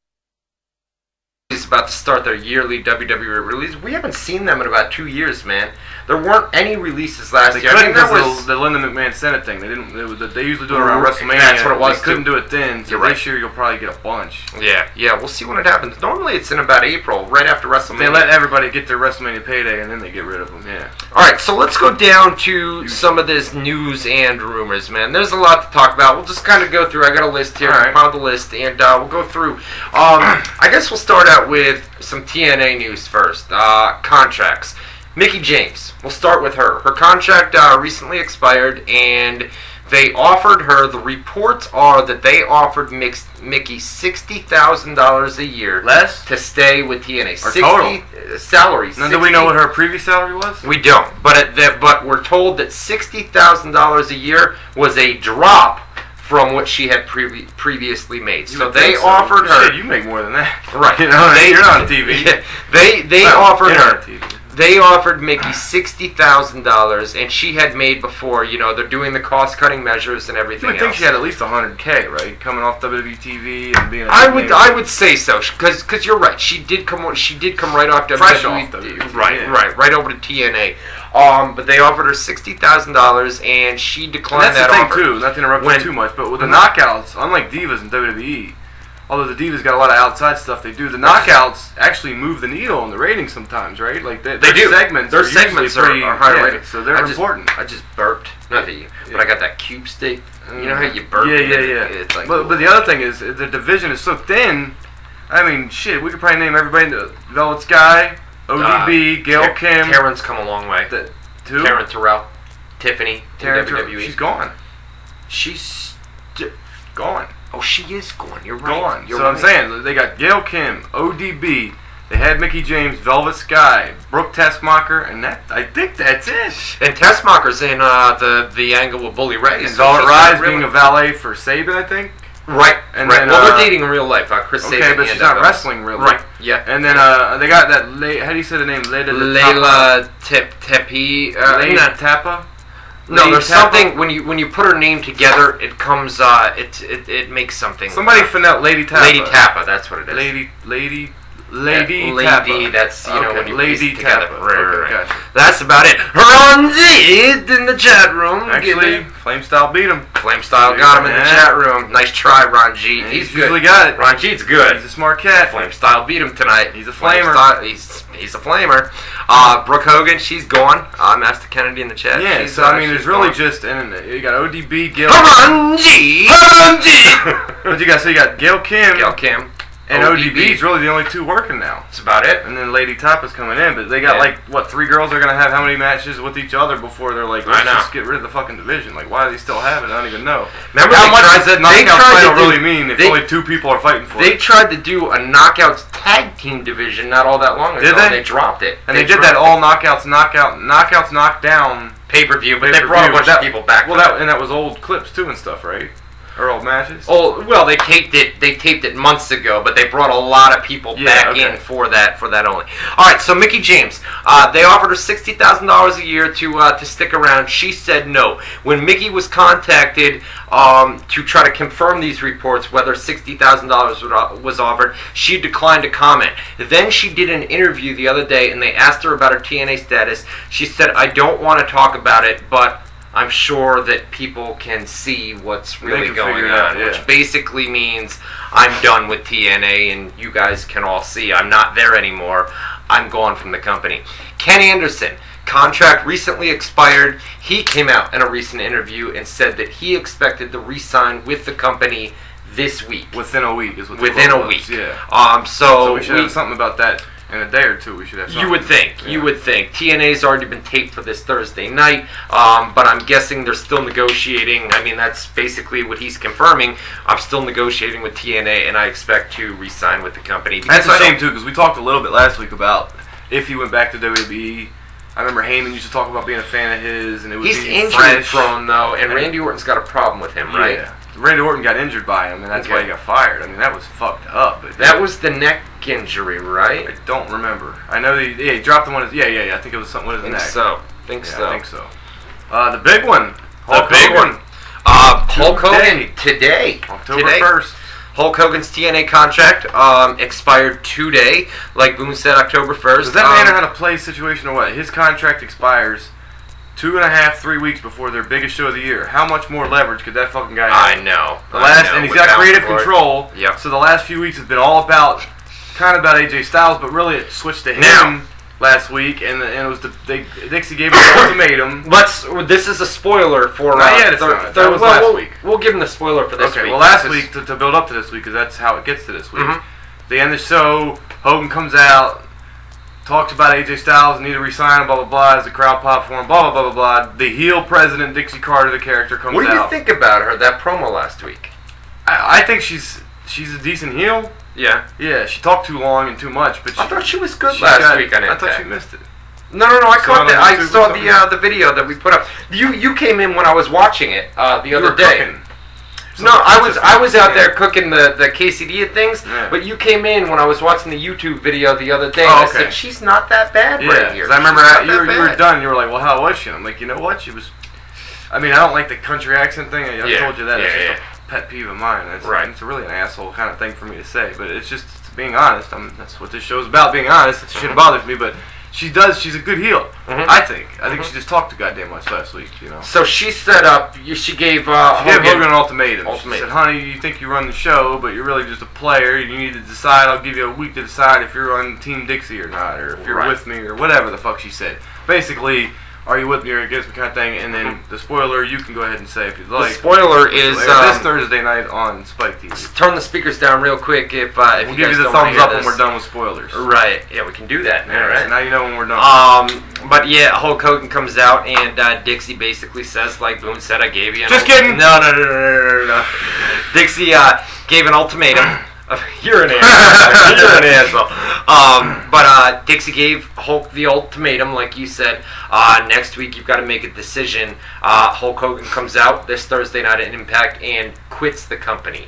B: Is about to start their yearly WWE release. We haven't seen them in about two years, man. There weren't any releases last
A: They
B: year. I
A: couldn't
B: think that
A: because
B: was
A: of the, the Linda McMahon Senate thing. They didn't. They, was- they usually do it around
B: Right,
A: WrestleMania.
B: that's what it was,
A: They couldn't
B: too.
A: do it then. So
B: You're right.
A: this year you'll probably get a bunch.
B: yeah, yeah. We'll see when it happens. Normally, it's in about April, right after WrestleMania.
A: They let everybody get their WrestleMania payday and then they get rid of them. Yeah.
B: All right, so let's go down to some of this news and rumors, man. There's a lot to talk about. We'll just kind of go through. I got a list here,
A: All right.
B: compiled the list, and uh, we'll go through. Um, [clears throat] I guess we'll start out with some TNA news first. Uh, contracts. Mickey James. We'll start with her. Her contract uh, recently expired, and they offered her. The reports are that they offered Mix, Mickey sixty thousand dollars a year
A: Less.
B: to stay with TNA.
A: Or total.
B: uh, salary.
A: Now, do we know
B: 60
A: what her previous salary was?
B: we don't, but it, that, but we're told that sixty thousand dollars a year was a drop from what she had previ- previously made.
A: You
B: so
A: would
B: they
A: think
B: offered her
A: Shit, you make more than that.
B: [laughs]
A: [laughs]
B: right.
A: You know, what I mean?
B: they,
A: you're not on TV.
B: [laughs] Yeah, they they
A: Well,
B: offered
A: you're not
B: her
A: on TV.
B: they offered Mickey sixty thousand dollars, and she had made before. You know, they're doing the cost cutting measures and
A: You
B: everything.
A: would think
B: else.
A: she had at least 100k, right? Coming off WWTV and being. a
B: I would
A: name.
B: I would say so because because you're right. She did come on- she did come right off WWE,
A: Fresh off WWE,
B: right
A: yeah.
B: right right over to TNA. Um, but they offered her sixty thousand dollars and she
A: And
B: declined
A: that's
B: that
A: the thing
B: offer.
A: too. Not to interrupt you
B: When-
A: too much, but with the
B: Mhm.
A: knockouts, unlike divas in WWE, E, although the divas got a lot of outside stuff they do, the knockouts actually move the needle on the ratings sometimes, right? Like they,
B: They
A: their
B: do.
A: segments.
B: Their
A: are usually
B: segments are-
A: pretty,
B: are high
A: yeah,
B: rated.
A: so they're
B: I just-
A: important.
B: I just burped. Not that you, but I got that cube stick. You know how you burp?
A: Yeah,
B: and
A: yeah,
B: it-
A: yeah.
B: It's like
A: but, but the other thing is the division is so thin. I mean, shit, we could probably name everybody in the Velvet Sky, ODB, Gail
B: Ka-
A: Kim,
B: Karen's come a long way.
A: the, who?
B: Karen Terrell, Tiffany,
A: Taryn
B: Karen
A: Tur-
B: WWE.
A: She's gone.
B: She's d-
A: Gone.
B: oh, she is gone. You're right.
A: Gone.
B: You're
A: so I'm
B: right.
A: saying they got Gail Kim, ODB. They had Mickey James, Velvet Sky, Brooke Tessmacher, and that I think that's it.
B: And Tessmacher's in uh, the the angle with Bully Ray.
A: And
B: so
A: Velvet
B: she's
A: Rise
B: not really-
A: being a valet for Saban, I think.
B: right.
A: and
B: right.
A: then,
B: well,
A: uh,
B: they're dating in real life. Uh, Chris
A: Okay,
B: Sabin
A: but
B: and
A: she's not
B: that-
A: wrestling really.
B: Right. Yeah.
A: And then uh, they got that. La- how do you say the name? Leda
B: Layla Tip Tepi. Uh,
A: Leda
B: no.
A: Tapa.
B: No,
A: Lady
B: there's
A: Tapa?
B: something when you when you put her name together, it comes. Uh, it it, it makes something. Uh,
A: Somebody fin out Lady Tapa.
B: Lady Tappa, that's what it is.
A: Lady, lady,
B: Yeah,
A: lady,
B: Lady.
A: Tappa.
B: That's you know
A: Okay,
B: when you
A: Lady
B: piece it together.
A: Tappa.
B: Right,
A: Okay,
B: right, right.
A: gotcha.
B: That's about it. Ronzi in the chat room.
A: Actually, Flame Style beat him.
B: Flame Style got him in the
A: Yeah.
B: chat room. Nice try, Ron G. He's,
A: he's usually
B: good.
A: got it.
B: Ron G's good.
A: He's a smart cat.
B: Flame Style beat him tonight.
A: He's a
B: Flame
A: flamer.
B: Style- he's he's a flamer. Uh, Brooke Hogan, she's gone. Uh, Master Kennedy in the chat.
A: Yeah,
B: she's,
A: so
B: uh,
A: I mean,
B: she's
A: there's really
B: gone.
A: just and then you got ODB Gil.
B: Ron G. Ron
A: [laughs]
B: [laughs]
A: But you got so you got Gail Kim
B: Gail Kim.
A: and
B: ODB.
A: ODB is really the only two working now.
B: That's about it.
A: And then Lady Tapa's coming in, but they got
B: Yeah.
A: like what three girls are gonna have how many matches with each other before they're like,
B: I
A: let's
B: know.
A: just get rid of the fucking division. Like, why do they still have it? I don't even know.
B: Remember
A: how
B: they
A: much
B: tried-
A: does that
B: they
A: knockout
B: tried to
A: title
B: do-
A: really mean if
B: they-
A: only two people are fighting for
B: They
A: it?
B: tried to do a knockouts tag team division not all that long ago.
A: Did they?
B: And they dropped it.
A: And they, did that all knockouts, knockout, knockouts, knockdown.
B: pay per view, but they brought a bunch of people back.
A: Well,
B: for
A: that and that was old clips too and stuff, right? Or old matches.
B: Oh well, they taped it. They taped it months ago, but they brought a lot of people
A: Yeah,
B: back
A: okay.
B: in for that. For that only. All right. So Mickey James, uh, they offered her sixty thousand dollars a year to uh, to stick around. She said no. When Mickey was contacted um, to try to confirm these reports, whether sixty thousand dollars uh, was offered, she declined to comment. Then she did an interview the other day, and they asked her about her TNA status. She said, "I don't want to talk about it, but." I'm sure that people can see what's really
A: can
B: going
A: figure it
B: on,
A: out, yeah.
B: which basically means I'm done with TNA and you guys can all see I'm not there anymore. I'm gone from the company. Ken Anderson, contract recently expired. He came out in a recent interview and said that he expected to re sign with the company this week.
A: Within a week is what. the
B: within
A: quote
B: a
A: was,
B: week.
A: Yeah.
B: Um, so,
A: So we should
B: we-
A: have something about that in a day or two. We should have. Something.
B: you would think. You would think. TNA's already been taped for this Thursday night, um, but I'm guessing they're still negotiating. I mean, that's basically what he's confirming. I'm still negotiating with TNA, and I expect to re-sign with the company.
A: That's
B: because
A: a
B: I
A: shame
B: don't-
A: too, because we talked a little bit last week about if he went back to WWE. I remember Heyman used to talk about being a fan of his, and it was
B: He's
A: being
B: injury
A: fresh.
B: prone though, and Randy Orton's got a problem with him, right?
A: Yeah. Randy Orton got injured by him, and that's why
B: Okay.
A: he got fired. I mean, that was fucked up. But
B: That was the neck injury, right?
A: I don't remember. I know he, yeah, he dropped the one. Yeah, yeah, yeah. I think it was something. What is the
B: think
A: next?
B: so. Think
A: Yeah,
B: so.
A: I think so. Uh, the big one.
B: The big
A: Hogan,
B: one. Uh, Hulk
A: Today.
B: Hogan today.
A: October
B: Today.
A: first.
B: Hulk Hogan's TNA contract um, expired today, like Boone said, October 1st.
A: Does that
B: um,
A: matter how to play situation or what? His contract expires two and a half, three weeks before their biggest show of the year. How much more leverage could that fucking guy have?
B: I know.
A: The
B: I
A: last,
B: know,
A: and he's
B: without
A: got creative
B: Floyd.
A: control.
B: Yep.
A: So the last few weeks has been all about, kind of about AJ Styles, but really it switched to him
B: Now-
A: last week, and, and it was the they, Dixie gave him
B: [coughs]
A: an ultimatum.
B: Let's. This is a spoiler for.
A: Not
B: uh,
A: yet, it's
B: thir-
A: not. That
B: thir-
A: was
B: well,
A: last
B: we'll-
A: week.
B: We'll give him the spoiler for this
A: okay,
B: week.
A: well last
B: because-
A: week to, to build up to this week because that's how it gets to this week.
B: Mhm.
A: They end the show. Hogan comes out, talks about AJ Styles need to resign, blah blah blah. As the crowd pop for him, blah blah blah blah blah. The heel president Dixie Carter, the character, comes
B: What do you
A: out.
B: think about her? That promo last week.
A: I, I think she's she's a decent heel.
B: Yeah.
A: Yeah, she talked too long and too much, but she,
B: I thought she was good
A: she
B: last
A: got-
B: week on
A: I
B: Impact.
A: thought she missed it.
B: No, no, no! I
A: So
B: caught
A: on
B: that. I
A: YouTube or
B: saw
A: something?
B: the uh, the video that we put up. You you came in when I was watching it uh, the
A: You
B: other
A: were
B: day.
A: cooking.
B: No, I was I was out
A: Yeah.
B: there cooking the the quesadilla things,
A: Yeah.
B: but you came in when I was watching the YouTube video the other day.
A: Oh,
B: and I
A: okay.
B: said she's not that bad
A: Yeah,
B: right here.
A: 'cause I remember
B: She's
A: I,
B: not
A: you, were,
B: that
A: you were
B: bad."
A: done. You were like, "Well, how was she?" And I'm like, "You know what? She was." I mean, I don't like the country accent thing. I, I
B: Yeah,
A: told you that. it's
B: yeah,
A: just a pet peeve of mine. It's,
B: Right.
A: It's really an asshole kind of thing for me to say, but it's just it's being honest. I'm, that's what this show's about. Being honest. That
B: Mm-hmm.
A: shit bothers me, but she does. She's a good heel.
B: Mhm.
A: I think. I think she just talked too goddamn much last week. You know.
B: So she set up. you- She gave uh,
A: She gave
B: Hogan-
A: Hogan an ultimatum. She
B: Ultimatum.
A: said, "Honey, you think you run the show, but you're really just a player. You need to decide. I'll give you a week to decide if you're on Team Dixie or not, or if you're
B: Right.
A: with me, or whatever the fuck she said." Basically, are you with me or against me kind of thing, and then the spoiler you can go ahead and say if you'd like.
B: Mm-hmm. the spoiler is
A: Like,
B: um,
A: this Thursday night on Spike TV.
B: turn the speakers down real quick if uh, if
A: We'll
B: you
A: give
B: guys
A: you the
B: don't wanna
A: thumbs
B: hear
A: up when
B: this.
A: we're done with spoilers.
B: Right. Yeah, we can do that now,
A: Yeah,
B: right?
A: So now you know when we're done.
B: Um, but yeah, Hulk Hogan comes out and uh, Dixie basically says, like Boone said, I gave you. An
A: Just
B: ult-
A: kidding.
B: No, no, no, no, no, no, no. Dixie uh, gave an ultimatum.
A: [laughs]
B: of- You're an asshole. You're an asshole. Um, but uh, Dixie gave Hulk the ultimatum, like you said. Uh, next week, you've got to make a decision. Uh, Hulk Hogan comes out this Thursday night at Impact and quits the company.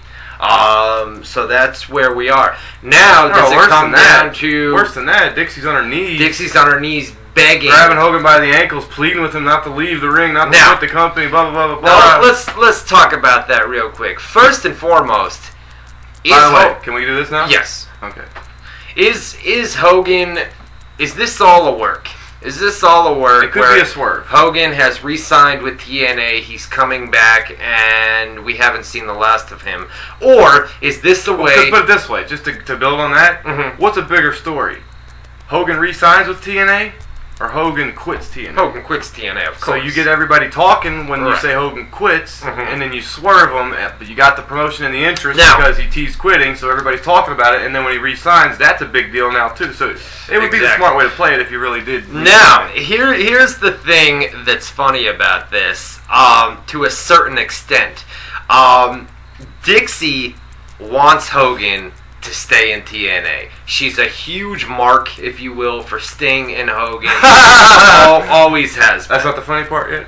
B: Um, so that's where we are now.
A: No,
B: does
A: worse
B: it come
A: than that.
B: down to
A: Worse than that, Dixie's on her knees,
B: Dixie's on her knees begging.
A: grabbing Hogan by the ankles, pleading with him not to leave the ring, not to
B: Now-
A: quit the company, blah blah blah blah
B: Now,
A: blah.
B: let's let's talk about that real quick. First and foremost, is
A: By the way,
B: Ho-
A: can we do this now?
B: yes,
A: Okay.
B: is is Hogan? Is this all a work? Is this all a work?
A: It could
B: where
A: be a swerve.
B: Hogan has re-signed with TNA. He's coming back, and we haven't seen the last of him. Or is this the way?
A: Let's put it this way, just to, to build on that,
B: Mhm.
A: what's a bigger story? Hogan resigns with TNA, or Hogan quits TNA?
B: Hogan quits TNA, of
A: So
B: course.
A: you get everybody talking when you
B: Right.
A: say Hogan quits,
B: Mhm.
A: and then you swerve them. eh, But you got the promotion and the interest
B: Now-
A: because he teased quitting, so everybody's talking about it. And then when he resigns, that's a big deal now too. So it would be the
B: Exactly.
A: smart way to play it if you really did.
B: Now, here here's the thing that's funny about this, um, to a certain extent. Um, Dixie wants Hogan to stay in TNA. She's a huge mark, if you will, for Sting
A: [laughs]
B: and Hogan. Al- always has. been.
A: That's not the funny part yet.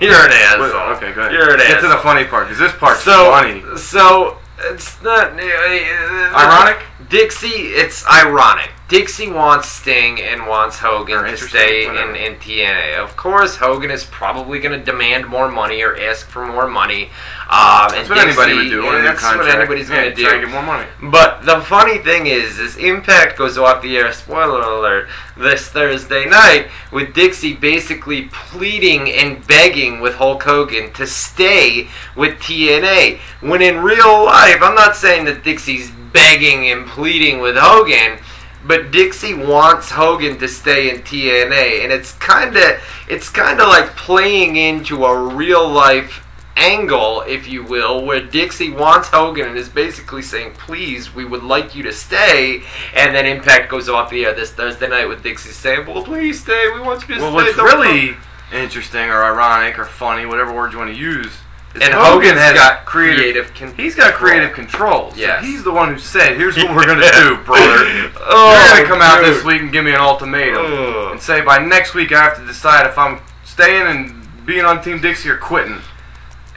B: You're an
A: Wait,
B: asshole.
A: okay, go ahead.
B: You're an
A: Get
B: asshole.
A: to the funny part because this part's
B: so
A: funny.
B: so it's not uh,
A: Ironic?
B: Dixie, it's ironic. Dixie wants Sting and wants Hogan to
A: interesting,
B: stay in,
A: whatever.
B: in TNA. Of course, Hogan is probably going to demand more money or ask for more money. Um,
A: That's what anybody would do. on a new
B: That's what
A: contract.
B: anybody's
A: Yeah,
B: going to do.
A: Try to get more money.
B: But the funny thing is, is Impact goes off the air. Spoiler alert! This Thursday night, with Dixie basically pleading and begging with Hulk Hogan to stay with TNA. When in real life, I'm not saying that Dixie's begging and pleading with Hogan, but Dixie wants Hogan to stay in TNA, and it's kind of it's kind of like playing into a real life angle, if you will, where Dixie wants Hogan and is basically saying, please, we would like you to stay. And then Impact goes off the air this Thursday night with Dixie saying, well, please stay. We want you to
A: Well,
B: stay.
A: what's
B: Don't
A: really interesting or ironic or funny, whatever word you want to use, is
B: come." And
A: Hogan
B: Hogan's
A: has
B: got creative. con-
A: He's got creative control. So
B: Yes.
A: he's the one who said, "Here's what we're
B: [laughs]
A: gonna do, brother.
B: Oh,
A: You're gonna come out
B: dude. Oh.
A: this week and give me an ultimatum
B: Ugh.
A: and say by next week I have to decide if I'm staying and being on Team Dixie or quitting.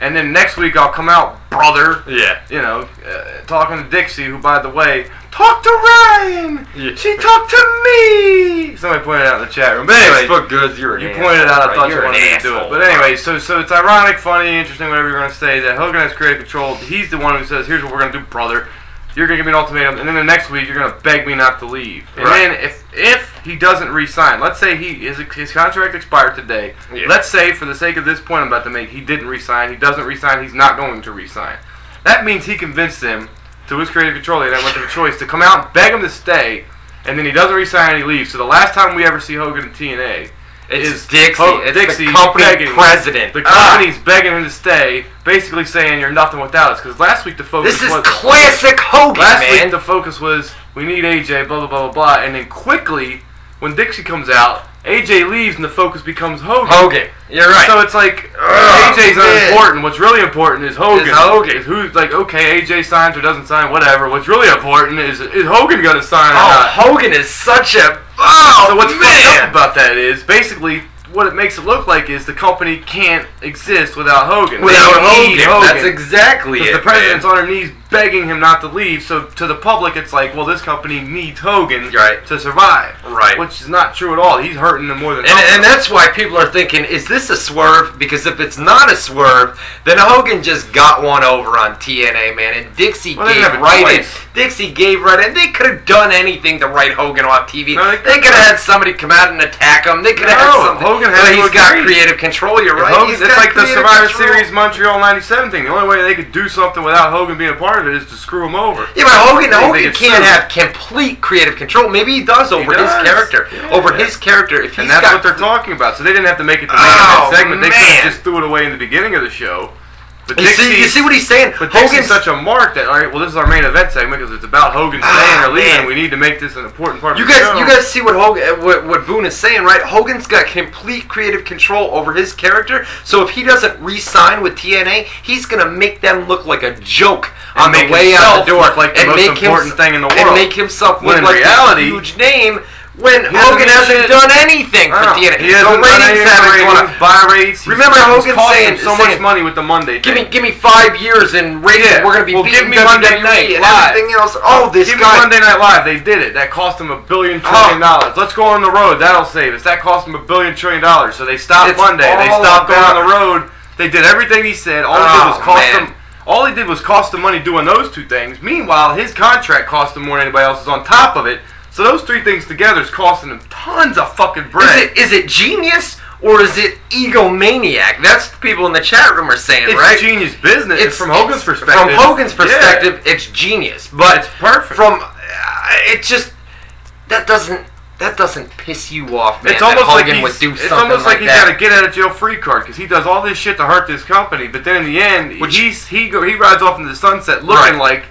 A: And then next week I'll come out, brother.
B: Yeah.
A: You know, uh, talking to Dixie, who by the way talked to Ryan.
B: Yeah.
A: She talked to me. Somebody pointed out in the chat room. But anyway,
B: Facebook goods, you're an
A: you
B: asshole,
A: pointed out. I
B: right?
A: thought you
B: You're an
A: wanted me to do it.
B: asshole.
A: But anyway, so so it's ironic, funny, interesting, whatever you're gonna say. That Hogan has creative control. He's the one who says, "Here's what we're gonna do, brother. You're gonna give me an ultimatum, and then the next week you're gonna beg me not to leave." And
B: Right.
A: then if if he doesn't resign, let's say he his, his contract expired today.
B: Yeah.
A: Let's say for the sake of this point I'm about to make, he didn't resign. He doesn't resign. He's not going to resign. That means he convinced him to his creative control and I went to the choice to come out and beg him to stay. And then he doesn't resign and he leaves. So the last time we ever see Hogan in TNA
B: It's
A: is
B: Dixie.
A: Ho-
B: it's Dixie
A: Dixie
B: the company
A: begging-
B: president.
A: the
B: Ah,
A: company's begging him to stay, basically saying you're nothing without us. Because last week the focus
B: this is
A: was
B: classic Hogan,
A: last
B: man.
A: week the focus was we need AJ, blah blah blah blah blah, and then quickly when Dixie comes out, AJ leaves and the focus becomes Hogan.
B: Hogan. You're right.
A: So it's like
B: Ugh,
A: AJ's
B: man.
A: unimportant. What's really important is Hogan.
B: Is Hogan.
A: Is who's like okay, AJ signs or doesn't sign, whatever. What's really important is is Hogan gonna sign or
B: oh,
A: not?
B: Hogan is such a oh
A: So what's fucked up
B: man.
A: about that is basically what it makes it look like is the company can't exist without Hogan.
B: Without
A: They need
B: Hogan, that's exactly
A: 'Cause
B: it.
A: the president's
B: man.
A: on her knees begging him not to leave. So to the public, it's like, well, this company needs Hogan
B: Right.
A: to survive.
B: Right.
A: Which is not true at all. He's hurting them more than
B: and,
A: helping
B: and that's why people are thinking, is this a swerve? Because if it's not a swerve, then Hogan just got one over on TNA, man. And Dixie
A: Well, they
B: gave
A: didn't have a
B: right in.
A: choice.
B: Dixie gave right in. They could have done anything to write Hogan off TV.
A: No,
B: they
A: they
B: could have had somebody come out and attack him. They could have
A: No,
B: had something.
A: Hogan
B: But
A: has to
B: he's got
A: agree.
B: creative control. You're right.
A: Hogan,
B: He's
A: it's
B: got
A: like the
B: creative
A: Survivor
B: control.
A: Series Montreal '97 thing. The only way they could do something without Hogan being a part part of it is to screw him over.
B: Yeah, but Hogan,
A: They- they
B: Hogan
A: get
B: can't
A: sued.
B: have complete creative control. Maybe he does over
A: does.
B: his character.
A: Yeah.
B: Over his character. If he's
A: And that's
B: got
A: what they're talking about. So they didn't have to make it the main
B: Oh,
A: event segment. They could
B: man.
A: have just threw it away in the beginning of the show. But
B: You see, you
A: Dixie's-
B: see what he's saying?
A: But
B: Hogan's
A: Hogan's such a mark that all right. Well, this is our main event segment because it's about Hogan staying
B: Ah,
A: or leaving.
B: man.
A: We need to make this an important part.
B: You
A: of the
B: guys,
A: show.
B: you guys see what Hogan, what, what Boone is saying, right? Hogan's got complete creative control over his character. So if he doesn't re-sign with TNA, he's gonna make them look like a joke
A: And
B: on the
A: make
B: way
A: himself
B: out the door,
A: look like the most important thing in the
B: and
A: world.
B: make himself
A: When
B: look
A: in
B: like
A: reality,
B: this huge name. When
A: hasn't
B: Hogan
A: done
B: hasn't
A: shit.
B: done anything for
A: I don't know.
B: TNA,
A: He hasn't
B: the ratings haven't
A: ratings,
B: gone up.
A: buy rates. He's-
B: Remember
A: he's
B: Hogan
A: costing
B: saying-
A: so
B: saying-
A: much money with the Monday.
B: Give me,
A: thing.
B: give me five years and ratings.
A: Yeah.
B: We're gonna be
A: Well,
B: beating
A: give me
B: WWE
A: Monday Night
B: and
A: Live.
B: everything else. Oh, this
A: Give me
B: guy.
A: Monday Night Live. They did it. That cost them a billion trillion dollars. Let's go on the road. That'll save us. That cost them a billion trillion dollars. So they stopped
B: It's
A: Monday. They
B: all
A: stopped going
B: about-
A: on the road. They did everything he said. All he did was
B: Oh,
A: cost
B: man.
A: them. All he did was cost them money doing those two things. Meanwhile, his contract cost him more than anybody else's. On top of it, so those three things together is costing him tons of fucking bread.
B: Is it is it genius or is it egomaniac? That's what people in the chat room are saying,
A: It's
B: right?
A: genius business. It's, from Hogan's
B: it's-
A: perspective.
B: From Hogan's
A: Yeah.
B: perspective, it's genius, but
A: It's perfect.
B: From uh, it just that doesn't that doesn't piss you off, man.
A: it's
B: that
A: almost like
B: Hogan
A: he's,
B: would do
A: it's
B: something
A: almost like,
B: like
A: he's
B: that.
A: got a get out of jail free card because he does all this shit to hurt this company, but then in the end,
B: Which-
A: he's, he go, he rides off into the sunset looking
B: Right.
A: like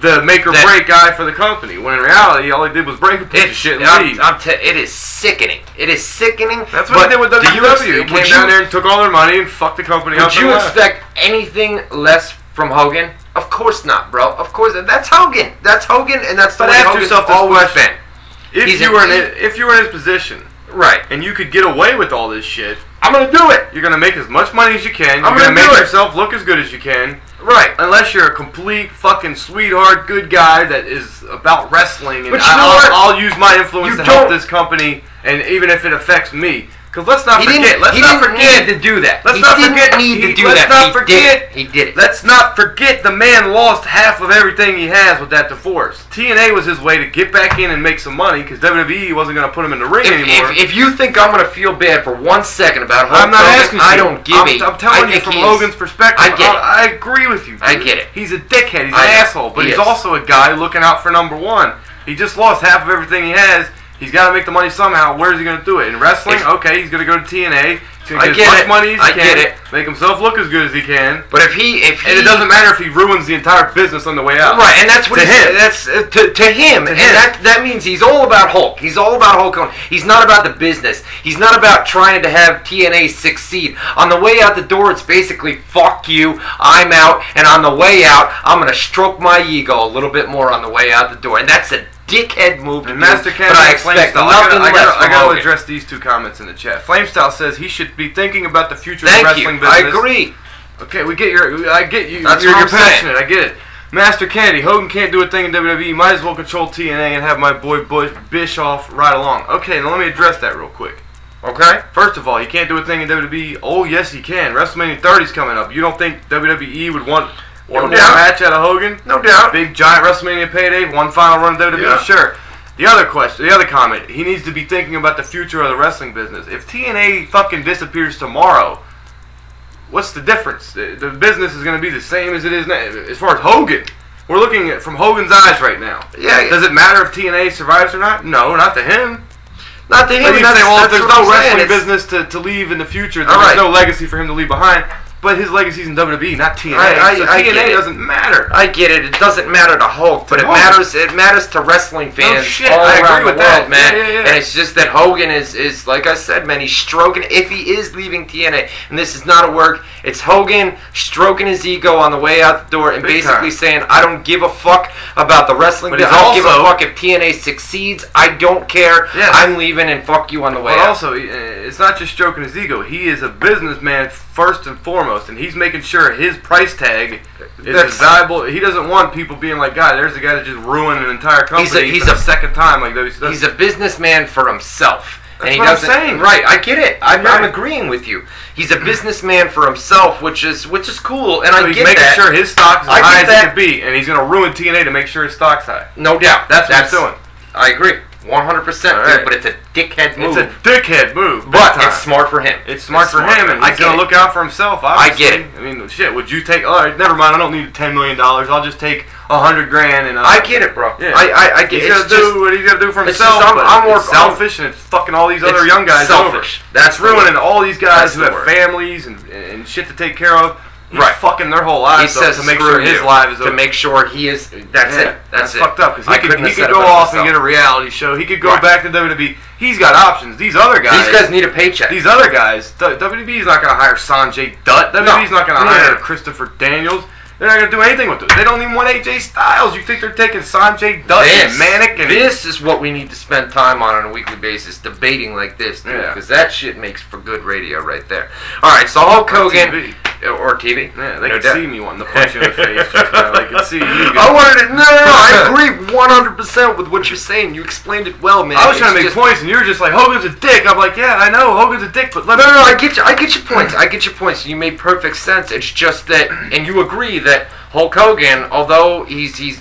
A: the make or
B: That-
A: break guy for the company. When in reality, all he did was break a piece of
B: It's,
A: shit and
B: I'm,
A: leave.
B: I'm te- it is sickening. It is sickening.
A: That's what
B: but
A: he did with
B: do you ex-
A: WWE. He
B: would
A: came down
B: you-
A: there and took all their money and fucked the company up.
B: Would you
A: and left.
B: expect anything less from Hogan? Of course not, bro. Of course, that's Hogan. That's Hogan, and that's the
A: But
B: way
A: ask
B: Hogan's
A: yourself this
B: always
A: question.
B: he's
A: if
B: an
A: you were in
B: idiot.
A: it, if you were in his position
B: been. Right.
A: and you could get away with all this shit,
B: I'm gonna do it.
A: you're gonna make as much money as you can. You're
B: I'm gonna
A: make
B: do it.
A: yourself look as good as you can.
B: Right.
A: unless you're a complete fucking sweetheart, good guy that is about wrestling, and
B: But you know what?
A: I'll, I'll use my influence
B: You
A: to
B: don't-
A: help this company, and even if it affects me, because let's not
B: He
A: forget,
B: didn't.
A: let's
B: he
A: not
B: didn't
A: forget,
B: need to do that.
A: let's
B: he
A: not
B: didn't
A: forget,
B: need to
A: he-
B: do
A: let's
B: that.
A: not
B: he
A: forget-
B: Did. it. He did it.
A: let's not forget the man lost half of everything he has with that divorce. TNA was his way to get back in and make some money because WWE E wasn't going to put him in the ring
B: if,
A: anymore.
B: if, if you think I'm gonna feel bad for one second about Hulk
A: I'm not
B: Hogan,
A: asking.
B: I
A: you.
B: don't give
A: I'm,
B: a.
A: I'm telling
B: I
A: you
B: think
A: from
B: he is-
A: Logan's perspective. Uh,
B: I get it.
A: I, I agree with you. Dude.
B: I get it.
A: He's a dickhead. He's
B: I
A: an
B: know.
A: asshole. But
B: He
A: he's
B: is.
A: also a guy looking out for number one. He just lost half of everything he has. He's got to make the money somehow. Where is he going to do it? In wrestling,
B: It's-
A: okay, he's going to go to TNA. He's going
B: I
A: to get,
B: get
A: as much
B: it.
A: money as he
B: I
A: can.
B: get it.
A: Make himself look as good as he can.
B: But if he, if he,
A: And it doesn't matter if he ruins the entire business on the way out.
B: Right, and that's what
A: To
B: he's,
A: him.
B: that's uh, to, to him, and
A: him.
B: that that means he's all about Hulk. He's all about Hulk Hogan. He's not about the business. He's not about trying to have TNA succeed. On the way out the door, it's basically fuck you, I'm out, and on the way out, I'm gonna stroke my ego a little bit more on the way out the door, and that's a dickhead move. To
A: And
B: do,
A: Master Cat
B: but I
A: and
B: expect
A: Flamestyle. I gotta,
B: nothing
A: I
B: less
A: gotta,
B: from
A: I gotta
B: Hogan.
A: address these two comments in the chat. Flamestyle says he should be thinking about the future
B: Thank
A: of wrestling
B: you.
A: business.
B: I agree.
A: Okay, we get your. I get you.
B: That's
A: you're
B: what
A: you're
B: I'm saying.
A: passionate. I get it. Master Kennedy, Hogan can't do a thing in WWE. Might as well control TNA and have my boy Bush Bischoff ride along. Okay, now let me address that real quick.
B: Okay.
A: First of all, he can't do a thing in WWE. Oh yes, he can. WrestleMania 30 is coming up. You don't think WWE would want
B: No
A: one more
B: doubt.
A: match out of Hogan?
B: No doubt.
A: Big giant WrestleMania payday, one final run of WWE.
B: Yeah.
A: Sure. The other question, the other comment, he needs to be thinking about the future of the wrestling business. If TNA fucking disappears tomorrow, what's the difference? The, the business is going to be the same as it is now. As far as Hogan, we're looking at from Hogan's eyes right now.
B: Yeah, yeah.
A: Does it matter if TNA survives or not? No, not to him.
B: Not to him.
A: Like you
B: that's-
A: say, well, if
B: that's
A: there's
B: what I'm
A: no
B: saying.
A: wrestling business
B: It's-
A: to, to leave in the future, then
B: All
A: there's
B: right.
A: no legacy for him to leave behind. But his legacy's in WWE, not TNA.
B: I- I-
A: so
B: I get
A: TNA
B: it. Uh,
A: doesn't matter.
B: I get it. It doesn't matter to Hulk, but it
A: Hulk.
B: matters. It matters to wrestling fans
A: shit,
B: all
A: I agree
B: around
A: with
B: the world,
A: that.
B: man.
A: Yeah, yeah, yeah.
B: And it's just that Hogan is is like I said, man. He's stroking. If he is leaving TNA, and this is not a work, it's Hogan stroking his ego on the way out the door and
A: Big
B: basically
A: time.
B: saying, "I don't give a fuck about the wrestling.
A: But
B: bit.
A: he's
B: I don't give a
A: also-
B: fuck if TNA succeeds. I don't care.
A: Yes.
B: I'm leaving, and fuck you on the way
A: But
B: out."
A: also, he- uh, it's not just stroking his ego. He is a businessman first and foremost, and he's making sure his price tag is
B: That's-
A: as valuable. He doesn't want people being like, "God, there's a guy that just ruined an entire company
B: He's a- he's
A: for
B: a-
A: the second time." Like those.
B: He's a businessman for himself. and he
A: what I'm
B: doesn't,
A: saying.
B: Right, I get it. I'm, I'm
A: Right.
B: agreeing with you. He's a businessman for himself, which is which is cool, and
A: so
B: I
A: he's
B: get
A: making
B: that.
A: sure his stock's as
B: I get
A: high as
B: that.
A: it can be, and he's going to ruin TNA to make sure his stock's high.
B: no doubt.
A: That's what he's
B: doing.
A: doing.
B: I agree. 100%, dude,
A: Alright.
B: but it's a dickhead move.
A: It's a dickhead move. big
B: but
A: time.
B: it's smart for him.
A: It's smart
B: It's
A: for him, and
B: I
A: he's
B: get
A: gonna
B: it.
A: look out for himself.
B: I
A: Obviously.
B: get it.
A: I mean, shit. Would you take? All right, never mind. I don't need ten million dollars. I'll just take a hundred grand, and uh,
B: I get it, bro.
A: Yeah.
B: I, I, I
A: He's
B: get it.
A: gonna
B: It's
A: do
B: just-
A: what he's gonna do for
B: it's just
A: himself.
B: I'm-
A: but
B: I'm more-
A: it's selfish, and it's fucking all these other
B: It's
A: young guys
B: selfish.
A: over.
B: That's
A: It's ruining
B: the word.
A: all these guys
B: That's
A: who
B: the
A: have
B: word.
A: families and, and shit to take care of. He's
B: Right.
A: fucking their whole lives
B: he
A: up
B: says
A: to make
B: screw
A: sure his
B: you,
A: life is
B: to
A: over.
B: make sure he is. That's
A: Yeah,
B: it. That's, it.
A: fucked up because
B: I
A: he could
B: couldn't
A: he
B: have said
A: could
B: it
A: go
B: better
A: off and
B: myself.
A: get a reality show. He could go
B: Right.
A: back to WWE. He's got options. These other guys.
B: These guys need a paycheck.
A: These other guys, D- WWE's not going to hire Sanjay Dutt. WWE's not going to
B: No.
A: hire Christopher Daniels. They're not going to do anything with it. They don't even want AJ Styles. You think they're taking Sanjay Dutt
B: this,
A: and Manic and
B: this is what we need to spend time on on a weekly basis, debating like this, dude,
A: Yeah.
B: because that shit makes for good radio right there. All right, so Hulk Hogan
A: TV.
B: or TV.
A: Yeah, they
B: no
A: can
B: doubt.
A: see me wanting to punch you in the
B: [laughs]
A: face. Just now. They can see you.
B: I wanted to. No, no,
A: [laughs]
B: no. I agree 100 percent with what you're saying. You explained it well, man.
A: I was trying to
B: It's
A: make
B: just-
A: points, and you were just like, Hogan's a dick. I'm like, yeah, I know, Hogan's a dick, but let
B: No,
A: me.
B: no, I get you. I get your points. I get your points. You made perfect sense. It's just that, and you agree that Hulk Hogan, although he's he's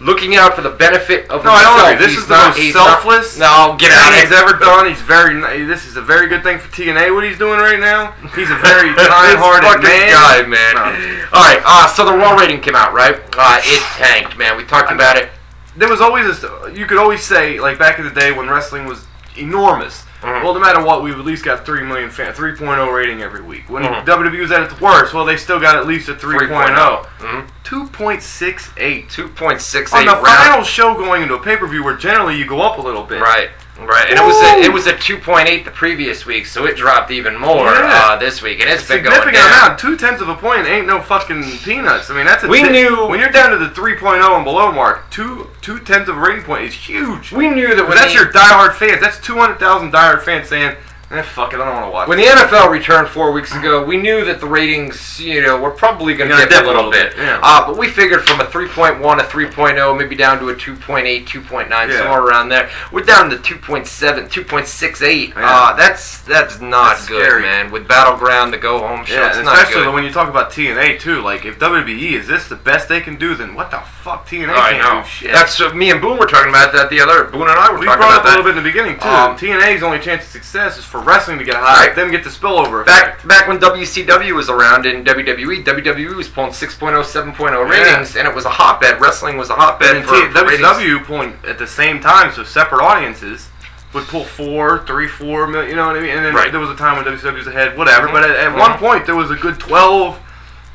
B: looking out for the benefit of
A: No, I don't
B: himself,
A: agree. This
B: he's
A: is the
B: not-
A: most
B: he's not-
A: selfless
B: no, get out
A: thing
B: of
A: he's
B: here.
A: ever done. He's very. ni- This is a very good thing for TNA. What he's doing right now. He's a very
B: [laughs] This
A: kind-hearted
B: fucking
A: man.
B: guy, man.
A: No.
B: All right. Uh, so the Raw rating came out, right? Uh, it tanked, man. We talked about it.
A: there was always this. You could always say like back in the day when wrestling was enormous.
B: Mhm.
A: Well, no matter what, we have at least got three million fan, 3.0 rating every week. When
B: Mhm.
A: WWE was at its worst, well, they still got at least a 3.0.
B: 3.0. Mhm.
A: 2.68.
B: Two point six
A: On
B: eight
A: the
B: round.
A: final show going into a pay per view, where generally you go up a little bit.
B: Right. Right, and it was a it was a two point eight the previous week, so it dropped even more
A: Yeah.
B: uh, this week, and it's been going
A: Significant
B: down.
A: amount, two tenths of a point ain't no fucking peanuts. I mean, that's a
C: We
A: ti-
C: knew-
A: when you're down to the 3.0 and below mark, two two tenths of a rating point is huge.
C: We knew that
A: But
C: when
A: that's
C: the,
A: your diehard fans. That's 200,000 diehard fans saying, eh, fuck it, I don't want to watch
B: When
A: it.
B: the NFL returned four weeks ago, we knew that the ratings, you know, were probably going to
A: Gonna
B: dip, a little bit.
A: yeah.
B: Uh, but we figured from a 3.1 to 3.0, maybe down to a 2.8, 2.9,
A: Yeah.
B: somewhere around there. We're down to 2.7, 2.68.
A: Yeah.
B: Uh, that's that's not
A: That's
B: good,
A: scary.
B: man. With Battleground, the go home show,
A: Yeah,
B: it's
A: and
B: not
A: especially
B: good.
A: when you talk about TNA too. Like, if WWE is this the best they can do, then what the fuck TNA
B: Oh, I
A: can't
B: know.
A: do shit.
B: That's what me and Boone were talking about that the other. Boone and I were
A: we
B: talking
A: brought
B: about
A: up a little
B: that.
A: bit in the beginning too.
B: Um,
A: TNA's only chance of success is for wrestling to get high,
B: Right.
A: them get the spillover. effect.
B: Back, back when WCW was around in E, WWE, WWE was pulling oh, 6.0, 7.0
A: Yeah.
B: ratings, and it was a hotbed. Wrestling was a hotbed
A: and
B: for,
A: T-
B: for ratings.
A: WCW pulling E at the same time, so separate audiences would pull four, three, four million. You know what I mean? And then
B: Right.
A: there was a time when WCW was ahead, whatever. But at, at
B: Mhm.
A: one point, there was a good 12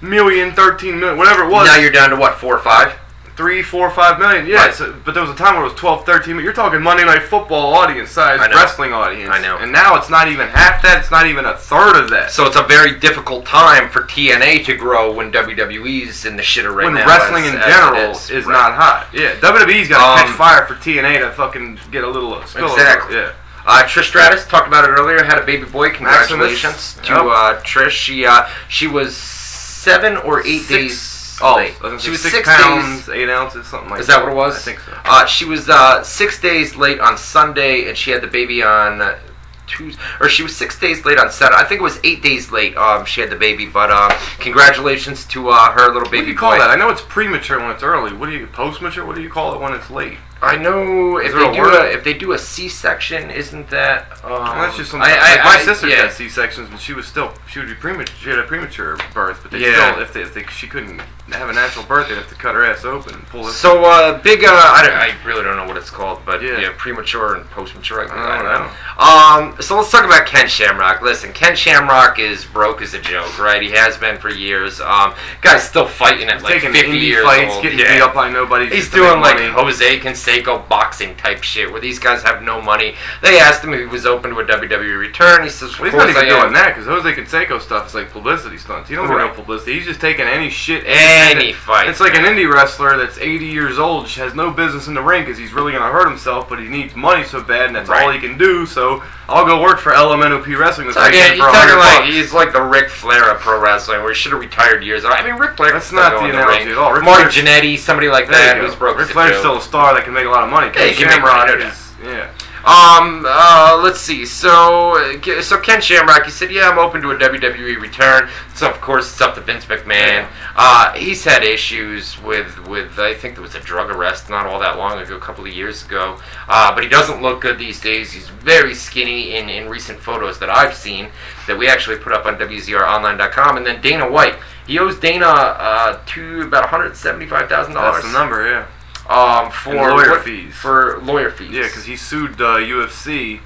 A: million, 13 million, whatever it was.
B: now you're down to what four or five?
A: three, four, five million. Yeah,
B: Right.
A: so, but there was a time where it was 12, 13 million. You're talking Monday Night Football audience size,
B: I know.
A: wrestling audience.
B: I know.
A: And now it's not even half that. It's not even a third of that.
B: So it's a very difficult time for TNA to grow when WWE's in the shit right
A: when
B: now.
A: wrestling
B: as-
A: in
B: as it
A: general is,
B: right.
A: not hot. Yeah, WWE's got to
B: Um,
A: catch fire for TNA to fucking get a little uh, spillover.
B: Exactly.
A: Yeah.
B: Uh, Trish Stratus talked about it earlier. Had a baby boy. Congratulations
A: Maximus.
B: to
A: Yep.
B: uh, Trish. She uh, she was seven or eight
A: Six-
B: days.
A: Oh,
B: late.
A: I was
B: she was
A: six,
B: six
A: pounds,
B: days.
A: eight ounces, something like
B: Is that what it was?
A: I think so.
B: Uh, she was uh, six days late on Sunday, and she had the baby on uh, Tuesday, or she was six days late on Saturday. I think it was eight days late. Um, she had the baby, but uh, congratulations to uh, her little
A: What
B: baby
A: do you call
B: boy.
A: that? I know it's premature when it's early. What do you post mature? What do you call it when it's late?
B: I know if
A: there a
B: they do
A: word?
B: a if they do a C section, isn't that? Um,
A: Well, that's just something.
B: I, I,
A: like my
B: I-
A: sister
B: yeah.
A: had C sections, and she was still she would be premature. She had a premature birth, but they
B: Yeah.
A: still if, they, if they, she couldn't have a natural birth, they'd have to cut her ass open and pull it.
B: So uh, big. Uh, I, don't- I really don't know what it's called, but
A: Yeah. Oh,
B: yeah, premature and post mature. I,
A: I don't know.
B: Um, so let's talk about Ken Shamrock. Listen, Ken Shamrock is broke as a joke, right? He has been for years. Um, guy's still fighting at like
A: taking
B: fifty
A: indie
B: years
A: fights,
B: old.
A: getting
B: Yeah.
A: beat up by nobody.
B: He's
A: just to make
B: doing like
A: money.
B: Jose Canseco boxing type shit, where these guys have no money. They asked him if he was open to a WWE return. He says, "Of
A: Well, he's
B: course
A: not even
B: I am."
A: doing that because Jose Canseco stuff is like publicity stunts. He don't get
B: Right.
A: no publicity. He's just taking any shit.
B: Any fight.
A: It's like an indie wrestler that's 80 years old, has no business in the ring because he's really going to hurt himself, but he needs money so bad, and that's all he
B: Right.
A: can do. So I'll go work for LMNOP Wrestling this
B: Again,
A: weekend
B: you're
A: for 100
B: talking like
A: bucks.
B: he's like the Ric Flair of pro wrestling, where he should have retired years ago. I mean, Ric Flair.
A: That's
B: still
A: not
B: go
A: the
B: in
A: analogy
B: ring.
A: at all. Ric
B: Mark
A: Flair-
B: Jannetty, somebody like
A: There
B: that,
A: you go.
B: who's broke.
A: Ric
B: as a
A: Flair's
B: joke.
A: still a star that can make a lot of money.
B: Yeah, he
A: Ken
B: can make money,
A: Shamrock
B: no doubt.
A: is, yeah.
B: Um, uh, let's see. So, uh, so Ken Shamrock, he said, "Yeah, I'm open to a WWE return." So, of course, it's up to Vince McMahon. Uh, he's had issues with with I think there was a drug arrest not all that long ago, a couple of years ago. Uh, but he doesn't look good these days. He's very skinny in in recent photos that I've seen that we actually put up on WZROnline.com. And then Dana White, he owes Dana uh, to about 175
A: That's
B: thousand dollars
A: the number, yeah.
B: um for
A: And lawyer
B: what-
A: fees.
B: for lawyer fees.
A: Yeah, because he sued uh, UFC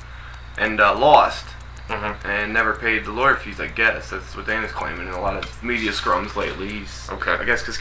A: and uh, lost
B: Mhm.
A: and never paid the lawyer fees. I guess that's what Dana's claiming in a lot of media scrums lately. He's,
B: Okay.
A: I guess because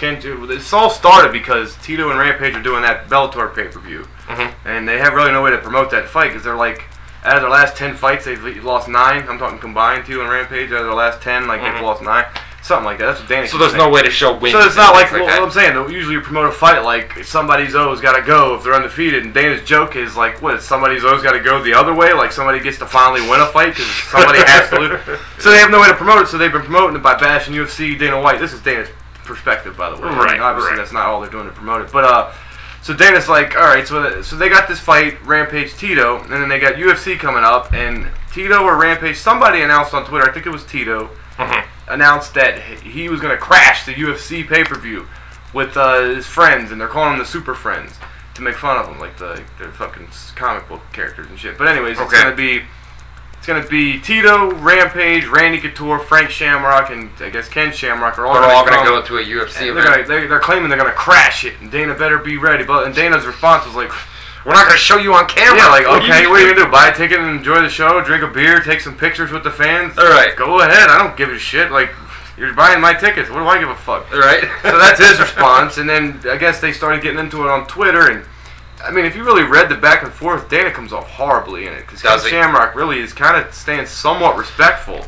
A: this all started because Tito and Rampage are doing that Bellator pay per view,
B: Mhm.
A: and they have really no way to promote that fight because they're like. Out of their last ten fights, they've le- lost nine. I'm talking combined, Tito and Rampage. Out of their last ten, like
B: Mhm.
A: they've lost nine, something like that. That's what Dana.
B: So
A: keeps
B: there's
A: saying.
B: no way to show wins.
A: So it's
B: and
A: not like,
B: things
A: well,
B: that.
A: what I'm saying. Though, usually you promote a fight like somebody's O's got to go if they're undefeated. And Dana's joke is like, what? Somebody's O's got to go the other way. Like somebody gets to finally win a fight because
B: [laughs]
A: somebody has to lose. So they have no way to promote it. So they've been promoting it by bashing UFC, Dana White. This is Dana's perspective, by the way. I mean,
B: Right,
A: obviously,
B: right.
A: that's not all they're doing to promote it. But uh, so Dana's like, all right. So the- so they got this fight, Rampage Tito, and then they got UFC coming up, and Tito or Rampage. Somebody announced on Twitter. I think it was Tito announced that he was going to crash the UFC pay per view with uh, his friends, and they're calling him the Super Friends to make fun of him, like the they're fucking s- comic book characters and shit. But anyways, it's
B: Okay.
A: going to be it's going to be Tito, Rampage, Randy Couture, Frank Shamrock, and I guess Ken Shamrock are all
B: We're all
A: going
B: gonna
A: to
B: go to a UFC
A: They're,
B: event.
A: gonna, they're, they're claiming they're gonna crash it, and Dana better be ready. But and Dana's response was like,
B: We're not gonna show you on
A: [laughs]
B: camera.
A: "Yeah, like
B: What do you
A: okay,
B: mean?
A: what are you gonna do? Buy a ticket and enjoy the show, drink a beer, take some pictures with the fans.
B: All right,
A: Go ahead. I don't give a shit. Like, you're buying my tickets. What do I give a fuck?
B: all [laughs] right.
A: So that's his response. And then I guess they started getting into it on Twitter. And I mean, if you really read the back and forth, Dana comes off horribly in it because
B: Does he?
A: Shamrock really is kind of staying somewhat
B: [coughs]
A: respectful.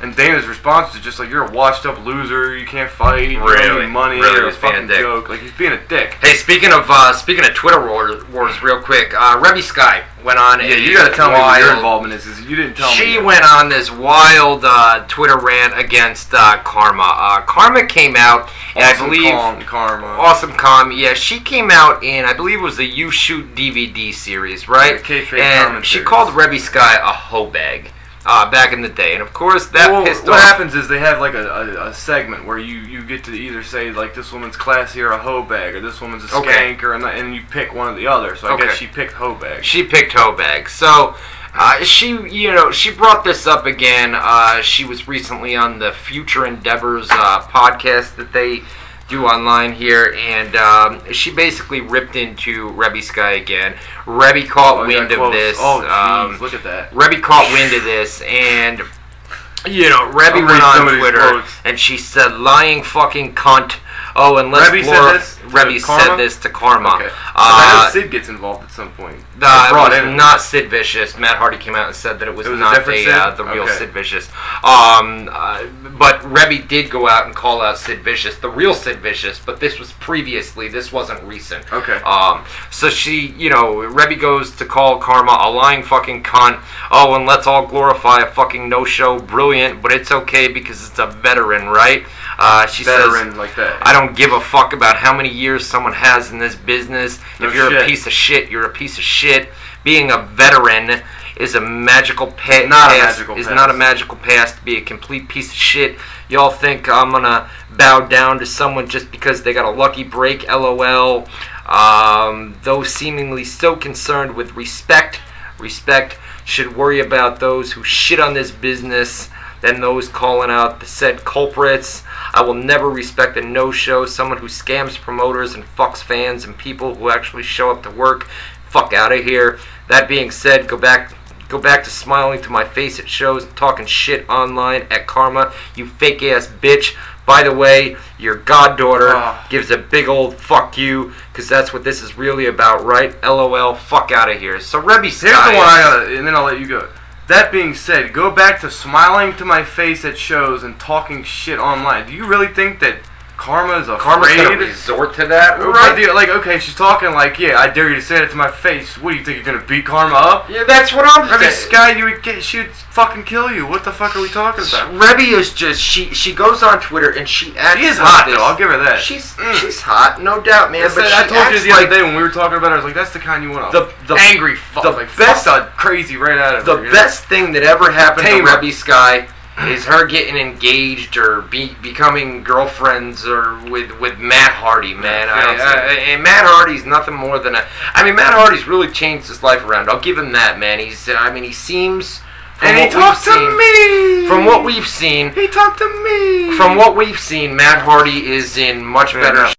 A: and Dana's response is just like, "You're a washed-up loser. You can't fight. You don't have
B: Really?
A: any money.
B: Really
A: You're a
B: was being a
A: fucking
B: dick.
A: joke." Like he's being a dick.
B: Hey, speaking of uh, speaking of Twitter war- wars, real quick, uh, Remy Sky went on.
A: Yeah, you gotta tell me what your
B: wild-
A: involvement is. 'cause You didn't tell me.
B: She
A: yet.
B: went on this wild uh, Twitter rant against uh, Karma. Uh, Karma came out, and I
A: Awesome
B: believe
A: Kong karma.
B: Awesome Com. Yeah, she came out in I believe it was the You Shoot DVD series,
A: Yeah,
B: right?
A: kayfabe
B: and
A: commentaries.
B: she called Rebby Sky a hoe bag uh, back in the day, and of course that
A: Well,
B: pissed
A: what
B: off.
A: happens is they have like a, a, a segment where you, you get to either say like this woman's classy or a hoe bag or this woman's a skank
B: Okay.
A: or and, and you pick one or the other. So I
B: Okay.
A: guess she picked hoe bag.
B: She picked hoe bag, so. Uh, she, you know, she brought this up again. Uh, she was recently on the Future Endeavors uh, podcast that they do online here, and um, she basically ripped into Rebby Sky again. Rebby caught
A: Oh, yeah,
B: wind of
A: close.
B: this.
A: Oh jeez,
B: um,
A: look at that.
B: Rebby caught wind of this, and you know, Rebby
A: I'll
B: went
A: read
B: on
A: some of these
B: Twitter
A: quotes.
B: and she said, "Lying fucking cunt." Oh, unless
A: Rebby said
B: Laura-
A: this to
B: Rebby
A: Karma?
B: said this to Karma.
A: Okay. I
B: Uh,
A: know Sid gets involved at some point.
B: uh,
A: They
B: it
A: brought
B: was
A: in-
B: not Sid Vicious. Matt Hardy came out and said that it was,
A: It was a
B: not
A: different
B: the, uh,
A: Sid?
B: the real
A: Okay.
B: Sid Vicious. Um, uh, but Rebby did go out and call out Sid Vicious, the real Sid Vicious. But this was previously. This wasn't recent.
A: Okay.
B: Um, so she, you know, Rebby goes to call Karma a lying fucking cunt. Oh, and let's all glorify a fucking no-show. Brilliant, but it's okay because it's a veteran, right? Uh, she
A: veteran
B: says.
A: like that.
B: I don't give a fuck about how many years someone has in this business.
A: No
B: if you're a
A: shit.
B: piece of shit, you're a piece of shit. Being a veteran is a magical past.
A: Not a
B: past,
A: magical
B: is
A: past.
B: not a magical past to be a complete piece of shit. Y'all think I'm gonna bow down to someone just because they got a lucky break? LOL. Um, those seemingly so concerned with respect, respect should worry about those who shit on this business than those calling out the said culprits. I will never respect a no-show, someone who scams promoters and fucks fans and people who actually show up to work. Fuck out of here. That being said, go back Go back to smiling to my face at shows and talking shit online at Karma, you fake ass bitch. By the way, your goddaughter
A: Ah.
B: gives a big old fuck you, because that's what this is really about, right? LOL, fuck out of here. So Rebby
A: Here's the
B: Sky-
A: one I gotta, and then I'll let you go. That being said, go back to smiling to my face at shows and talking shit online. Do you really think that Karma's afraid.
B: Karma's gonna resort to that, Oh
A: Right. dude, Like, okay, she's talking like, yeah, I dare you to say that to my face. What do you think you're gonna beat Karma up?
B: Yeah, that's what I'm.
A: Every
B: saying.
A: sky you would get, she'd fucking kill you. What the fuck are we talking about?
B: Rebby is just she. She goes on Twitter and she acts.
A: She is
B: like
A: hot
B: this.
A: though. I'll give her that. Mm.
B: She's she's hot, no doubt, man.
A: I said-
B: but
A: I
B: she
A: told you
B: acts
A: the other
B: like
A: day when we were talking about it. I was like, that's the kind you want.
B: The- the-
A: angry fuck.
B: the
A: like,
B: best-
A: fuck the crazy right out of
B: The
A: her, you know?
B: best thing that ever happened
A: Tame
B: to
A: her. [clears throat]
B: Rebby Sky is her getting engaged or be, becoming girlfriends or with with Matt Hardy, man.
A: Yeah,
B: I,
A: fiancé.
B: I- and Matt Hardy's nothing more than a. I mean, Matt Hardy's really changed his life around. I'll give him that, man. He's. I mean, he seems. From
A: And he
B: what we've
A: talked to
B: seen-
A: me.
B: From what we've seen,
A: He talked to me.
B: from what we've seen, Matt Hardy is in much
A: Yeah,
B: better
A: no.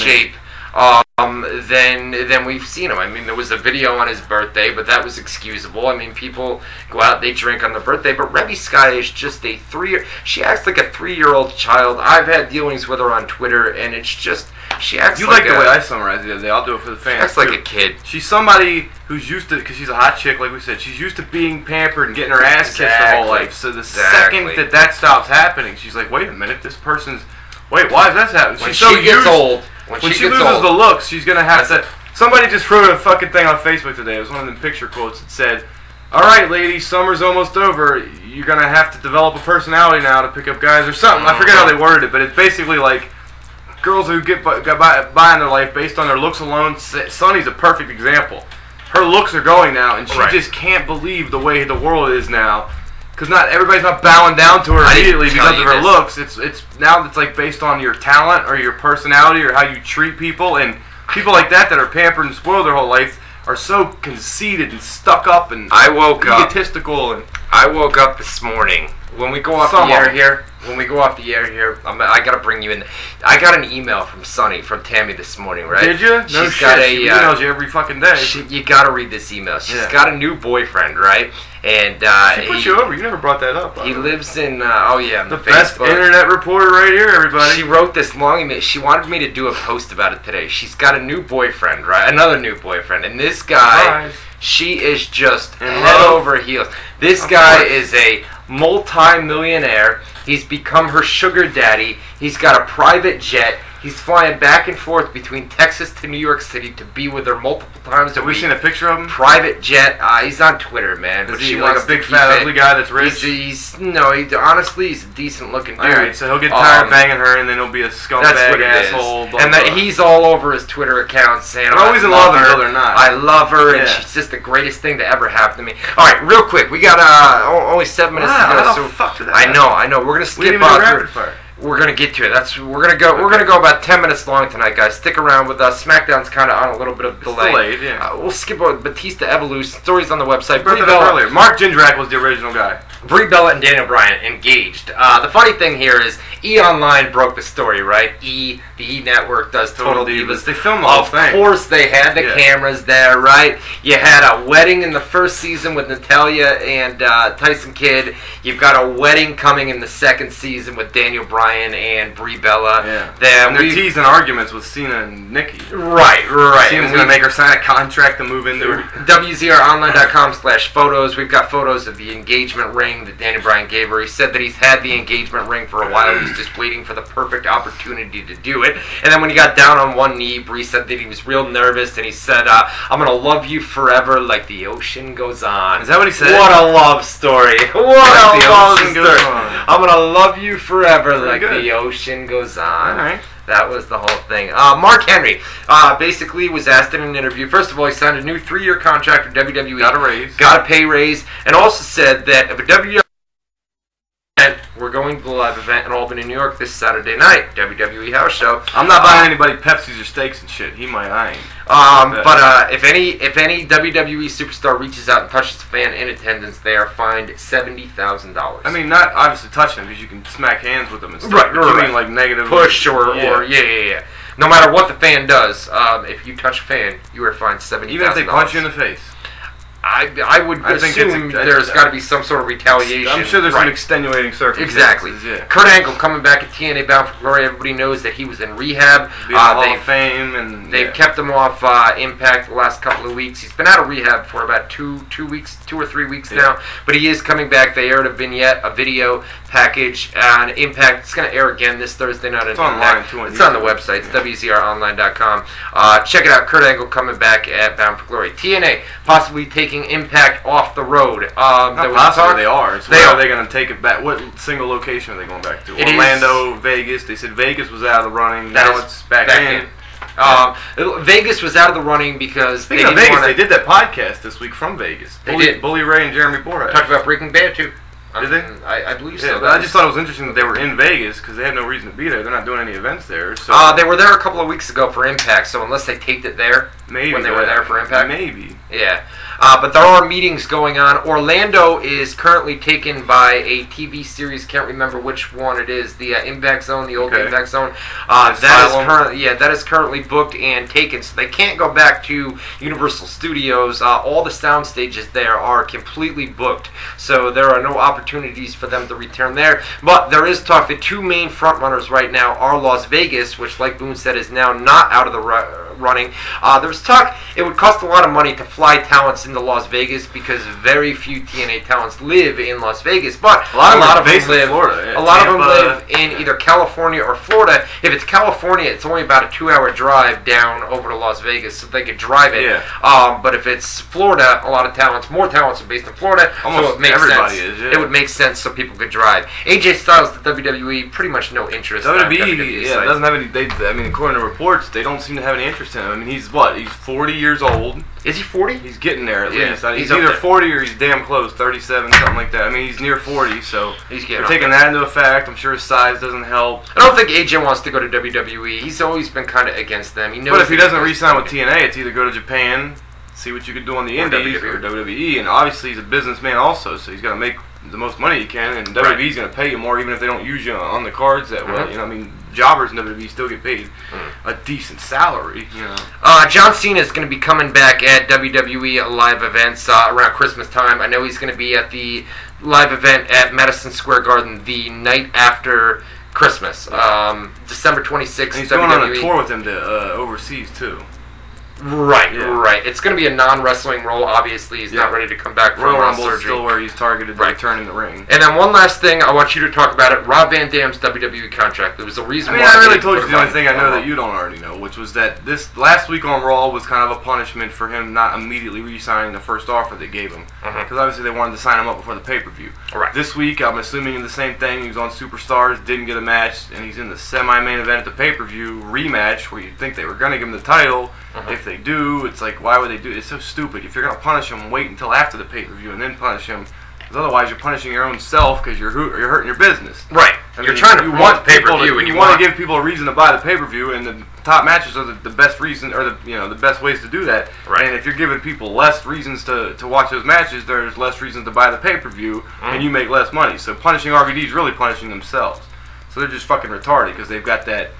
B: shape um, than than we've seen him. I mean, there was a video on his birthday, but that was excusable. I mean, people go out, they drink on their birthday, but Rebby Sky is just a three. She acts like a three-year-old child. I've had dealings with her on Twitter, and it's just she acts.
A: You
B: like,
A: like the
B: a,
A: way I summarized it the other day. I'll do it for the fans.
B: acts like
A: too.
B: a kid.
A: She's somebody who's used to, because she's a hot chick, like we said, she's used to being pampered and getting her ass kissed her
B: Exactly.
A: whole life. So the
B: Exactly.
A: second that that stops happening, she's like, wait a minute, this person's, wait, why is that happening?
B: When
A: she's
B: she
A: so
B: gets
A: used,
B: old, when,
A: When she,
B: she, gets
A: loses
B: old,
A: the looks, she's gonna have
B: That's
A: to. Somebody just wrote a fucking thing on Facebook today. It was one of them picture quotes that said, "All right, ladies, summer's almost over. You're gonna have to develop a personality now to pick up guys or something." I forget how they worded it, but it's basically like girls who get by, got by, by in their life based on their looks alone. S- Sunny's a perfect example. Her looks are going now, and she
B: Right.
A: just can't believe the way the world is now. Because not everybody's not bowing down to her
B: I didn't
A: immediately
B: tell
A: because
B: you
A: of her
B: this.
A: looks. It's it's now it's like based on your talent or your personality or how you treat people and people like that that are pampered and spoiled their whole life are so conceited and stuck up and
B: I woke up.
A: egotistical and
B: I woke up this morning. When we go off
A: Some
B: the air
A: of 'em.
B: here, when we go off the air here, I'm, I gotta bring you in. I got an email from Sunny from Tammy this morning, right?
A: did you? No
B: She's
A: shit.
B: got a.
A: she
B: uh,
A: emails you every fucking day. She,
B: she, you gotta read this email. She's
A: Yeah.
B: got a new boyfriend, right? And uh,
A: put
B: he,
A: you over. You never brought that up. by
B: he
A: the way.
B: lives in. Uh, oh yeah, on
A: the
B: the
A: best
B: Facebook.
A: internet reporter right here, everybody.
B: She wrote this long email. She wanted me to do a post about it today. She's got a new boyfriend, right? Another new boyfriend, and this guy,
A: Nice.
B: she is just
A: In
B: head
A: love?
B: over heels. This
A: Of
B: guy
A: course.
B: is a multi-millionaire. He's become her sugar daddy. He's got a private jet. He's flying back and forth between Texas to New York City to be with her multiple times a
A: Have we
B: week.
A: seen a picture of him?
B: private jet. Uh, he's on Twitter, man.
A: Is
B: but
A: he
B: she
A: like
B: wants
A: a
B: to
A: big
B: keep
A: fat
B: it.
A: ugly guy that's
B: He's,
A: rich?
B: he's no. He, honestly, he's a decent looking dude.
A: All right, so he'll get tired
B: Um,
A: banging her, and then he'll be a scumbag
B: That's what it is.
A: asshole. blah,
B: and that
A: blah.
B: he's all over his Twitter account saying,
A: They're always
B: "I
A: in
B: love
A: love until
B: her.
A: they're not."
B: I love her, and
A: Yeah.
B: she's just the greatest thing to ever happen to me." All right, real quick, we got uh, o- only seven minutes
A: Wow,
B: to go.
A: how
B: so
A: the fuck did that
B: I
A: happen?
B: know, I know. We're
A: we
B: gonna
A: didn't
B: skip
A: even do
B: on
A: rapid
B: through.
A: fire.
B: We're gonna get to it. That's we're gonna go. We're gonna go about ten minutes long tonight, guys. Stick around with us. SmackDown's kind of on a little bit of delay.
A: delayed, yeah.
B: Uh, we'll skip on Batista Evolution. Stories on the website.
A: Brought
B: Brie
A: that up
B: Bella-
A: earlier. Mark Jindrak was the original guy.
B: Brie Bella and Daniel Bryan engaged. Uh, the funny thing here is E Online broke the story, right? E, the E Network does Total,
A: Total
B: Divas.
A: Divas. They filmed the whole
B: of
A: thing.
B: course, they had the
A: Yeah.
B: cameras there, right? You had a wedding in the first season with Natalia and uh, Tyson Kidd. You've got a wedding coming in the second season with Daniel Bryan and Brie Bella. Then
A: and they're
B: we-
A: teasing arguments with Cena and Nikki.
B: right, right.
A: Cena's
B: And
A: gonna
B: we-
A: make her sign a contract to move into
B: [laughs]
A: her.
B: WZROnline.com slash photos. We've got photos of the engagement ring that Danny Bryan gave her. He said that he's had the engagement ring for a while. He's just waiting for the perfect opportunity to do it. And then when he got down on one knee, Bree said that he was real nervous and he said, uh, I'm going to love you forever like the ocean goes on.
A: Is that what he said?
B: What a love story. What
A: Like
B: a
A: the
B: love
A: ocean
B: story.
A: goes on.
B: I'm going to love you forever like
A: good.
B: the ocean goes on.
A: All right.
B: That was the whole thing. Uh, Mark Henry uh, basically was asked in an interview. First of all, he signed a new three-year contract with WWE.
A: Got a raise.
B: Got a pay raise, and also said that if a WWE event, we're going to the live event in Albany, New York this Saturday night, WWE house show.
A: I'm not
B: Uh,
A: buying anybody Pepsis or steaks and shit. He might. I ain't.
B: Um,
A: Yeah.
B: but uh, if any if any WWE superstar reaches out and touches a fan in attendance, they are fined seventy thousand dollars.
A: I mean, not obviously touching them because you can smack hands with them and stuff.
B: Right,
A: but you
B: right,
A: mean like negative
B: push or
A: Yeah.
B: or yeah yeah yeah. No matter what the fan does, um, if you touch a fan, you are fined seventy.
A: even if they punch you in the face.
B: I, I would
A: I think it's-
B: assume
A: I-
B: there's got to be some sort of retaliation.
A: I'm sure there's
B: right.
A: some extenuating circumstances.
B: Exactly. Uh,
A: Yeah.
B: Kurt Angle coming back at TNA Bound for Glory. Everybody knows that he was in rehab.
A: Be in the
B: Uh,
A: Hall of
B: they've
A: Fame and
B: they've
A: yeah.
B: kept him off uh, Impact the last couple of weeks. He's been out of rehab for about two two weeks, two or three weeks
A: Yeah.
B: now. But he is coming back. They aired a vignette, a video package on Impact. It's going to air again this Thursday night.
A: It's
B: on
A: online,
B: Impact.
A: too, on
B: It's on the
A: YouTube.
B: website. It's wzronline.com. Uh, check it out. Kurt Angle coming back at Bound for Glory. TNA possibly taking Impact off the road. Um, there
A: Not
B: was
A: possibly
B: talk-
A: they are. So
B: They
A: where
B: are.
A: are they going to take it back? What single location are they going back to?
B: It is-
A: Orlando, Vegas. They said Vegas was out of the running.
B: That
A: now
B: is
A: it's back,
B: back
A: in.
B: in. Um, Vegas was out of the running because
A: Speaking
B: they
A: of
B: didn't
A: Vegas, they
B: wanna-
A: did that podcast this week from Vegas.
B: They
A: Bully,
B: did.
A: Bully Ray and Jeremy Borat.
B: talked about Breaking Bad too.
A: Did they?
B: Um, I, I believe
A: yeah,
B: so.
A: but I just thought it was interesting that they were in Vegas because they had no reason to be there. They're not doing any events there. So
B: uh, they were there a couple of weeks ago for Impact, so unless they taped it there,
A: maybe
B: when they were
A: that-
B: there for Impact?
A: Maybe.
B: yeah. Uh, but there are meetings going on. Orlando is currently taken by a TV series. Can't remember which one it is. The uh, Impact Zone, the old
A: Okay.
B: Impact Zone. Uh, that is
A: Asylum.
B: currently yeah, that is currently booked and taken. So they can't go back to Universal Studios. Uh, all the sound stages there are completely booked. So there are no opportunities for them to return there. But there is talk. The two main front runners right now are Las Vegas, which, like Boone said, is now not out of the ru- running. Uh, there's talk it would cost a lot of money to fly talents into Las Vegas because very few TNA talents live in Las Vegas. But
A: A lot of them are
B: them
A: based in
B: live.
A: Florida, yeah.
B: A lot of them
A: Tampa.
B: live in either California or Florida. If it's California, it's only about a two-hour drive down over to Las Vegas, so they could drive it.
A: Yeah.
B: Um, but if it's Florida, a lot of talents, more talents are based in Florida. so
A: Almost
B: it makes
A: everybody
B: sense.
A: is, yeah.
B: It would make sense so people could drive. AJ Styles to WWE, E, pretty much no interest. on
A: WWE, E, yeah,
B: sites.
A: doesn't have any. They, I mean, according to reports, they don't seem to have any interest in him. I mean, he's what? He's 40 years old.
B: Is he forty?
A: He's getting there at
B: Yeah,
A: least. He's,
B: he's up
A: either
B: there.
A: 40 or he's damn close, 37, something like that. I mean, he's near 40, so
B: He's
A: we
B: getting.
A: are
B: up
A: taking
B: there.
A: that into effect. I'm sure his size doesn't help.
B: I don't think AJ wants to go to WWE. He's always been kind of against them. He knows
A: But if he
B: that-
A: doesn't re-sign with TNA, it's either go to Japan, see what you could do on the
B: Or E.
A: Indies
B: WWE.
A: or WWE, and obviously he's a businessman also, so he's gonna make the most money he can, and
B: Right.
A: WWE's gonna pay you more even if they don't use you on the cards that well.
B: Mhm.
A: You know, I mean, jobbers in WWE still get paid
B: Mm.
A: a decent salary. You know,
B: Uh, John Cena is going to be coming back at WWE live events uh, around Christmas time. I know he's going to be at the live event at Madison Square Garden the night after Christmas, um, December 26th.
A: and he's
B: WWE.
A: going on a tour with them to uh, overseas too.
B: E. Right,
A: Yeah.
B: right. It's going to be a non wrestling role, obviously. He's not
A: Yeah.
B: ready to come back from
A: Royal
B: uh,
A: Rumble is
B: surgery.
A: still where he's targeted to
B: Right.
A: return in the ring.
B: and then one last thing, I want you to talk about it. Rob Van Dam's WWE contract. There was a reason
A: I mean,
B: why.
A: I
B: they
A: really
B: didn't
A: told you
B: put
A: the
B: him
A: only
B: on-
A: thing I know
B: on-
A: that you don't already know, which was that this last week on Raw was kind of a punishment for him not immediately re-signing the first offer they gave him, because
B: Mhm.
A: obviously they wanted to sign him up before the pay-per-view.
B: Right.
A: This week, I'm assuming the same thing. He was on Superstars, didn't get a match, and he's in the semi-main event at the pay-per-view rematch, where you'd think they were going to give him the title.
B: Mm-hmm.
A: If they do, it's like why would they do? it? It's so stupid. If you're going to punish him, wait until after the pay-per-view and then punish him. 'cause Otherwise, you're punishing your own self because you're, hu- you're hurting your business.
B: Right.
A: I
B: You're
A: mean,
B: trying to
A: you
B: promote
A: want
B: the pay per
A: people
B: view,
A: to-
B: and you,
A: want to give people a reason to buy the pay per view, and the top matches are the, the best reason or the you know the best ways to do that.
B: Right.
A: And if you're giving people less reasons to, to watch those matches, there's less reasons to buy the pay per view,
B: Mm.
A: and you make less money. So punishing RVD is really punishing themselves. So they're just fucking retarded because they've got that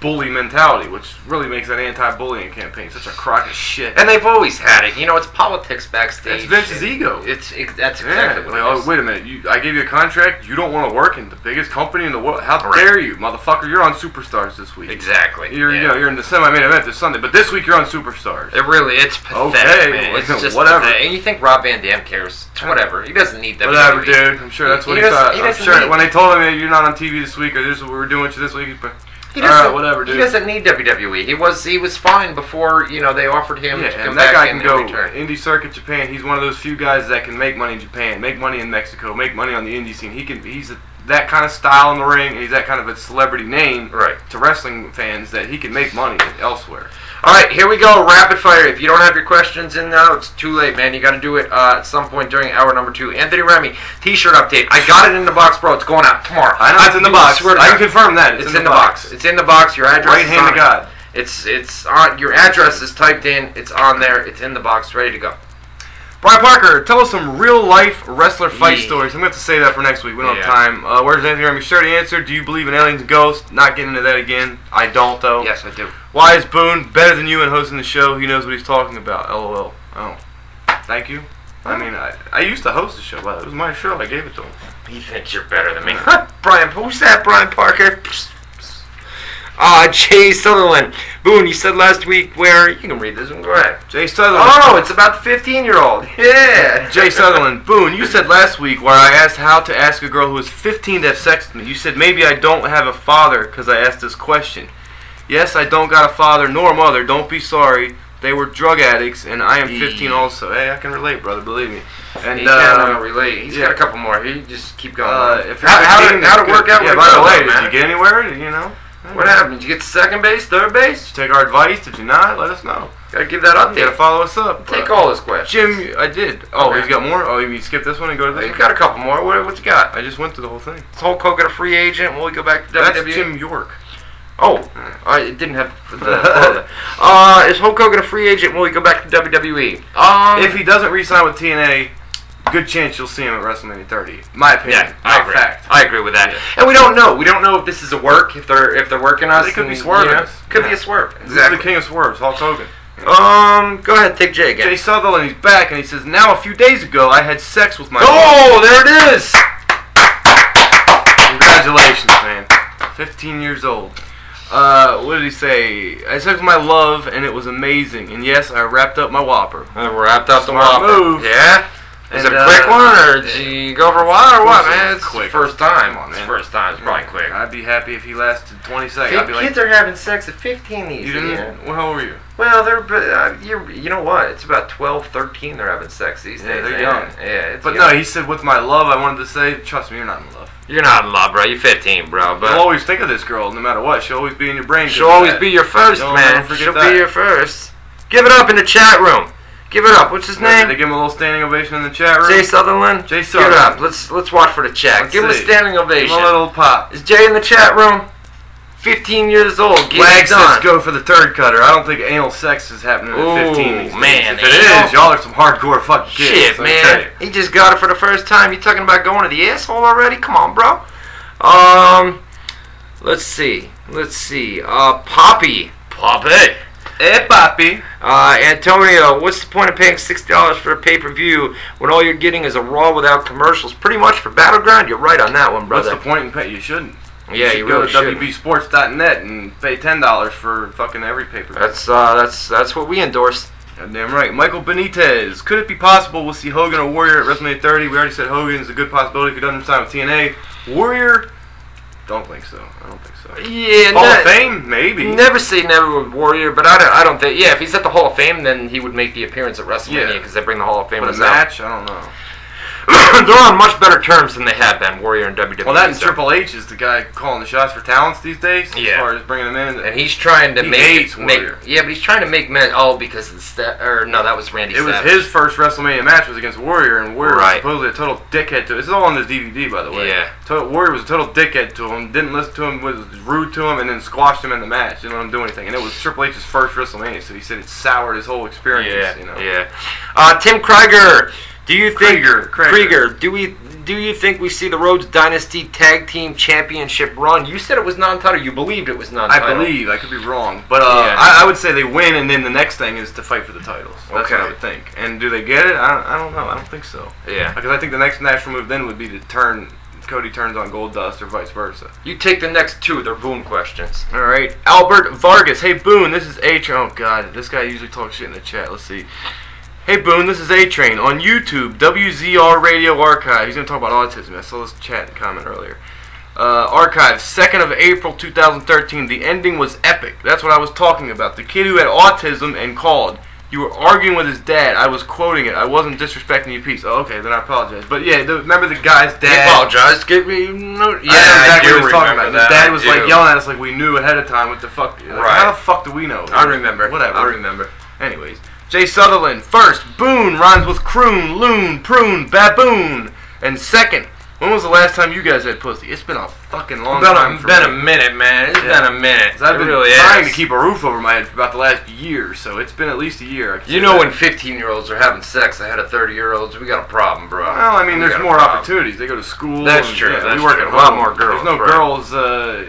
A: bully mentality, which really makes that anti-bullying campaign such a crock of shit.
B: And they've always had it. You know, it's politics backstage.
A: That's Vince's
B: and
A: ego.
B: It's ex- that's
A: Yeah.
B: exactly
A: like,
B: what it
A: oh,
B: is.
A: wait a minute. You, I gave you a contract. You don't want to work in the biggest company in the world. How
B: Correct.
A: dare you, motherfucker? You're on Superstars this week.
B: Exactly.
A: You're
B: yeah.
A: you know, you're in the semi-main event this Sunday, but this week you're on Superstars.
B: It really, it's pathetic.
A: Okay,
B: man. It's
A: well,
B: just
A: whatever.
B: pathetic. And you think Rob Van Dam cares? It's whatever. He doesn't need E. that.
A: Whatever, dude. I'm sure that's what
B: He
A: he,
B: doesn't-
A: thought.
B: he
A: I'm
B: doesn't
A: sure
B: need-
A: when they told him hey, you're not on TV this week or this is what we're doing with you this week, he's like,
B: He
A: all
B: doesn't,
A: right, whatever, dude.
B: He doesn't need WWE. He was he was fine before you know they offered him to
A: yeah,
B: come
A: and that
B: back
A: guy can
B: in and
A: go
B: return.
A: indie circuit Japan. He's one of those few guys that can make money in Japan, make money in Mexico, make money on the indie scene. He can. He's a, that kind of style in the ring, and he's that kind of a celebrity name
B: Right.
A: to wrestling fans that he can make money elsewhere.
B: All right, here we go. Rapid fire. If you don't have your questions in now, it's too late, man. You got to do it uh, at some point during hour number two. Anthony Remy, T-shirt update. I got it in the box, bro. It's going out tomorrow.
A: I know it's in the
B: do,
A: box.
B: swear to
A: I
B: God.
A: can confirm that.
B: It's, in, the box. It's in the box. Your address.
A: Right
B: is
A: hand
B: on
A: to
B: it.
A: God.
B: It's it's on your address is typed in. It's on there. It's in the box, ready to go.
A: Brian Parker, tell us some real life wrestler fight
B: Yeah.
A: stories. I'm gonna have to say that for next week. We don't
B: Yeah.
A: have time. Uh, where's Anthony Remy? Sure to answer. Do you believe in aliens and ghosts? Not getting into that again. I don't though.
B: Yes, I do.
A: Why is Boone better than you in hosting the show? He knows what he's talking about. LOL. Oh. Thank you. I mean, I, I used to host the show, but it was my show. I gave it to him.
B: He thinks you're better than me. Huh, [laughs] Brian, who's that, Brian Parker? Ah, Jay Sutherland. Boone, you said last week where. You can read this one, go ahead.
A: Jay Sutherland.
B: Oh, it's about the 15 year old. [laughs] Yeah.
A: Jay Sutherland. Boone, you said last week where I asked how to ask a girl who is 15 to have sex with me. You said maybe I don't have a father because I asked this question. Yes, I don't got a father nor a mother. Don't be sorry. They were drug addicts, and I am 15
B: Yeah.
A: also. Hey, I can relate, brother. Believe me. And
B: [laughs] He can't uh,
A: uh,
B: relate. He's
A: yeah.
B: got a couple more. He just keep going.
A: uh, if you're
B: how, how,
A: 15,
B: did, how
A: it's
B: did it work
A: good.
B: out?
A: Yeah,
B: with
A: by the
B: Bill,
A: way,
B: man?
A: did you get anywhere? You know,
B: What happened? Did you get to second base, third base?
A: Take our advice. Did you not? Let us know.
B: Gotta give
A: You
B: that
A: gotta
B: update.
A: follow us up.
B: Oh, Take
A: Uh,
B: all his questions.
A: Jim, I did. Oh,
B: Okay.
A: he's got more. Oh, you skip this one and go to
B: Oh,
A: this.
B: You
A: one?
B: got a couple more. What, what you got?
A: I just went through the whole thing.
B: Is Hulk Hogan a free agent? Will we go back to WWE?
A: That's Jim York.
B: Oh, I it didn't have the. [laughs] uh, is Hulk Hogan a free agent? Will he go back to WWE? Um,
A: If he doesn't re-sign with TNA, good chance you'll see him at WrestleMania 30. My opinion,
B: yeah, I
A: not
B: agree.
A: fact.
B: I agree with that. And we don't know. We don't know if this is a work. If they're if they're working us,
A: They could be
B: and,
A: swerving
B: you know,
A: us.
B: Could be
A: Yeah.
B: a swerve.
A: This is the king of swerves, Hulk Hogan.
B: Um, go ahead, take Jay again.
A: Jay Sutherland, he's back, and he says, "Now a few days ago, I had sex with my."
B: Oh, there it is.
A: Congratulations, man. 15 years old. Uh, what did he say? I had sex with my love, and it was amazing. And yes, I wrapped up my whopper.
B: I wrapped up the
A: Smart
B: whopper.
A: move.
B: Yeah. Is
A: And,
B: it a quick
A: uh,
B: one or did you go for a while or what,
A: It was
B: man? It's
A: quick.
B: First time on
A: Man.
B: First time. It's probably quick.
A: I'd be happy if he lasted 20 seconds. I'd be like,
B: are having sex at 15 these
A: "You didn't? Well, how old were you?"
B: Well, they're but, uh, you you know what? It's about 12, 13 they're having sex these
A: Yeah,
B: days.
A: they're
B: yeah.
A: young.
B: Yeah, it's
A: But
B: young.
A: no, he said, "With my love," I wanted to say, "Trust me, you're not in love."
B: you're not in love, bro. You're 15, bro. But
A: You'll always think of this girl, no matter what. She'll always be in your brain. 'cause
B: she'll
A: of
B: always
A: that.
B: be your 1st
A: Don't
B: man.
A: ever forget
B: She'll
A: that.
B: be your first. Give it up in the chat room. Give it up. What's his
A: Did They
B: name?
A: give him a little standing ovation in the chat room.
B: Jay Sutherland.
A: Jay
B: Give it
A: Sutherland.
B: up. Let's let's watch for the chat.
A: Let's
B: Give him a
A: see.
B: standing ovation.
A: Give him a little pop.
B: Is Jay in the chat room? 15 years old. Get
A: Wag
B: it done.
A: says go for the third cutter. I don't think anal sex is happening
B: Ooh,
A: at 15. these days.
B: man,
A: if it
B: anal-
A: is, y'all are some hardcore fucking kids.
B: Shit,
A: let me tell you.
B: man. He just got it for the first time. You talking about going to the asshole already? Come on, bro. Um, let's see. Let's see. Uh, Poppy. Poppy.
A: Hey, Poppy.
B: Uh, Antonio, what's the point of paying six dollars for a pay-per-view when all you're getting is a Raw without commercials? Pretty much for Battleground. You're right on that one,
A: What's
B: brother.
A: the point in pay? You shouldn't.
B: yeah,
A: should
B: you
A: go
B: really
A: to
B: should.
A: WBSports.net and pay ten dollars for fucking every paper.
B: That's uh, that's that's what we endorse.
A: Damn right. Michael Benitez. Could it be possible we'll see Hogan or Warrior at WrestleMania 30? We already said Hogan's a good possibility if he doesn't sign with TNA. Warrior? Don't think so. I don't think so.
B: Yeah,
A: Hall
B: no-
A: of Fame? Maybe.
B: Never say never with Warrior, but I don't, I don't think. Yeah, if he's at the Hall of Fame, then he would make the appearance at WrestleMania
A: Yeah.
B: because they bring the Hall of
A: But a
B: Famers out.
A: match? I don't know.
B: [clears throat] They're on much better terms than they have been, Warrior and WWE.
A: Well, that and
B: so-
A: Triple H is the guy calling the shots for talents these days.
B: Yeah.
A: As far as bringing them in.
B: And he's trying to
A: He
B: make,
A: hates
B: make-
A: Warrior.
B: Yeah, but he's trying to make men. Oh, because of the sta- or no, that was Randy.
A: it was
B: Savage.
A: his first WrestleMania match was against Warrior, and Warrior
B: Right.
A: was supposedly a total dickhead to. This is all on this DVD, by the way.
B: Yeah.
A: Total, Warrior was a total dickhead to him. Didn't listen to him. Was rude to him, and then squashed him in the match. Didn't let him do anything. And it was Triple H's first WrestleMania, so he said it soured his whole experience.
B: Yeah,
A: You know.
B: yeah. Uh, Tim Krieger, do you think
A: Krieger, Krieger.
B: do we do you think we see the Rhodes Dynasty Tag Team Championship run? You said it was non-title. You believed it was non-title.
A: I believe I could be wrong, but uh,
B: Yeah.
A: I, I would say they win, and then the next thing is to fight for the titles. That's what
B: Okay.
A: I would think. And do they get it? I, don't- I don't know. I don't think
B: [laughs]
A: so.
B: Yeah.
A: Because I think the next natural move then would be to turn Cody turns on Gold Dust or vice versa.
B: You take the next two. They're boom questions.
A: All right, Albert Vargas. Hey Boone, this is A Train. Oh God, this guy usually talks shit in the chat. Let's see. Hey Boone, this is A Train on YouTube, WZR Radio Archive. He's gonna talk about autism. I saw this chat and comment earlier. Uh, archive, 2nd of April 2013. The ending was epic. That's what I was talking about. The kid who had autism and called. You were arguing with his dad. I was quoting it. I wasn't disrespecting your piece. Oh, okay, then I apologize. But yeah, the, remember the guy's dad?
B: apologize. Give me no. Yeah,
A: Yeah, I
B: do
A: know exactly what he was talking
B: remember
A: about. His
B: that,
A: dad was
B: I do.
A: like yelling at us like we knew ahead of time what the fuck. Like,
B: Right.
A: How the fuck do we know?
B: I remember.
A: Whatever.
B: I remember.
A: Anyways, Jay Sutherland first. Boone rhymes with croon, loon, prune, baboon, and second. When was the last time you guys had pussy? It's been a fucking long time.
B: Been a,
A: for
B: been a
A: me.
B: minute, man. It's
A: Yeah.
B: been a minute.
A: 'Cause I've
B: It
A: been
B: really
A: trying
B: is.
A: to keep a roof over my head for about the last year, so it's been at least a year. I can
B: You
A: say
B: know
A: that.
B: when 15-year-olds are having sex ahead of 30-year-olds, we got a problem, bro.
A: Well, I mean,
B: We
A: there's
B: got a
A: more
B: problem.
A: opportunities. They go to school.
B: That's
A: and,
B: true,
A: Yeah,
B: that's
A: we work
B: true.
A: at
B: A lot
A: home.
B: more
A: There's
B: girls,
A: no
B: right.
A: girls uh,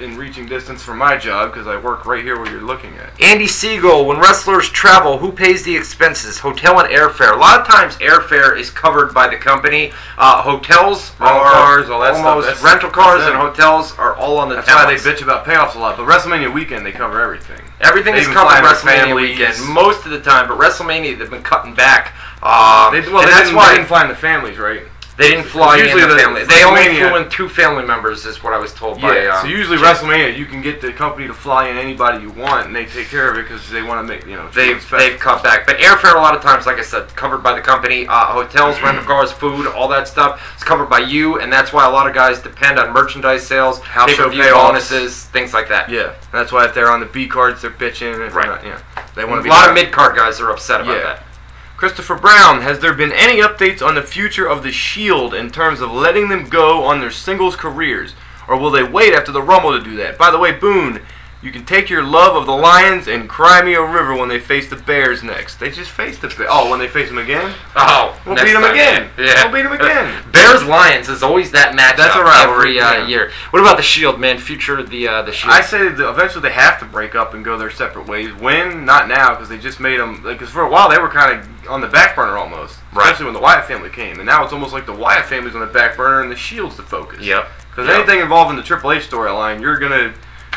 A: in reaching distance from my job because I work right here where you're looking at.
B: Andy Siegel, when wrestlers travel, who pays the expenses? Hotel and airfare. A lot of times, airfare is covered by the company. Uh, hotels
A: Rental
B: are
A: cars, all that stuff.
B: almost
A: That's-
B: rental cars
A: that's
B: and
A: it.
B: hotels are all on the.
A: That's why they
B: talents.
A: bitch about payoffs a lot. But WrestleMania weekend, they cover everything.
B: Everything
A: They
B: is
A: even
B: covered
A: fly their
B: WrestleMania
A: families.
B: weekend most of the time, but WrestleMania they've been cutting back. Um,
A: They, well,
B: and
A: they
B: that's
A: didn't,
B: why
A: they didn't fly in the families, right?
B: they didn't fly in
A: usually
B: the
A: the-
B: family. They only
A: WrestleMania-
B: flew in two family members, is what I was told by.
A: Yeah.
B: Um,
A: so usually WrestleMania, you can get the company to fly in anybody you want, and they take care of it because they want to make you know.
B: They've, they've cut back, but airfare a lot of times, like I said, covered by the company. Uh, hotels,
A: Mm-hmm.
B: rental cars, food, all that stuff is covered by you, and that's why a lot of guys depend on merchandise sales,
A: House show
B: pay-per-view
A: payoffs.
B: bonuses, things like that.
A: yeah. That's why if they're on the B cards, they're bitching. If
B: Right.
A: They're not, yeah. They
B: A
A: want to be.
B: lot of mid-card guys are upset about
A: Yeah. Christopher Brown, has there been any updates on the future of the Shield in terms of letting them go on their singles careers, or will they wait after the Rumble to do that? By the way, Boone, you can take your love of the Lions and cry me a river when they face the Bears next. They just faced the Bears. Oh, when they face them again,
B: that. Oh,
A: we'll
B: next
A: beat them
B: time.
A: again.
B: Yeah,
A: we'll beat them again.
B: Bears Lions is always that matchup.
A: That's a rivalry,
B: every uh,
A: yeah.
B: year. What about the Shield, man? Future of the uh, the Shield.
A: I say that eventually they have to break up and go their separate ways. When? Not now, because they just made them. Because for a while they were kind of on the back burner almost,
B: Right.
A: especially when the Wyatt family came. And now it's almost like the Wyatt family's on the back burner and the Shield's the focus.
B: Yep.
A: Because
B: Yep.
A: anything involving the Triple H storyline, you're gonna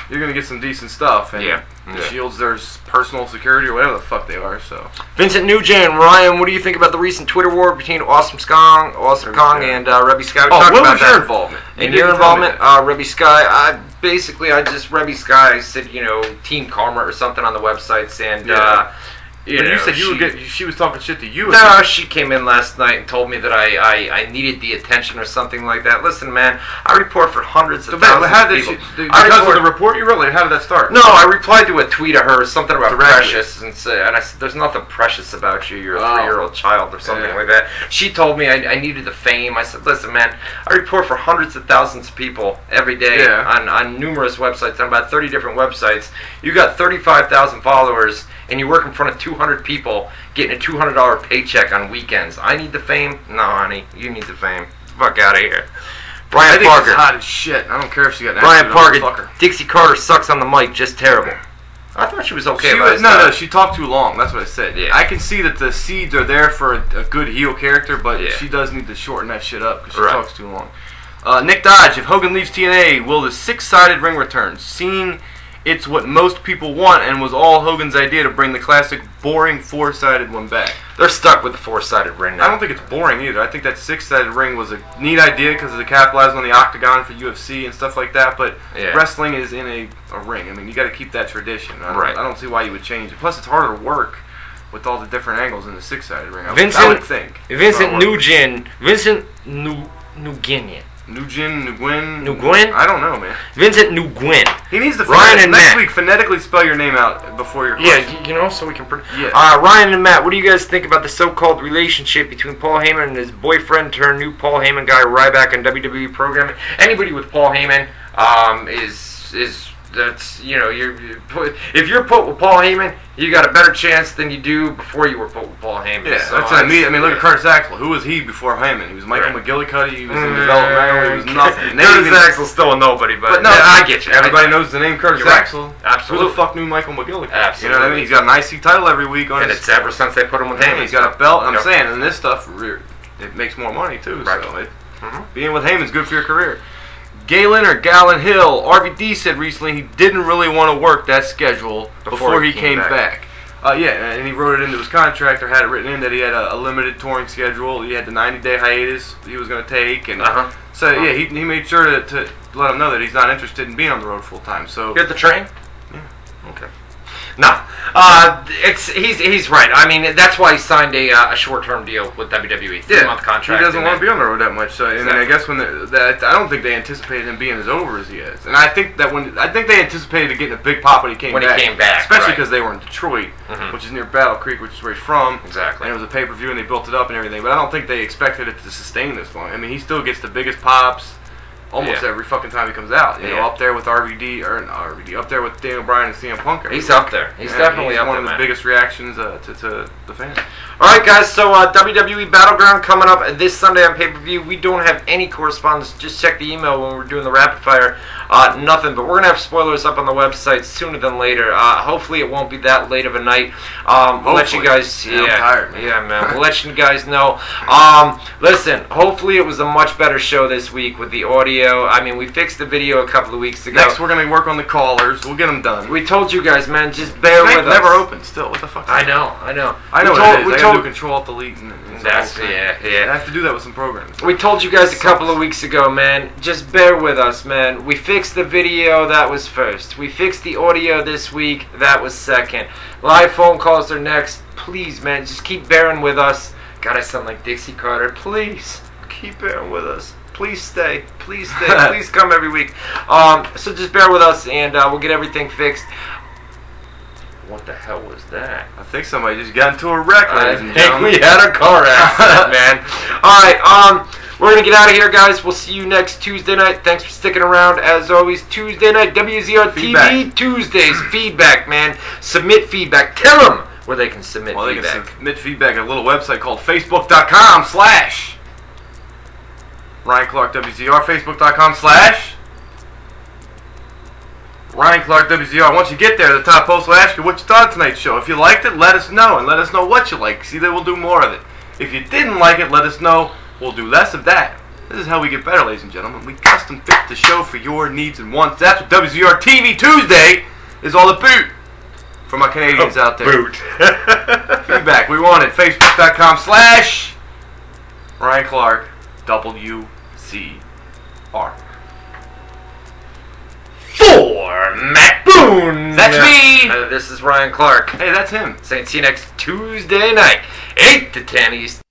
A: you're gonna get some decent stuff. And
B: Yeah.
A: the
B: Yeah.
A: Shield's their s- personal security or whatever the fuck they are. So
B: Vincent Nugent, Ryan, what do you think about the recent Twitter war between Awesome Skong, Awesome
A: Rebby
B: Kong,
A: Sky.
B: and uh, Rebby Sky? We
A: oh,
B: talked
A: what
B: about
A: was
B: that.
A: your involvement?
B: And
A: You
B: your
A: didn't tell me
B: involvement,
A: that.
B: uh, Rebby Sky, I basically I just Rebby Sky said you know Team Karma or something on the websites, and
A: Yeah.
B: uh, you,
A: But
B: know,
A: you said you
B: she,
A: would get. She was talking shit to you.
B: No, she came in last night and told me that I, I, I needed the attention or something like that. Listen, man, I report for hundreds
A: So,
B: of
A: but
B: thousands
A: how
B: of
A: did she,
B: people.
A: because
B: I report,
A: of the report you wrote, like, how did that start?
B: no, I replied to a tweet of hers, something about
A: Directly.
B: precious, and say, and I said, "There's nothing precious about you. You're a
A: Oh.
B: three-year-old child or something
A: Yeah.
B: like that." She told me I, I needed the fame. I said, "Listen, man, I report for hundreds of thousands of people every day
A: Yeah.
B: on, on numerous websites, on about 30 different websites. You got 35,000 followers, and you work in front of 200 people, getting a $200 paycheck on weekends. I need the fame. No, honey, you need the fame. Fuck out of here."
A: I
B: Brian
A: think
B: Parker.
A: it's hot as shit. I don't care if she got an
B: Brian
A: attitude, I'm a
B: Parker.
A: fucker.
B: Dixie Carter sucks on the mic, just terrible. I thought she was okay.
A: She
B: last
A: was, no,
B: time.
A: no, she talked too long. That's what I said.
B: Yeah.
A: I can see that the seeds are there for a, a good heel character, but
B: Yeah.
A: she does need to shorten that shit up because she
B: Right.
A: talks too long. Uh, Nick Dodge, if Hogan leaves TNA, will the six-sided ring return? Seeing it's what most people want and was all Hogan's idea to bring the classic boring four-sided one back.
B: They're stuck with the four-sided ring now.
A: I don't think it's boring either. I think that six-sided ring was a neat idea because it capitalized on the octagon for UFC and stuff like that. But
B: Yeah.
A: wrestling is in a, a ring. I mean, you got to keep that tradition. I don't,
B: Right.
A: I don't see why you would change it. Plus, it's harder to work with all the different angles in the six-sided ring. I, would-
B: Vincent-
A: I would think.
B: Vincent
A: It's not working.
B: Nugent, Vincent Nu Nuginian,
A: Nugent, Nguyen,
B: Nguyen?
A: I don't know, man.
B: Vincent Nguyen.
A: He needs to.
B: Ryan
A: phonet-
B: and
A: next
B: Matt.
A: week phonetically spell your name out before your.
B: Yeah,
A: question.
B: y- you know, so we can. Pr-
A: Yeah.
B: Uh, Ryan and Matt, what do you guys think about the so-called relationship between Paul Heyman and his boyfriend turned new Paul Heyman guy Ryback on WWE E programming? Anybody with Paul Heyman um, is is that's you know you're you put, if you're put with Paul Heyman, you got a better chance than you do before you were put with Paul Heyman.
A: Yeah,
B: so
A: that's what I mean. I mean, look
B: yeah.
A: at Curtis Axel. Who was he before Heyman? He was Michael
B: Right.
A: McGillicuddy. He was in
B: Mm,
A: developmental. He was
B: [laughs]
A: nothing. They
B: Curtis
A: even-
B: Axel's still a nobody, but,
A: But no,
B: Yeah, I get you.
A: Everybody knows the name Curtis
B: You're right.
A: Axel.
B: Absolutely.
A: Who the fuck knew Michael McGillicuddy? You know what I
B: Absolutely.
A: mean? He's got an IC title every week on
B: And
A: his.
B: it's ever since they put him with Heyman.
A: He's got a belt. I'm
B: Yep.
A: saying, and this stuff, re- it makes more money too.
B: Right.
A: So it,
B: Mhm.
A: being with Heyman's good for your career. Galen or Galen Hill, RVD said recently he didn't really want to work that schedule before, he, came, back. Uh, yeah, and he wrote it into his contract or had it written in that he had a, a limited touring schedule. He had the 90 day hiatus he was going to take, and
B: Uh-huh.
A: so yeah, he, he made sure to, to let him know that he's not interested in being on the road full time. So
B: You at the train? Yeah. Okay. No, uh, it's he's he's right. I mean, that's why he signed a, uh, a short-term deal with WWE, three-month contract.
A: He doesn't
B: and
A: want to
B: then-
A: be on the road that much. So, and then I
B: Exactly.
A: guess when the, that I don't think they anticipated him being as over as he is. And I think that when I think they anticipated getting a big pop when he came
B: When he
A: back,
B: came back,
A: especially
B: right. Mm-hmm.
A: because they were in Detroit, which is near Battle Creek, which is where he's from.
B: Exactly.
A: And it was a pay per view, and they built it up and everything. But I don't think they expected it to sustain this long. I mean, he still gets the biggest pops. almost
B: Yeah.
A: every fucking time he comes out. You
B: Yeah.
A: know, up there with RVD or not RVD, up there with Daniel Bryan and CM Punk. every
B: He's
A: week.
B: up there. He's
A: Yeah,
B: definitely
A: he's
B: up
A: one
B: there,
A: of the
B: man.
A: biggest reactions uh, to, to the fans.
B: All right, guys. So uh, WWE Battleground coming up this Sunday on pay per view. We don't have any correspondence. Just check the email when we're doing the rapid fire. Uh, nothing, but we're gonna have spoilers up on the website sooner than later. Uh, hopefully, it won't be that late of a night. Um, we'll let you
A: Hopefully.
B: guys.
A: Yeah, I'm tired, man.
B: Yeah,
A: [laughs]
B: man. We'll let you guys know. Um, listen. Hopefully, it was a much better show this week with the audio. I mean, we fixed the video a couple of weeks ago.
A: Next, we're gonna work on the callers. We'll get them done.
B: we told you guys, man. Just bear
A: Bank
B: with us.
A: never open still. What the fuck?
B: I know. I know.
A: I know
B: We
A: what
B: told-
A: it is.
B: we
A: I
B: told-
A: gotta do control alt delete and, and
B: That's-
A: the whole thing.
B: yeah, yeah.
A: I have to do that with some programs.
B: We told you guys a couple of weeks ago, man. Just bear with us, man. We fixed the video, that was first. We fixed the audio this week, that was second. Live phone calls are next. Please, man, just keep bearing with us. God, I sound like Dixie Carter. Please, keep bearing with us. Please stay. Please stay. Please come every week. Um, so just bear with us, and uh, we'll get everything fixed. What the hell was that?
A: I think somebody just got into a wreck,
B: I
A: ladies and
B: think
A: gentlemen.
B: [laughs] we had a car
A: [laughs]
B: accident, man. All right, um, we're gonna get out of here, guys. We'll see you next Tuesday night. Thanks for sticking around. As always, Tuesday night, WZR TV
A: Feedback. [clears throat]
B: Tuesdays. feedback, man. Submit feedback. Tell them where they can submit
A: Well, they
B: feedback.
A: can submit feedback at a little website called facebook.com slash Ryan Clark WZR, facebook.com slash Ryan Clark WZR. Once you get there, the top post will ask you what you thought of tonight's show. If you liked it, let us know, and let us know what you like. See, they will do more of it. If you didn't like it, let us know. We'll do less of that. This is how we get better, ladies and gentlemen. We custom fit the show for your needs and wants. That's what WZR TV Tuesday is all about. For my
B: Oh,
A: Canadians out there
B: [laughs]
A: feedback. We want it. Facebook.com slash Ryan Clark WCR.
B: For Matt Boone.
A: That's me.
B: Uh, this is Ryan Clark.
A: Hey, that's him.
B: Saying see you next Tuesday night, eight to ten East.